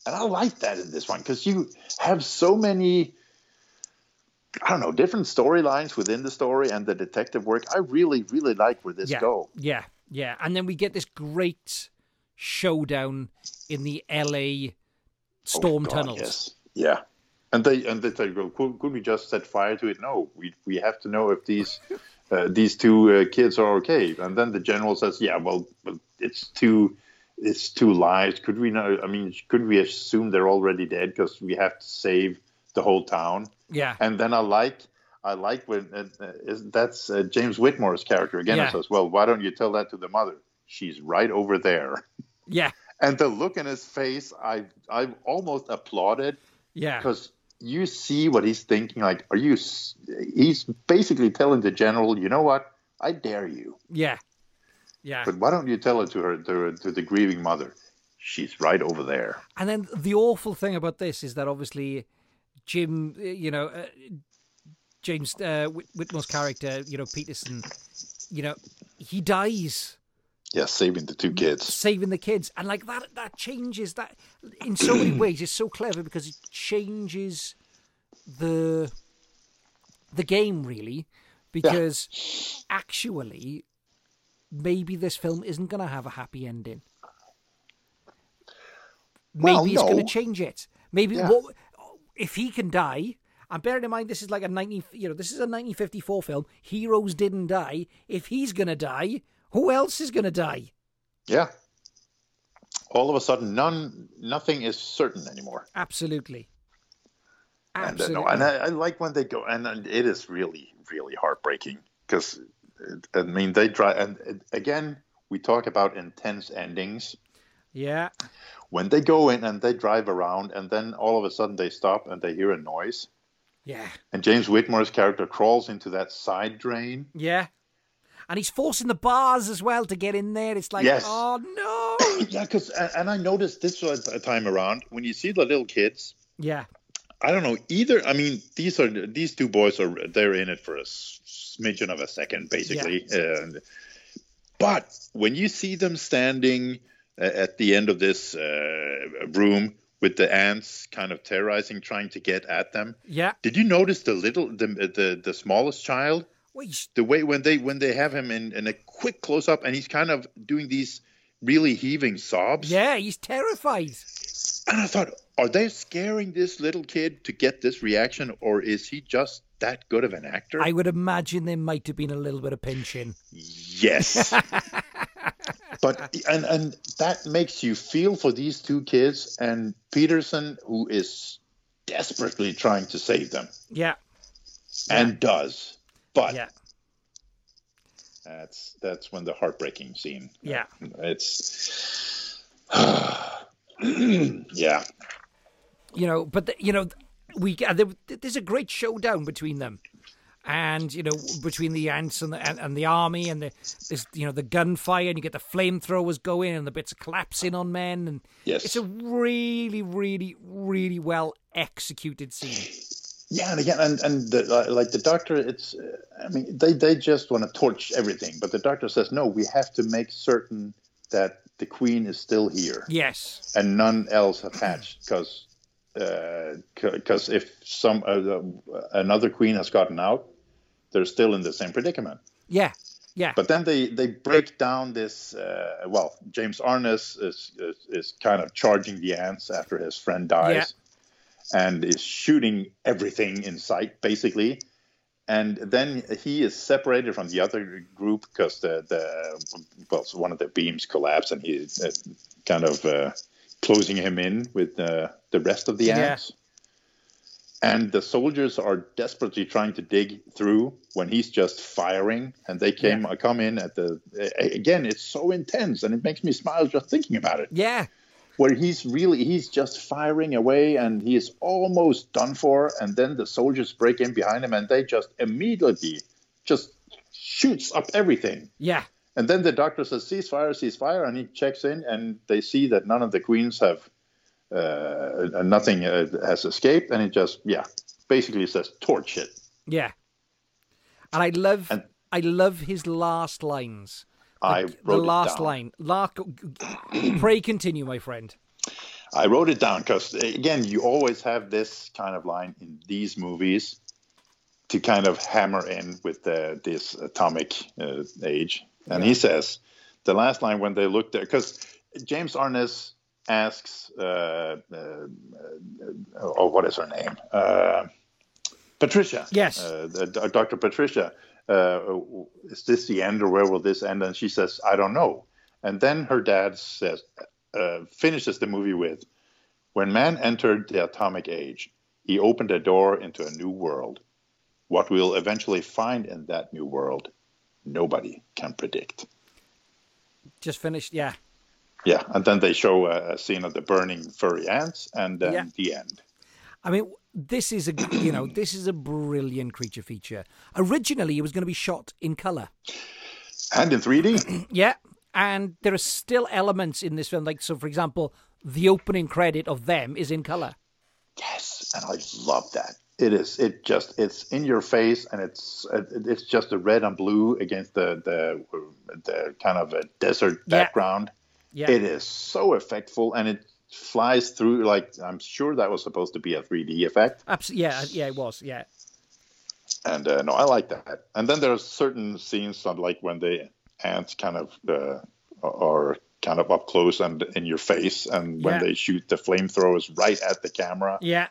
Speaker 6: And I like that in this one because you have so many, I don't know, different storylines within the story and the detective work. I really, really like where this
Speaker 1: yeah.
Speaker 6: go.
Speaker 1: Yeah. Yeah. And then we get this great showdown in the LA storm
Speaker 6: Oh, God,
Speaker 1: tunnels.
Speaker 6: yes. Yeah. And they and they say, well, could, could we just set fire to it? No, we we have to know if these uh, these two uh, kids are okay. And then the general says, yeah, well, but it's two it's two lives. Could we know? I mean, could we assume they're already dead because we have to save the whole town?
Speaker 1: Yeah.
Speaker 6: And then I like. I like when uh, uh, is- that's uh, James Whitmore's character again.
Speaker 1: Yeah.
Speaker 6: Who says, "Well, why don't you tell that to the mother? She's right over there."
Speaker 1: Yeah.
Speaker 6: and the look in his face i i almost applauded
Speaker 1: Yeah.
Speaker 6: because you see what he's thinking like are you s- he's basically telling the general you know what i dare you
Speaker 1: Yeah. Yeah.
Speaker 6: but why don't you tell it to her to, to the grieving mother she's right over there
Speaker 1: And then the awful thing about this is that obviously Jim, uh, you know, uh, James uh, Whit- Whitmore's character, you know, Peterson, you know, he dies
Speaker 6: yeah saving the two kids
Speaker 1: saving the kids, and like that, that changes that in so many ways. It's so clever because it changes the the game really, because actually, maybe this film isn't going to have a happy ending. Maybe
Speaker 6: Well,
Speaker 1: it's going
Speaker 6: no.
Speaker 1: to change it. Maybe
Speaker 6: Yeah.
Speaker 1: what if he can die. And bearing in mind, this is like a ninety, you know, this is a nineteen fifty four film. Heroes didn't die. If he's going to die, who else is going to die?
Speaker 6: yeah all of a sudden none nothing is certain anymore
Speaker 1: Absolutely.
Speaker 6: And, uh, no, and I, I like when they go, and, and it is really, really heartbreaking because, I mean, they try, and uh, again, we talk about intense endings.
Speaker 1: yeah.
Speaker 6: When they go in and they drive around, and then all of a sudden they stop and they hear a noise,
Speaker 1: Yeah.
Speaker 6: and James Whitmore's character crawls into that side drain.
Speaker 1: Yeah. And he's forcing the bars as well to get in there. It's like,
Speaker 6: Yes.
Speaker 1: oh no.
Speaker 6: Yeah, because, and I noticed this one time around when you see the little kids.
Speaker 1: yeah.
Speaker 6: I don't know either. I mean, these are these two boys are they're in it for a s- smidgen of a second, basically. And, but when you see them standing uh, at the end of this uh, room with the ants kind of terrorizing, trying to get at them,
Speaker 1: Yeah.
Speaker 6: did you notice the little the the, the smallest child?
Speaker 1: Well, he's-
Speaker 6: the way when they when they have him in, in a quick close up and he's kind of doing these really heaving sobs.
Speaker 1: yeah, he's terrified.
Speaker 6: And I thought, are they scaring this little kid to get this reaction, or is he just that good of an actor?
Speaker 1: I would imagine there might have been a little bit of pinching.
Speaker 6: Yes. but and and that makes you feel for these two kids and Peterson, who is desperately trying to save them
Speaker 1: Yeah,
Speaker 6: and does. But
Speaker 1: yeah,
Speaker 6: that's that's when the heartbreaking scene.
Speaker 1: yeah.
Speaker 6: It's yeah.
Speaker 1: you know but the, you know we uh, there, there's a great showdown between them and you know between the ants and the and, and the army and the this you know the gunfire and you get the flamethrowers going and the bits collapsing on men and
Speaker 6: Yes.
Speaker 1: it's a really really really well executed scene
Speaker 6: Yeah, and again, and and the, li- like the doctor, it's uh, I mean they they just want to torch everything, but the doctor says no, we have to make certain that the queen is still here
Speaker 1: yes
Speaker 6: and none else attached, because because if some uh, the- another queen has gotten out, they're still in the same predicament.
Speaker 1: yeah yeah
Speaker 6: But then they, they break down this. Uh, well, James Arness is, is is kind of charging the ants after his friend dies, and is shooting everything in sight basically. And then he is separated from the other group because the the well one of the beams collapsed, and he uh, kind of uh, closing him in with the the rest of the
Speaker 1: Yeah.
Speaker 6: ants. And the soldiers are desperately trying to dig through when he's just firing, and they came uh, come in at the a- again. It's so intense, and it makes me smile just thinking about it.
Speaker 1: yeah
Speaker 6: Where he's really he's just firing away, and he is almost done for, and then the soldiers break in behind him, and they just immediately just shoots up everything.
Speaker 1: yeah
Speaker 6: And then the doctor says, ceasefire, ceasefire. And he checks in, and they see that none of the queens have, uh, uh, nothing uh, has escaped. And it just, yeah, basically says, torch it.
Speaker 1: yeah and i love
Speaker 6: And-
Speaker 1: i love his last lines
Speaker 6: I
Speaker 1: the,
Speaker 6: wrote it
Speaker 1: last
Speaker 6: down.
Speaker 1: line lark pray continue my friend
Speaker 6: I wrote it down because, again, you always have this kind of line in these movies to kind of hammer in with the, this atomic uh, age. And he says, the last line when they looked there, because James Arness asks, uh, uh, uh, oh, what is her name? Uh, Patricia.
Speaker 1: Yes.
Speaker 6: Uh, the- the- Dr. Patricia, uh, is this the end or where will this end? And she says, I don't know. And then her dad says, uh, finishes the movie with, when man entered the atomic age, he opened a door into a new world. What we'll eventually find in that new world, nobody can predict.
Speaker 1: just finished yeah
Speaker 6: Yeah, and then they show a, a scene of the burning furry ants, and then
Speaker 1: Yeah.
Speaker 6: the end.
Speaker 1: I mean, this is a you know this is a brilliant creature feature. Originally, it was going to be shot in color.
Speaker 6: And in 3D,
Speaker 1: Yeah, and there are still elements in this film, like so. For example, the opening credit of them is in color.
Speaker 6: yes, and I love that. It is. It just. It's in your face, and it's. it- It's just the red and blue against the the the kind of a desert
Speaker 1: Yeah.
Speaker 6: background.
Speaker 1: Yeah,
Speaker 6: It is so effectful, and it flies through. Like I'm sure that was supposed to be a 3D effect.
Speaker 1: absolutely. Yeah, uh, yeah, it was. Yeah,
Speaker 6: and uh, no, I like that. And then there are certain scenes on, like when the ants kind of uh, are kind of up close and in your face, and when
Speaker 1: Yeah.
Speaker 6: they shoot the flamethrowers right at the camera.
Speaker 1: yeah,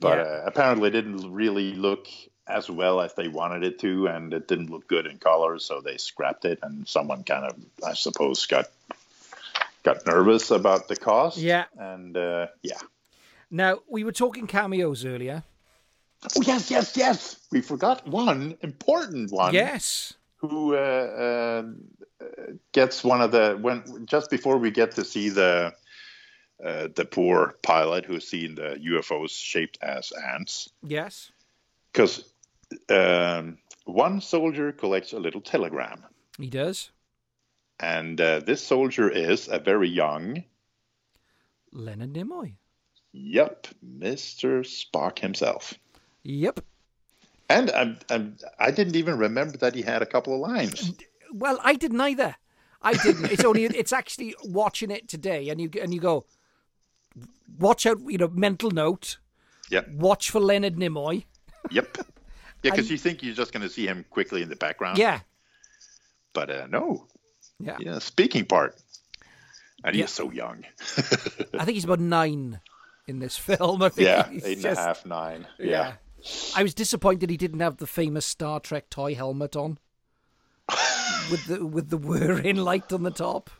Speaker 6: But
Speaker 1: yeah.
Speaker 6: uh, apparently, it didn't really look as well as they wanted it to, and it didn't look good in color, so they scrapped it. And someone kind of, I suppose, got got nervous about the cost.
Speaker 1: Yeah.
Speaker 6: and uh, yeah.
Speaker 1: Now we were talking cameos earlier.
Speaker 6: Oh yes, yes, yes. We forgot one important one.
Speaker 1: Yes.
Speaker 6: who uh, uh, gets one of the when just before we get to see the uh, the poor pilot who's seen the UFOs shaped as ants
Speaker 1: Yes.
Speaker 6: because um, one soldier collects a little telegram
Speaker 1: He does.
Speaker 6: and uh, this soldier is a very young
Speaker 1: Leonard Nimoy.
Speaker 6: yep Mr Spock himself
Speaker 1: Yep.
Speaker 6: and I'm, I'm, I didn't even remember that he had a couple of lines
Speaker 1: Well, I didn't either. I didn't. It's only it's actually watching it today, and you and you go, watch out. You know, mental note.
Speaker 6: yep
Speaker 1: Watch for Leonard Nimoy,
Speaker 6: yep Yeah, because
Speaker 1: And-
Speaker 6: you think you're just going to see him quickly in the background.
Speaker 1: Yeah.
Speaker 6: But uh, no.
Speaker 1: Yeah.
Speaker 6: Uh-huh. Yeah, speaking part. And
Speaker 1: Yeah.
Speaker 6: he's so young.
Speaker 1: I think he's about nine in this film. I think
Speaker 6: Yeah,
Speaker 1: he's
Speaker 6: eight and a
Speaker 1: just-
Speaker 6: half, nine. Yeah.
Speaker 1: I was disappointed he didn't have the famous Star Trek toy helmet on. with the with the whirring light on the top.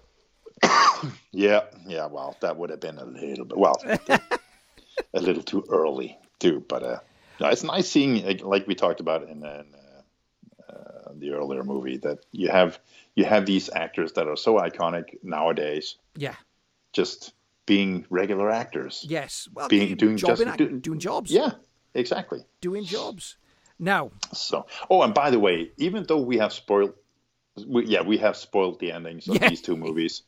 Speaker 6: Yeah. Yeah. Well, that would have been a little bit, well, a little too early, too. But uh, no, it's nice seeing, like- like we talked about in, uh, in uh, uh, the earlier movie, that you have you have these actors that are so iconic nowadays,
Speaker 1: Yeah.
Speaker 6: just being regular actors.
Speaker 1: Yes. Well,
Speaker 6: Being- doing
Speaker 1: job
Speaker 6: just-
Speaker 1: in act-
Speaker 6: do-
Speaker 1: doing jobs.
Speaker 6: Yeah, exactly.
Speaker 1: Doing jobs. Now,
Speaker 6: So, oh, and by the way, even though we have spoiled, we, yeah, we have spoiled the endings of
Speaker 1: Yeah.
Speaker 6: these two movies.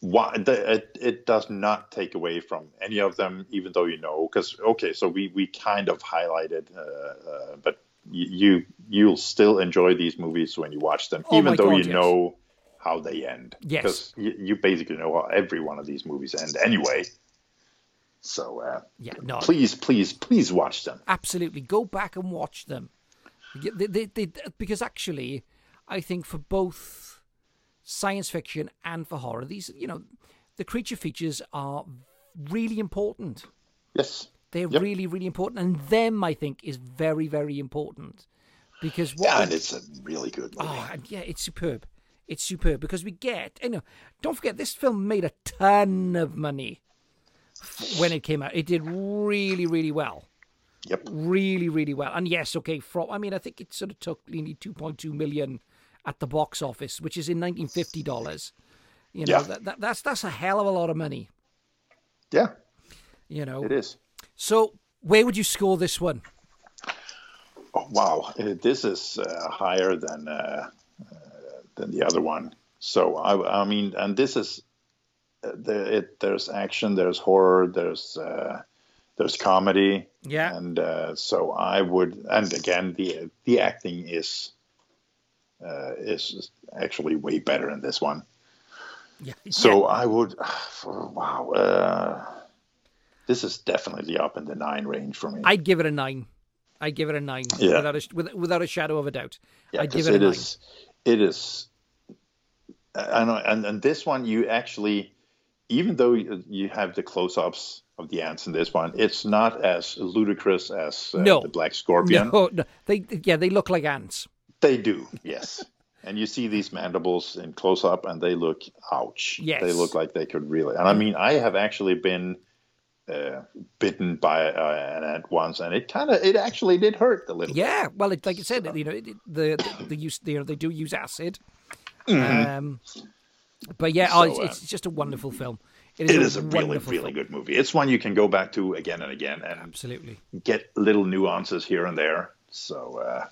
Speaker 6: Why the, it, it does not take away from any of them, even though you know, because okay, so we we kind of highlighted, uh, uh, but y- you you'll still enjoy these movies when you watch them,
Speaker 1: Oh my
Speaker 6: even though
Speaker 1: God,
Speaker 6: you
Speaker 1: yes.
Speaker 6: know how they end.
Speaker 1: Yes.
Speaker 6: because you, you basically know how every one of these movies end anyway. So uh,
Speaker 1: yeah, no.
Speaker 6: please, please, please watch them.
Speaker 1: Absolutely. Go back and watch them. Yeah, They, they, they, because actually, I think for both science fiction and for horror, these, you know, the creature features are really important.
Speaker 6: Yes.
Speaker 1: They're
Speaker 6: Yep.
Speaker 1: really, really important. And them, I think, is very, very important. Because what.
Speaker 6: Yeah,
Speaker 1: we-
Speaker 6: and it's a really good movie.
Speaker 1: oh, and yeah, it's superb. It's superb because we get, you know, don't forget, this film made a ton of money f- when it came out. It did really, really well.
Speaker 6: Yep.
Speaker 1: really, really well. And yes, okay, from I mean, I think it sort of took nearly 2.2 million at the box office, which is in 1950 dollars. You know,
Speaker 6: Yeah.
Speaker 1: that, that, that's that's a hell of a lot of money.
Speaker 6: Yeah,
Speaker 1: You know,
Speaker 6: it is.
Speaker 1: so where would you score this one?
Speaker 6: Oh, wow, Uh, this is uh, higher than uh, uh, than the other one. So I, I mean, and this is uh, the, it, there's action, there's horror, there's uh, there's comedy,
Speaker 1: Yeah,
Speaker 6: and uh, so I would, and again, the the acting is uh, is actually way better in this one.
Speaker 1: yeah,
Speaker 6: So I would, wow, uh, this is definitely up in the nine range for me.
Speaker 1: I'd give it a nine. I'd give it a nine
Speaker 6: Yeah.
Speaker 1: without a sh- with- without a shadow of a doubt.
Speaker 6: Yeah,
Speaker 1: I'd give
Speaker 6: because
Speaker 1: it a
Speaker 6: it
Speaker 1: nine.
Speaker 6: is, it is. I know, and, and this one you actually, even though you you have the close-ups of the ants in this one, it's not as ludicrous as uh,
Speaker 1: No.
Speaker 6: the black scorpion.
Speaker 1: No, no, they yeah they look like ants.
Speaker 6: They do, yes. and you see these mandibles in close-up, and they look ouch.
Speaker 1: Yes.
Speaker 6: they look like they could really. And I mean, I have actually been uh, bitten by uh, an ant once, and it kind of, it actually did hurt a little.
Speaker 1: Yeah, well, it, like I said, you know, it, it- the, the the use you know they do use acid, um, but yeah, oh, it's,
Speaker 6: Mm-hmm. So, uh,
Speaker 1: it's just a wonderful film.
Speaker 6: It is a really,
Speaker 1: wonderful
Speaker 6: really
Speaker 1: film.
Speaker 6: good movie. It's one you can go back to again and again and
Speaker 1: Absolutely,
Speaker 6: get little nuances here and there. So, uh,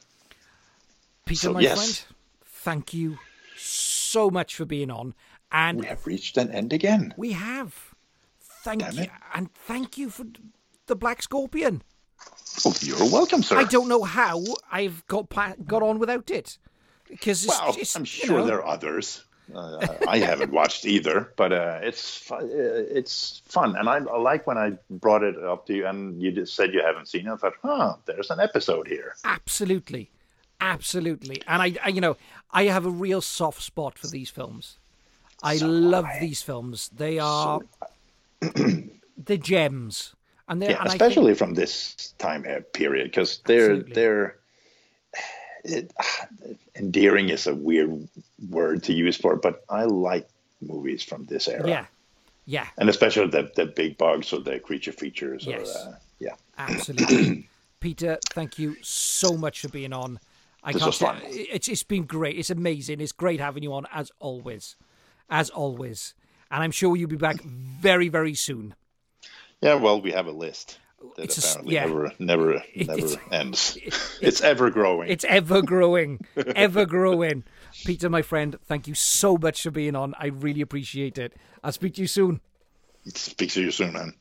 Speaker 1: Peter,
Speaker 6: So,
Speaker 1: my
Speaker 6: yes.
Speaker 1: friend, thank you so much for being on, and
Speaker 6: we have reached an end again.
Speaker 1: we have. Thank
Speaker 6: Damn
Speaker 1: you,
Speaker 6: it.
Speaker 1: and thank you for the Black Scorpion.
Speaker 6: Oh, you're welcome, sir.
Speaker 1: I don't know how I've got pa- got on without it, because
Speaker 6: Well,
Speaker 1: it's,
Speaker 6: I'm
Speaker 1: you
Speaker 6: sure
Speaker 1: know,
Speaker 6: there are others. Uh, I haven't watched either, but uh, it's fu- uh, it's fun, and I, I like when I brought it up to you, and you just said you haven't seen it. I thought, huh, there's an episode here.
Speaker 1: Absolutely, absolutely. And I, I, you know, I have a real soft spot for these films. I love these films. They are the gems, and they
Speaker 6: yeah,
Speaker 1: and
Speaker 6: especially from this time uh, period because they're
Speaker 1: Absolutely.
Speaker 6: they're it, endearing is a weird word to use for it, but I like movies from this
Speaker 1: I
Speaker 6: era,
Speaker 1: think, yeah, yeah,
Speaker 6: and especially the the big bugs or the creature features.
Speaker 1: Yes.
Speaker 6: Or, uh, yeah,
Speaker 1: absolutely. Peter, thank you so much for being on. I
Speaker 6: This
Speaker 1: can't.
Speaker 6: was
Speaker 1: say-
Speaker 6: fun.
Speaker 1: It's it's been great. It's amazing. It's great having you on as always, as always. And I'm sure you'll be back very very soon.
Speaker 6: yeah. Well, we have a list that
Speaker 1: It's a s-
Speaker 6: apparently
Speaker 1: yeah.
Speaker 6: never never never
Speaker 1: it's-
Speaker 6: ends. It's, ever growing.
Speaker 1: It's ever growing, ever growing. Peter, my friend, thank you so much for being on. I really appreciate it. I'll speak to you soon.
Speaker 6: Speak to you soon, man.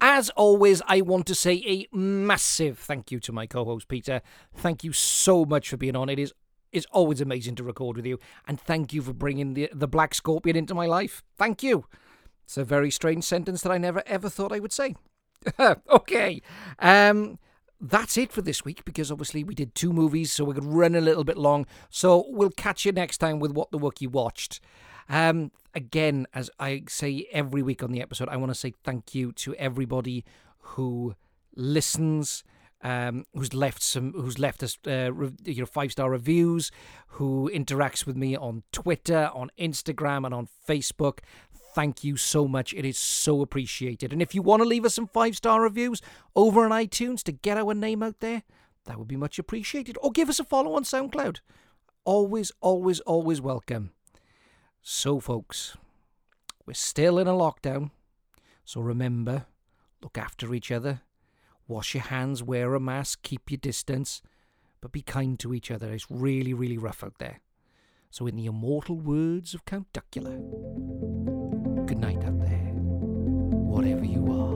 Speaker 1: As always, I want to say a massive thank you to my co-host Peter. Thank you so much for being on. It is it's always amazing to record with you, and thank you for bringing the the Black Scorpion into my life. Thank you. It's a very strange sentence that I never ever thought I would say. okay. Um, that's it for this week because obviously we did two movies, so we could run a little bit long. So we'll catch you next time with What the Wookiee Watched. Um, again, as I say every week on the episode, I want to say thank you to everybody who listens, um, who's left some, who's left us, uh, re- you know, five star reviews, who interacts with me on Twitter, on Instagram, and on Facebook. Thank you so much. It is so appreciated. And if you want to leave us some five star reviews over on iTunes to get our name out there, that would be much appreciated. Or give us a follow on SoundCloud. Always, always, always welcome. So, folks, we're still in a lockdown. So remember, look after each other, wash your hands, wear a mask, keep your distance, but be kind to each other. It's really, really rough out there. So, in the immortal words of Count Duckula, good night out there, whatever you are.